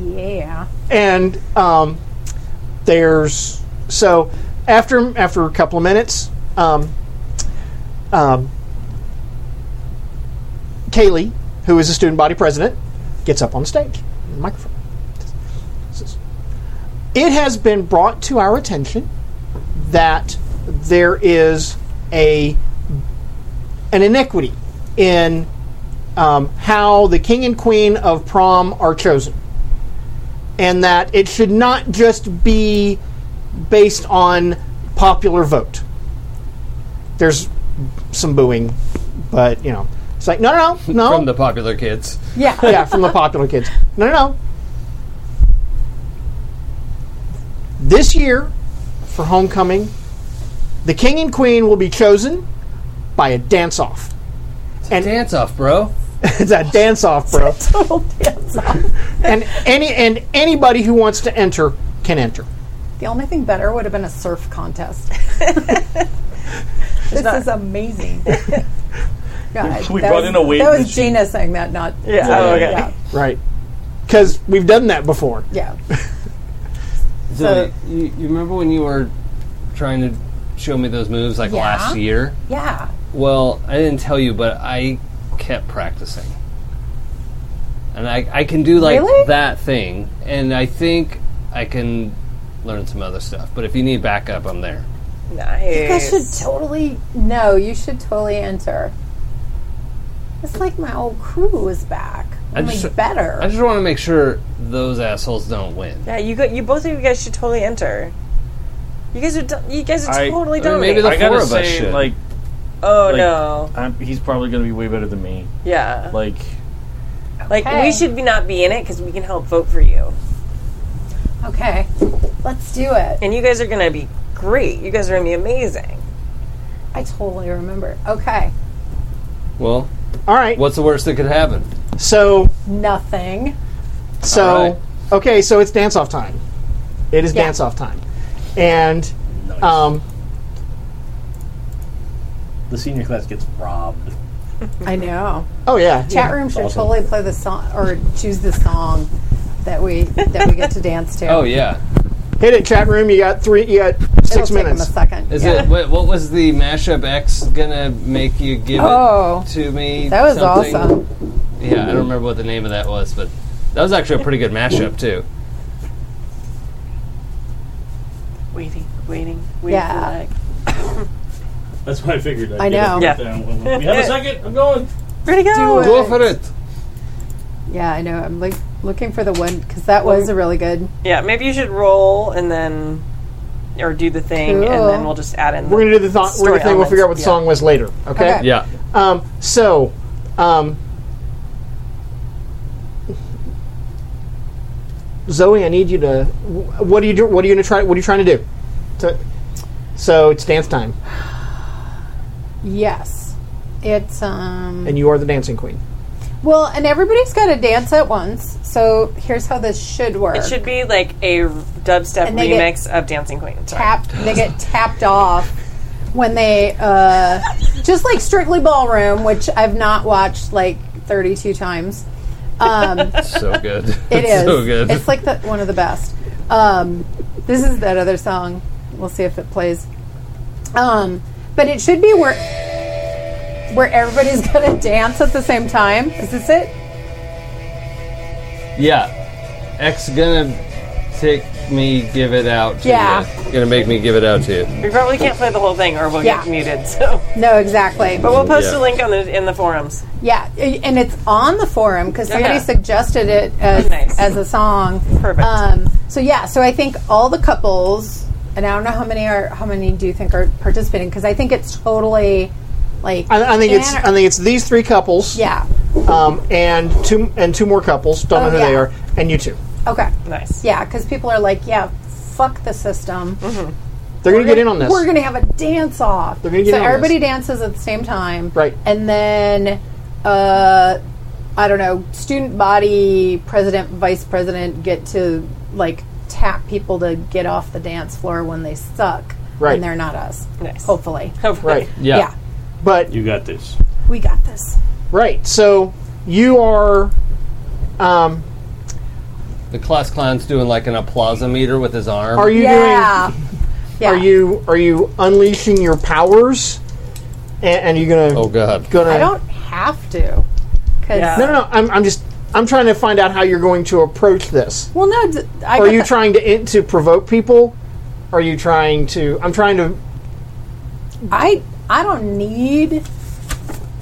Yeah.
and um, there's so after after a couple of minutes, um, um, Kaylee, who is the student body president, gets up on stage, the microphone. Says, It has been brought to our attention that there is a an inequity in um, how the king and queen of prom are chosen and that it should not just be based on popular vote. There's some booing, but you know, it's like no, no, no, no.
From the popular kids.
Yeah.
yeah, from the popular kids. No, no, no. This year, for homecoming, the king and queen will be chosen by a dance-off. And-
Dance off, bro.
it's a dance-off, bro. total dance-off. and any and anybody who wants to enter can enter.
The only thing better would have been a surf contest. this is amazing. God,
We
that
brought
was-
in a wave
That was
machine.
Gina saying that, not
Yeah. Oh, okay.
yeah.
Right. Because we've done that before.
yeah.
So, you, you remember when you were trying to show me those moves like
Yeah.
last year?
Yeah.
Well, I didn't tell you, but I kept practicing. And I, I can do like
Really?
that thing, and I think I can learn some other stuff. But if you need backup, I'm there.
Oh, Nice.
I should totally no, you should totally enter. It's like my old crew is back.
I
Only
just-
better.
I just want to make sure those assholes don't win.
yeah, you, go, you both of you guys should totally enter. You guys are, do- you guys are
I-
totally
I
mean, maybe
dominating.
the
I gotta
four of us
say,
should.
like,
oh
like-
no,
I'm, he's probably going to be way better than me.
yeah. Like,
Like,
we
Okay.
should be not be in it because we can help vote for you,
okay. Let's do it.
and you guys are gonna be great. You guys are gonna be amazing.
I totally remember. Okay.
Well,
All right.
what's the worst that could happen?
So,
Nothing.
so,
All right.
okay, so it's dance off time. It is
Yeah.
dance off time. And, um,
The senior class gets robbed.
I know.
oh yeah.
Chat room should
awesome.
totally play the song or choose the song that we that we get to dance to.
Oh yeah,
Hit it, chat room. You got three, you got 6
It'll take them a
minutes.
second.
is
Yeah.
it? What, what was the mashup X gonna make you give
Oh.
it to me?
That was
something?
awesome.
Yeah, I don't remember what the name of that was, but that was actually a pretty good mashup too.
Waiting, waiting, waiting.
Yeah.
That's what I figured. I'd
I
get
know.
Yeah.
it. Down. We have a second. I'm going.
Ready to
Do
go.
it.
Go for it.
Yeah, I know. I'm like looking for the one because that was
Oh.
a really good.
Yeah, maybe you should roll and then, or do the thing, and
Cool.
then we'll just add in.
We're going to do the th- we're
Story
gonna thing. We'll figure out what the
elements,
song was later. Okay.
Okay.
Yeah.
Um, so, um, Zoe, I need you to. wh- What are you do? What are you gonna try? What are you trying to do? To, so it's dance time,
Yes, um, it's um.
and you are the dancing queen.
Well, and everybody's got to dance at once. So here's how this should work.
It should be like a dubstep
And they get-
remix of Dancing Queen. Sorry.
tapped. They get tapped off when they uh, just like Strictly Ballroom, which I've not watched like 32 times. Um,
So good.
It is.
so good.
It's like the, one of the best. Um, this is that other song. We'll see if it plays. Um, but it should be where where everybody's gonna dance at the same time. Is this it?
yeah. X gonna take me, give it out to
Yeah.
you. Gonna make me give it out to you.
We probably can't play the whole thing, or we'll get
Yeah.
muted. So,
No, exactly.
but we'll post
Yeah.
a link on the in the forums.
Yeah, i- and it's on the forum because somebody
yeah.
suggested it as,
Nice.
as a song.
Perfect.
Um, so yeah, so I think all the couples, and I don't know how many are how many do you think are participating because I think it's totally like
I, I think it's
anar-
I think it's these three couples,
yeah
um, and two and two more couples. Don't
Oh,
know who they
yeah.
are, and you two.
okay
Nice.
yeah because people are like yeah fuck the system
They're going to get in on this.
we're gonna have a dance off
They're gonna get
so
in on this.
everybody dances at the same time
Right.
and then uh i don't know student body president vice president get to like tap people to get off the dance floor when they suck
Right.
and they're not us
Nice.
hopefully
right,
Yeah.
but
You got this.
we got this
right. So you are. Um,
The class clown's doing like an applausometer with his arm.
are you doing?
yeah yeah
Are you are you unleashing your powers? And, and are you gonna
Oh god.
gonna?
i don't have to because
Yeah.
No, no, no. I'm, I'm just I'm trying to find out how you're going to approach this.
well no d- I
Are
got
you
the-
trying to in, to provoke people? Are you trying to? I'm trying to.
I I don't need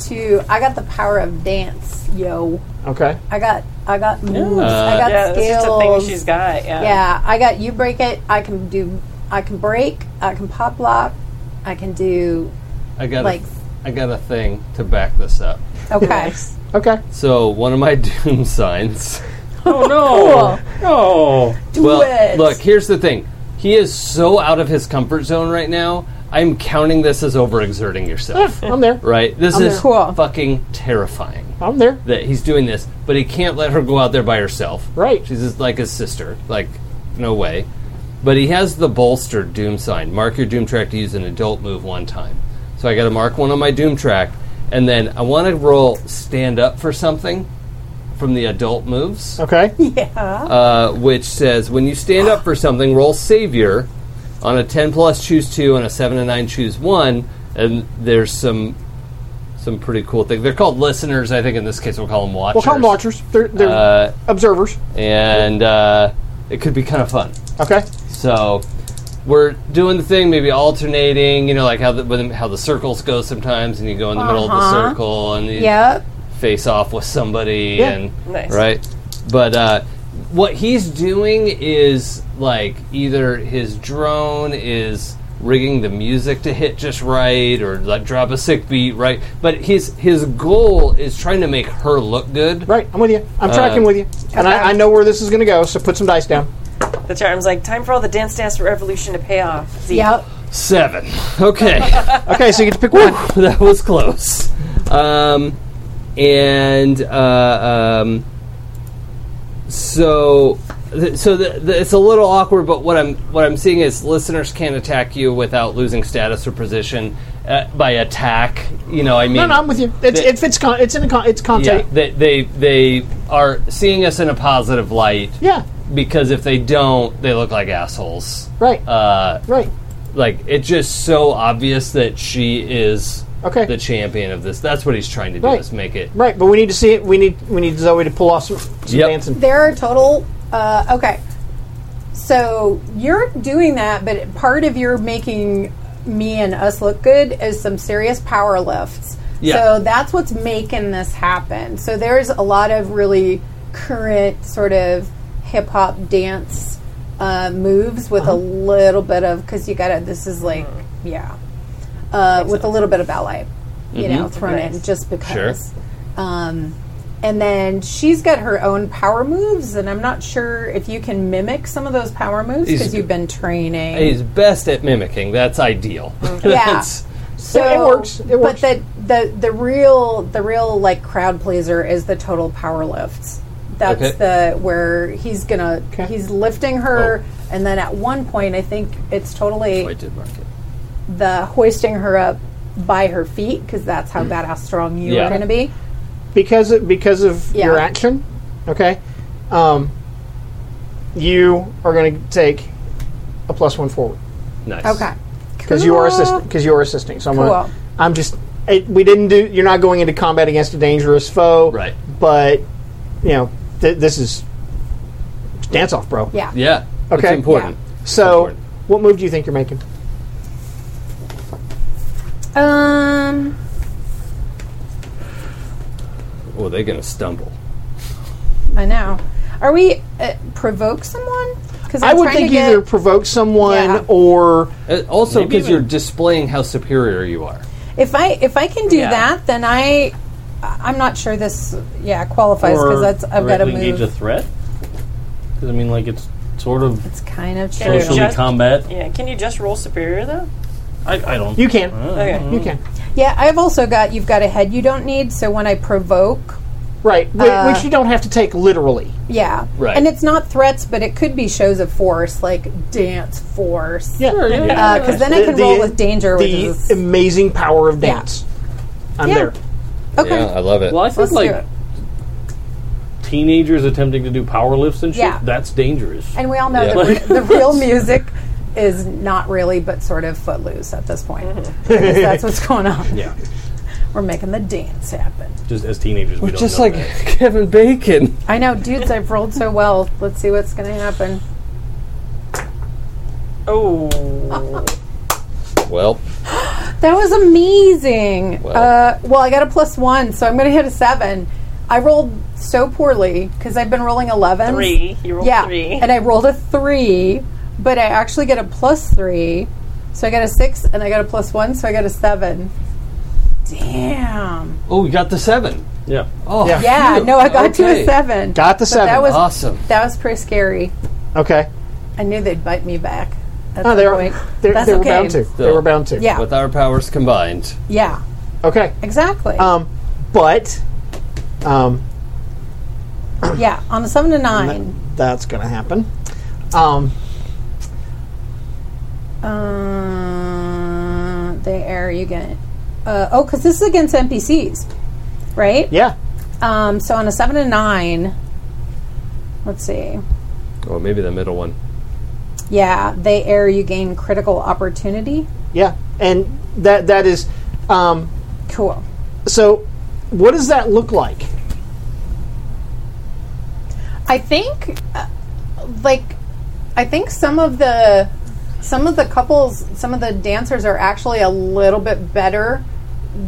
to. I got the power of dance, yo.
Okay.
I got I got moves. I
Uh,
got
Yeah, that's just a
skills.
thing she's got. Yeah.
yeah, I got you break it. I can do. I can break. I can pop lock. I can do.
I got
Like-
a, I got a thing to back this up.
Okay.
Okay.
So one of my doom signs.
Oh no! No!
do
well,
it.
look, here's the thing. He is so out of his comfort zone right now. I'm counting this as overexerting yourself.
ah, I'm there.
right? This is
Cool.
fucking terrifying
I'm there.
that he's doing this, but he can't let her go out there by herself.
Right.
She's just like his sister. Like, no way. But he has the bolster doom sign. Mark your doom track to use an adult move one time. So I got to mark one on my doom track, and then I want to roll stand up for something from the adult moves
Okay.
uh, which says when you stand up for something, roll savior. On a ten plus, choose two. On a seven and nine, choose one. And there's some some pretty cool things. They're called listeners. I think in this case, we'll call them watchers.
We'll call them watchers. They're, they're
Uh,
observers.
and uh, it could be kind of fun.
Okay.
So we're doing the thing, maybe alternating. You know, like how the when- how the circles go sometimes, and you go in the middle of the
Uh-huh.
circle, and you
Yep.
face off with somebody
Yeah.
and
Nice.
right but uh, what he's doing is like either his drone is rigging the music to hit just right or like drop a sick beat right but his his goal is trying to make her look good
Right. I'm with you.
uh,
I'm tracking with you. And I, I know where this is going to go. So put some dice down.
The charm's like, time for all the dance dance revolution to pay off. See,
Yep.
seven okay
Okay. So you get to pick one.
that was close um, and uh, um, so th- so the, the, it's a little awkward but what i'm what i'm seeing is listeners can't attack you without losing status or position uh, by attack you know i mean
No, no, I'm with you. It's,
They-
it fits. Con- it's in a con- it's
yeah,
content.
they, they they are seeing us in a positive light
Yeah.
because if they don't they look like assholes
Right.
uh,
right.
like it's just so obvious that she is
Okay.
the champion of this. That's what he's trying to do
Right.
is make it
Right. But we need to see it. We need we need Zoe to pull off some, some
Yep.
dancing.
There are total. Uh, okay. So you're doing that, but part of your making me and us look good is some serious power lifts.
Yeah.
So that's what's making this happen. So there's a lot of really current sort of hip hop dance uh, moves
Uh-huh.
with a little bit of because you gotta. This is like yeah, uh, with a little bit of ballet, you know, thrown in just because.
Mm-hmm. Sure.
Um, and then she's got her own power moves, and I'm not sure if you can mimic some of those power moves
He's-
because you've been training.
he's best at mimicking. That's ideal.
yeah.
That's-
So
it works. It works.
But the, the the real the real like crowd pleaser is the total power lifts. That's
Okay.
the where he's gonna
Okay.
he's lifting her, and then at one point I think it's totally
I did mark it.
the hoisting her up by her feet because that's how badass strong you
Yeah.
are going to be.
because of, because of
Yeah.
your action, okay, um, you are going to take a plus one forward
Nice.
Okay.
because you are assisting. Because you are assisting. So I'm, gonna-
Cool.
I'm just. It, we didn't do. You're not going into combat against a dangerous foe,
Right.
But you know, th- this is dance off, bro.
Yeah.
Yeah.
Okay.
It's important.
So,
Important.
what move do you think you're making?
Um.
Oh, they're gonna stumble.
I know. Are we uh, provoke someone? Because
I would think either provoke someone
Yeah.
or
Uh, also,
Maybe
because you're
even-
displaying how superior you are.
if I if I can do
Yeah.
that, then I I'm not sure this yeah qualifies because
Or
that's I've got to
directly
move.
engage a threat. Because I mean, like it's sort of
it's kind of true.
Yeah.
socially
Just-
combat.
Yeah, can you just roll superior though?
I, I don't.
you can,
Okay.
you can,
Yeah, I've also got you've got a head you don't need. So when I provoke,
right? Whi-
Uh,
which you don't have to take literally.
yeah,
Right.
And it's not threats, but it could be shows of force, like dance force.
Yeah.
Sure, yeah.
Because then I
The-
can
the-
roll with danger, which
The
is
amazing power of dance. I'm
Yeah.
there.
okay.
Yeah, I love it.
well, I think
Let's do
like
it.
teenagers attempting to do power lifts and shit.
Yeah.
That's dangerous.
And we all know
Yeah.
that the real music is not really, but sort of footloose at this point. Because that's what's going on.
yeah.
We're making the dance happen.
Just as teenagers, we don't
Just
know
like
that.
Kevin Bacon.
I know, dudes, I've rolled so well. Let's see what's going to happen.
Oh.
Well,
That was amazing.
Well.
uh, well I got a plus one, so I'm going to hit a seven. I rolled so poorly because I've been rolling 11.
Three. You rolled
Yeah.
three.
And I rolled a three, but I actually get a plus three. So I got a six and I got a plus one, so I got a seven. Damn.
oh, we got the seven.
yeah.
Oh,
Yeah.
Yeah,
phew.
no, I got to
Okay.
a seven.
Got the
But
seven.
That was
Awesome.
that was pretty scary.
Okay.
I knew they'd bite me back. At
Oh,
some
they
point.
are. They
That's
they were
okay.
bound to. They
So-
were bound to.
Yeah.
With our powers combined,
Yeah,
Okay.
exactly.
Um, but um,
yeah, on a seven to nine.
that's going to happen. Um,
Uh, there you get. Uh, oh, because this is against NPCs, right?
yeah.
Um, so on a seven to nine, let's see.
or maybe the middle one.
Yeah, they err. You gain critical opportunity.
Yeah. And that that is. Um,
Cool.
so, what does that look like?
I think, uh, like, I think some of the some of the couples, some of the dancers are actually a little bit better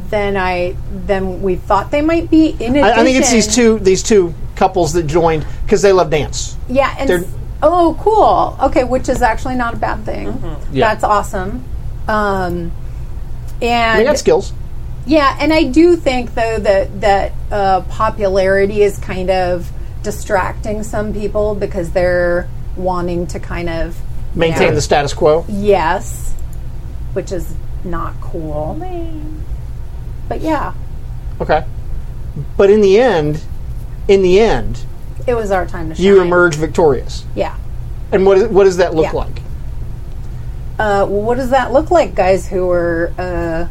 than I than we thought they might be. In addition,
I, I think it's these two these two couples that joined because they love dance.
Yeah, and
they're-
s- oh, cool. Okay, which is actually not a bad thing.
Yeah.
That's awesome. Um, and
They got skills.
Yeah, and I do think though that that uh, popularity is kind of distracting some people because they're wanting to kind of
Maintain
yeah.
the status quo.
yes, which is not cool. But yeah,
Okay. But in the end, in the end,
it was our time to shine.
you emerge victorious.
Yeah.
And what is, what does that look
Yeah.
like?
Uh, well, what does that look like, guys? Who are uh,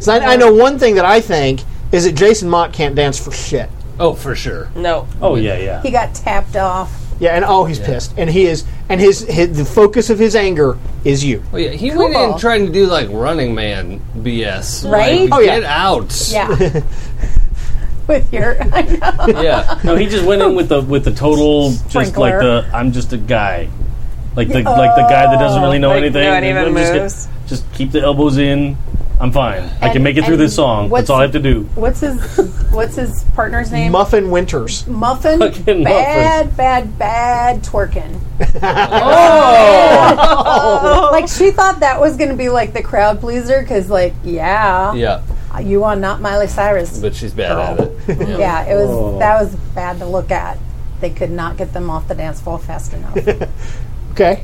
So I, I know one thing that I think is that Jason Mott can't dance for shit.
Oh, for sure.
No.
Oh yeah, yeah.
he got tapped off?
Yeah, and oh, he's pissed, and he is, and his, his the focus of his anger is you.
Well, yeah, he went in
Cool.
trying to do like Running Man BS.
Right?
Like,
Oh, yeah.
get out.
Yeah. With your, I know.
Yeah.
No, he just went in with the with the total, just like
Sprinkler.
the I'm just a guy, like the like the guy that doesn't really know
Like,
anything.
no one
and
even
I'm just gonna-
moves.
Just, keep the elbows in. I'm fine. I can
And-
make it through
and
this song.
what's-
That's all I have to do.
What's his What's his partner's name?
Muffin Winters.
Muffin,
Fucking
bad, bad, bad twerking. oh! like she thought that was going to be like the crowd pleaser because, like, yeah,
Yeah.
you are not Miley Cyrus.
But she's bad at it.
yeah. it was that was bad to look at. They could not get them off the dance floor fast enough.
Okay,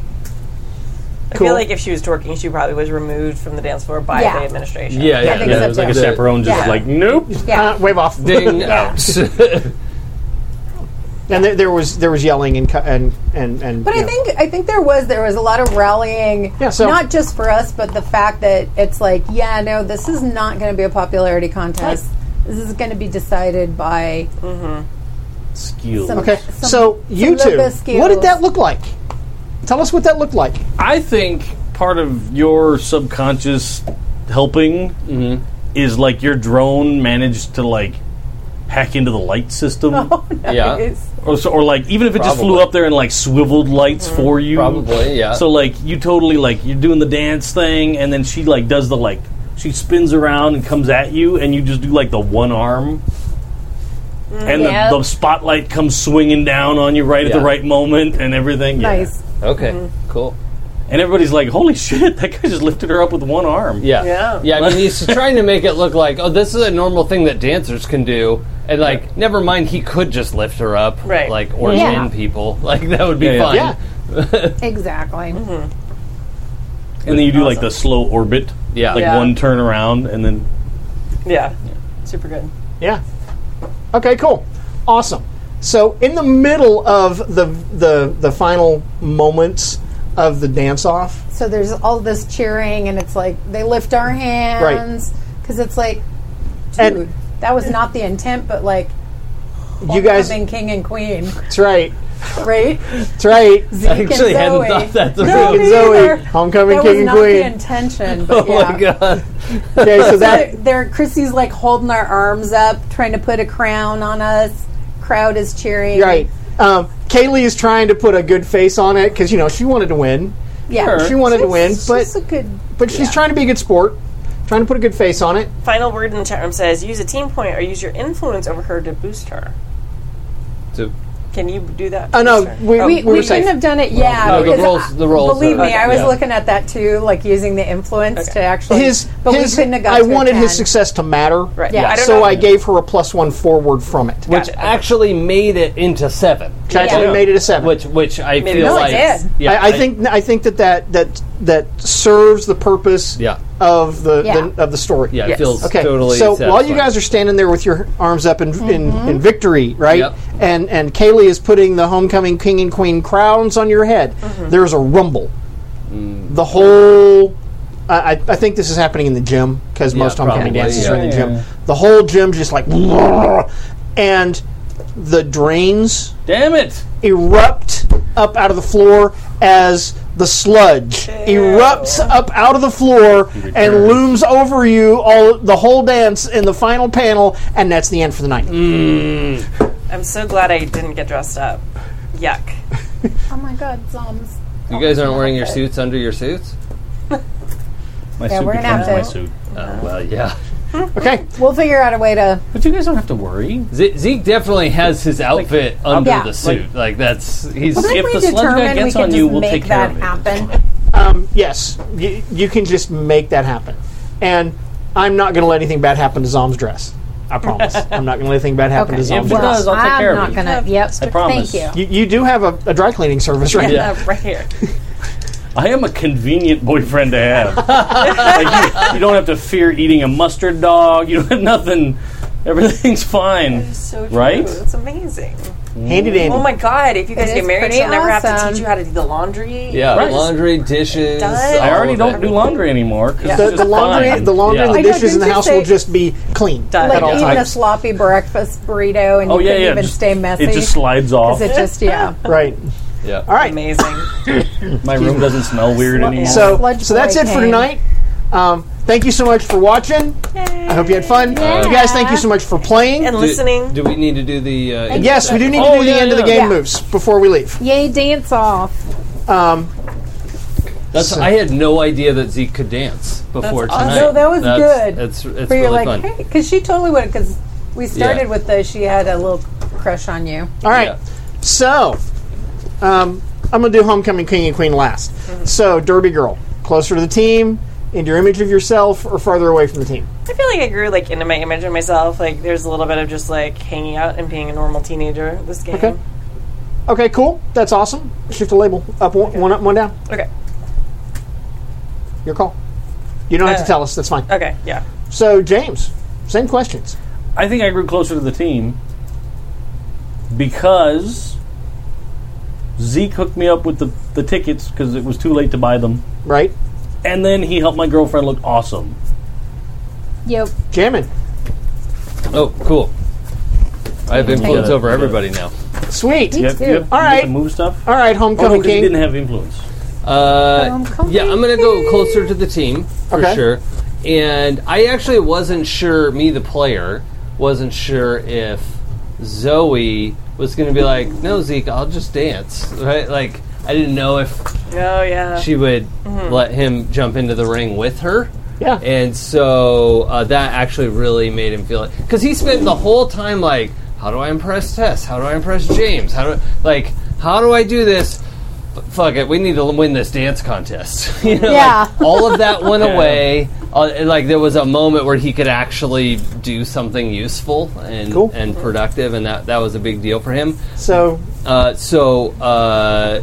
I
Cool.
feel like if she was twerking, she probably was removed from the dance floor by
Yeah.
the administration.
Yeah,
I
yeah.
think
yeah.
so,
It was like a
too.
chaperone just
Yeah.
like, nope.
Yeah.
Uh, wave off.
Ding out.
And there, there was there was yelling and cu- and and and.
But
you
I
know.
think I think there was there was a lot of rallying,
Yeah, so-
not just for us, but the fact that it's like, yeah, no, this is not going to be a popularity contest. This is going to be decided by
Skew.
some.
Okay,
some-
so
some
you two,
Lobescu's.
what did that look like? Tell us what that looked like.
I think part of your subconscious helping
Mm-hmm.
is like your drone managed to like hack into the light system,
Oh.
yeah.
or, so, or like even if it just flew
Probably.
up there and like swiveled lights
Mm-hmm.
for you,
Probably, yeah.
So like you totally like you're doing the dance thing, and then she like does the like she spins around and comes at you, and you just do like the one arm.
Mm-hmm.
And
yeah.
the, the spotlight comes swinging down on you right at
Yeah.
the right moment, and everything. Yeah.
Nice.
Okay. Cool.
And everybody's like, "Holy shit! That guy just lifted her up with one arm."
Yeah.
Yeah.
Yeah, I mean, he's trying to make it look like, oh, this is a normal thing that dancers can do. And, like, never mind, he could just lift her up.
Right.
Like, or
Yeah.
pin people. Like, that would be
Yeah, yeah.
fun.
Yeah.
Exactly.
And then you do like the slow orbit,
Yeah.
like
Yeah.
one turn around, and then
Yeah. Super good.
Yeah. Okay, cool. Awesome. So in the middle of the the the final moments of the dance off,
So there's all this cheering, and it's like they lift our hands because it's like, dude,
And-
that was not the intent, but like
you guys
having king and queen,
that's right.
right?
That's right.
I actually hadn't thought that through.
No, me
Zoe,
either.
homecoming
that
king
was
and
not
queen.
the intention, but yeah.
Oh, God.
Okay, so
they're,
that
they're- Chrissy's like holding our arms up, trying to put a crown on us. Crowd is cheering.
right. Um, Kaylee is trying to put a good face on it because you know she wanted to win.
Yeah.
She wanted to win,
She's
but
just a good.
but she's trying to be a good sport, trying to put a good face on it.
Final word in the chat room says use a team point or use your influence over her to boost her.
To-
Can you do that?
Oh no,
Boost her?
we,
Oh,
we,
We,
were
we
safe.
couldn't have done it. Yeah.
No, the
because
roles-
I-
the roles
Believe
are-
me, I was
yeah.
looking at that too, like using the influence to actually.
his
but
his
we couldn't have got
I
to a
wanted his
10.
success to matter.
right.
Yeah.
I don't
so
know.
I gave her a plus one forward from it.
Which actually made it into seven.
Which actually
Yeah.
made it a seven.
Which, which I
Maybe
feel
no, it
like.
did.
Yeah.
I, I think I think that that that, that serves the purpose
Yeah.
of the,
Yeah.
the of the story.
Yeah,
Yes.
it feels
Okay.
totally.
so while you
satisfying.
guys are standing there with your arms up in in, in victory, right?
Yep.
And and Kaylee is putting the homecoming king and queen crowns on your head. There's a rumble.
Mm.
The whole. I, I I think this is happening in the gym because most homecoming
probably,
dances
yeah.
are in the gym. The whole gym's just like, and the drains
damn it,
erupt up out of the floor as the sludge erupts up out of the floor and looms over you all the whole dance in the final panel and that's the end for the night
Mm.
Oh, I'm so glad I didn't get dressed up. Yuck.
Oh my God, Zoms.
You guys aren't wearing your suits under your suits?
my
Yeah,
suit
we're gonna have
becomes
to-
my
Uh-huh.
suit.
Oh,
Uh,
well, yeah.
okay
We'll figure out a way to.
But you guys don't have to worry.
Ze- Zeke definitely has his outfit under
Yeah.
the suit. Like, that's. He's.
Well,
If
we
the sludge guy
determined we
gets
could
on
just
you, we'll
make
take care
that
of it.
happen.
um, yes you, you can just make that happen and i'm not going to let anything bad happen to zom's dress i promise i'm not going to let anything bad happen to
Okay.
zom's
If it
dress
does, I'll take
am
care of
not
it.
gonna. Yep.
I promise.
Thank you.
you, you do have a, a dry cleaning service right now
Uh, right here.
I am a convenient boyfriend to have. like you, you don't have to fear eating a mustard dog. You don't have nothing. Everything's fine.
So true.
Right?
That's amazing.
handy dandy
Oh my god, if you guys
It
get
is
married,
pretty
she'll never have
awesome.
to teach you how to do the laundry.
Yeah,
Right.
laundry, dishes.
Done.
I
all
already
of
don't
it.
do laundry anymore. 'cause
the,
it's
the
just
laundry
fine.
the laundry and
I
the
know,
dishes in the
didn't you
house will
say-
just be clean
Done.
at
Like
all
even a
times
sloppy breakfast burrito, and
Oh
you
yeah,
can
yeah.
even
just-
stay messy.
It just slides off.
'Cause it just yeah.
right
Yeah.
all right
Amazing.
My room doesn't smell weird anymore.
So,
Sludge
so that's
boy
it for
came.
tonight. Um, thank you so much for watching. I hope you had fun. You guys, thank you so much for playing.
And
Do-
listening.
Do, we need to do the? Uh,
yes, we do need
Oh,
to do the
yeah,
end of the
yeah.
game
Yeah.
moves before we leave. Um,
Yay, dance off.
That's, I had no idea that Zeke could dance before
awesome.
tonight.
No, that was good.
It's it's
Where
really
you're like,
fun.
hey, because she totally would, because we started
Yeah.
with the she had a little crush on you.
All right.
Yeah.
So, um, I'm going to do Homecoming King and Queen last. So, Derby Girl, closer to the team, into your image of yourself, or farther away from the team?
I feel like I grew like into my image of myself. Like there's a little bit of just like hanging out and being a normal teenager this game.
Okay. Okay, cool. That's awesome. Shift the label up one, one up, one down.
Okay.
Your call. You don't have to
Uh,
tell us. That's fine.
Okay, yeah.
So, James, same questions.
I think I grew closer to the team because Zeke hooked me up with the, the tickets because it was too late to buy them.
Right?
And then he helped my girlfriend look awesome.
Yep.
Jamming.
Oh, cool. I have influence
Yeah.
over everybody now.
Sweet.
Me too.
All right.
Move stuff.
All right,
Oh, no,
homecoming
'cause he
king.
didn't have influence.
Uh,
Homecoming
yeah, I'm going to go closer to the team for
Okay.
sure. And I actually wasn't sure, me the player, wasn't sure if Zoe was going to be like, no, Zeke, I'll just dance. Right? Like, I didn't know if
Oh, yeah.
she would let him jump into the ring with her.
Yeah.
And so uh, that actually really made him feel it. Because he spent the whole time like, how do I impress Tess? How do I impress James? How do like how do I do this? F- Fuck it, we need to win this dance contest. you know, like,
Yeah.
all of that went away. Uh, and, like there was a moment where he could actually do something useful and
Cool.
and productive, and that that was a big deal for him.
So,
Uh, so uh,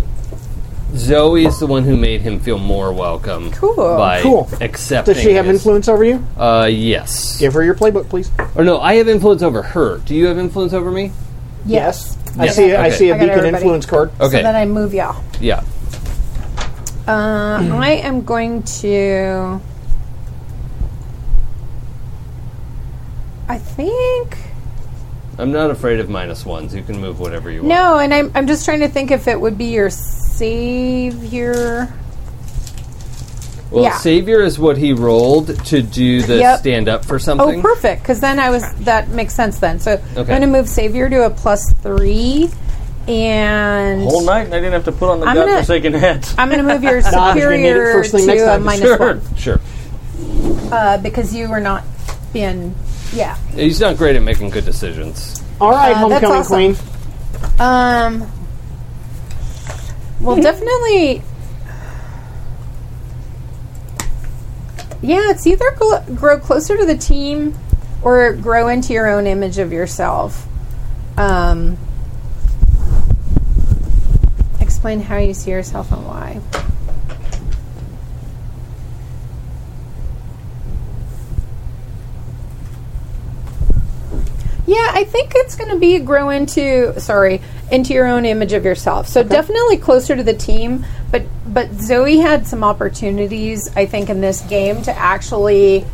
Zoe is the one who made him feel more welcome.
Cool.
By
Cool.
accepting.
does she have
his-
influence over you?
Uh, yes.
Give her your playbook, please.
Or no, I have influence over her. Do you have influence over me?
Yes.
I
Yes.
see. I
Okay.
see a
I got
beacon
everybody.
influence card.
Okay.
So then I move y'all.
yeah.
Uh, I am going to. I think
I'm not afraid of minus ones. You can move whatever you want.
no, and I'm I'm just trying to think if it would be your savior.
Well,
yeah.
Savior is what he rolled to do the
Yep.
stand up for
Oh,
something.
perfect. Because then I was that makes sense then. So I'm
Okay.
going to move savior to a plus three, and
Whole night, and I didn't have to put on the
I'm gonna-
godforsaken hat.
I'm going to move your
gonna get it
superior
first thing next
to a
time.
minus
Sure.
one
Sure.
uh, because you were not being yeah.
He's not great at making good decisions.
All right,
Uh, that's
homecoming
awesome.
queen.
Um. Well, definitely. Yeah, it's either gl- grow closer to the team or grow into your own image of yourself. Um, explain how you see yourself and why. Yeah, I think it's going to be grow into sorry into your own image of yourself. So definitely closer to the team, but but Zoe had some opportunities I think in this game to actually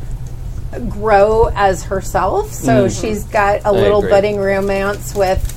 grow as herself. So she's got a little
agree.
budding romance with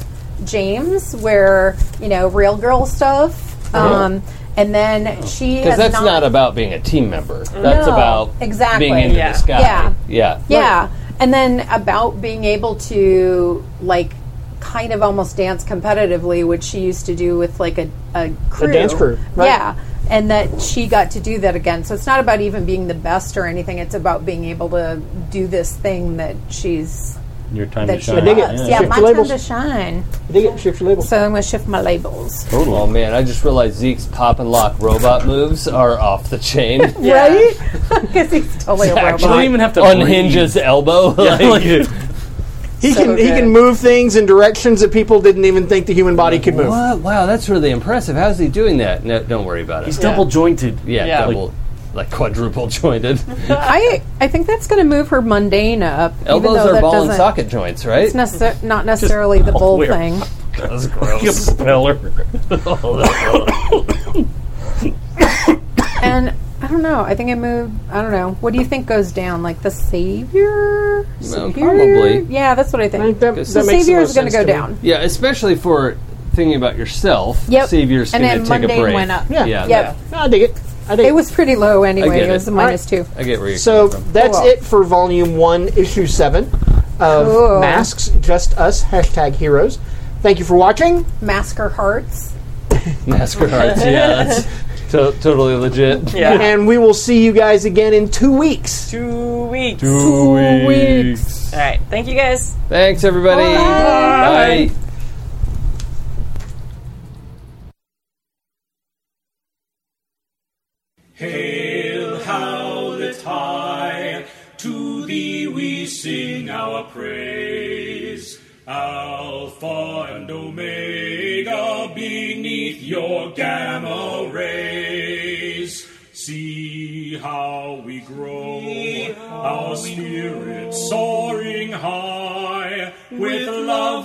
James, where you know real girl stuff, um, and then she has
Because that's not, about being a team member. That's
No,
about
exactly.
being into
Yeah.
this guy.
Yeah.
Yeah.
Yeah. And then about being able to like kind of almost dance competitively, which she used to do with like a, a crew.
dance crew, right.
Yeah. And that she got to do that again. So it's not about even being the best or anything. It's about being able to do this thing that she's
Your time
that
to
she
shine.
dig it.
loves. Yeah,
Shift
my
your labels.
time to shine.
Dig it. Shift your label.
So I'm gonna shift my labels.
Oh man, I just realized Zeke's pop and lock robot moves are off the chain.
Yeah.
Right? Because he's totally a
Actually,
I
robot.
don't even have to
Unhinge
breathe.
his elbow. like,
He
So
can he
good.
can move things in directions that people didn't even think the human body could move.
what? Wow, that's really impressive. How's he doing that? No, don't worry about it.
He's double jointed.
yeah,
Like,
double, like, quadruple jointed.
I I think that's gonna move her mundane up. even
Elbows
though
are
that
ball and
doesn't-
socket joints, right?
It's necessar- not necessarily the bowl
weird.
thing.
That's
you
gross. Oh,
speller.
And I don't know. I think I moved. I don't know. What do you think goes down? Like the savior? Superior?
probably.
Yeah, that's what I think.
I think that,
Because
that
the
makes the
savior
most
is going
sense
to go
me.
down.
yeah, especially for thinking about yourself.
Yep.
Savior's
and
going to
then
take
mundane
a break.
went up.
Yeah.
Yeah,
Yep.
No, I dig it. I dig
It was pretty low anyway.
get
It was
it.
a minus two.
I get where you're
So
coming from.
that's
Cool.
it for Volume 1, Issue 7 of
Cool.
Masks, Just Us, hashtag heroes. Thank you for watching.
Masker hearts.
Masker hearts, yeah, that's to- totally legit.
Yeah.
And we will see you guys again in two weeks.
Two weeks.
Two weeks.
All right. Thank you guys.
Thanks, everybody. Bye.
Hail, how the high, to thee we sing our praise. Alpha and Omega beneath your gamma rays. See how we grow, our spirits soaring high. With love,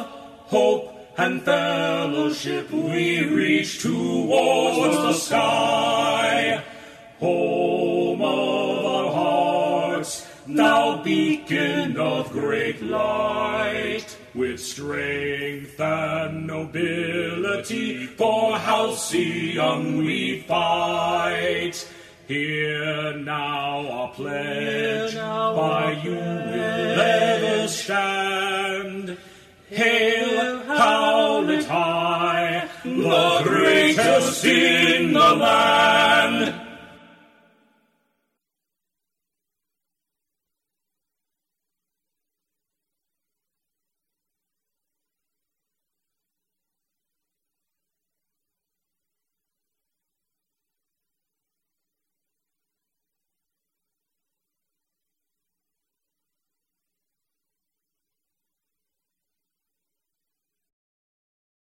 hope, and fellowship, we reach towards the sky. Home of our hearts, thou beacon of great light. With strength and nobility, for Halcyon we fight. Hear now our pledge, by you will ever stand. Hail, howlet high, the greatest in the land.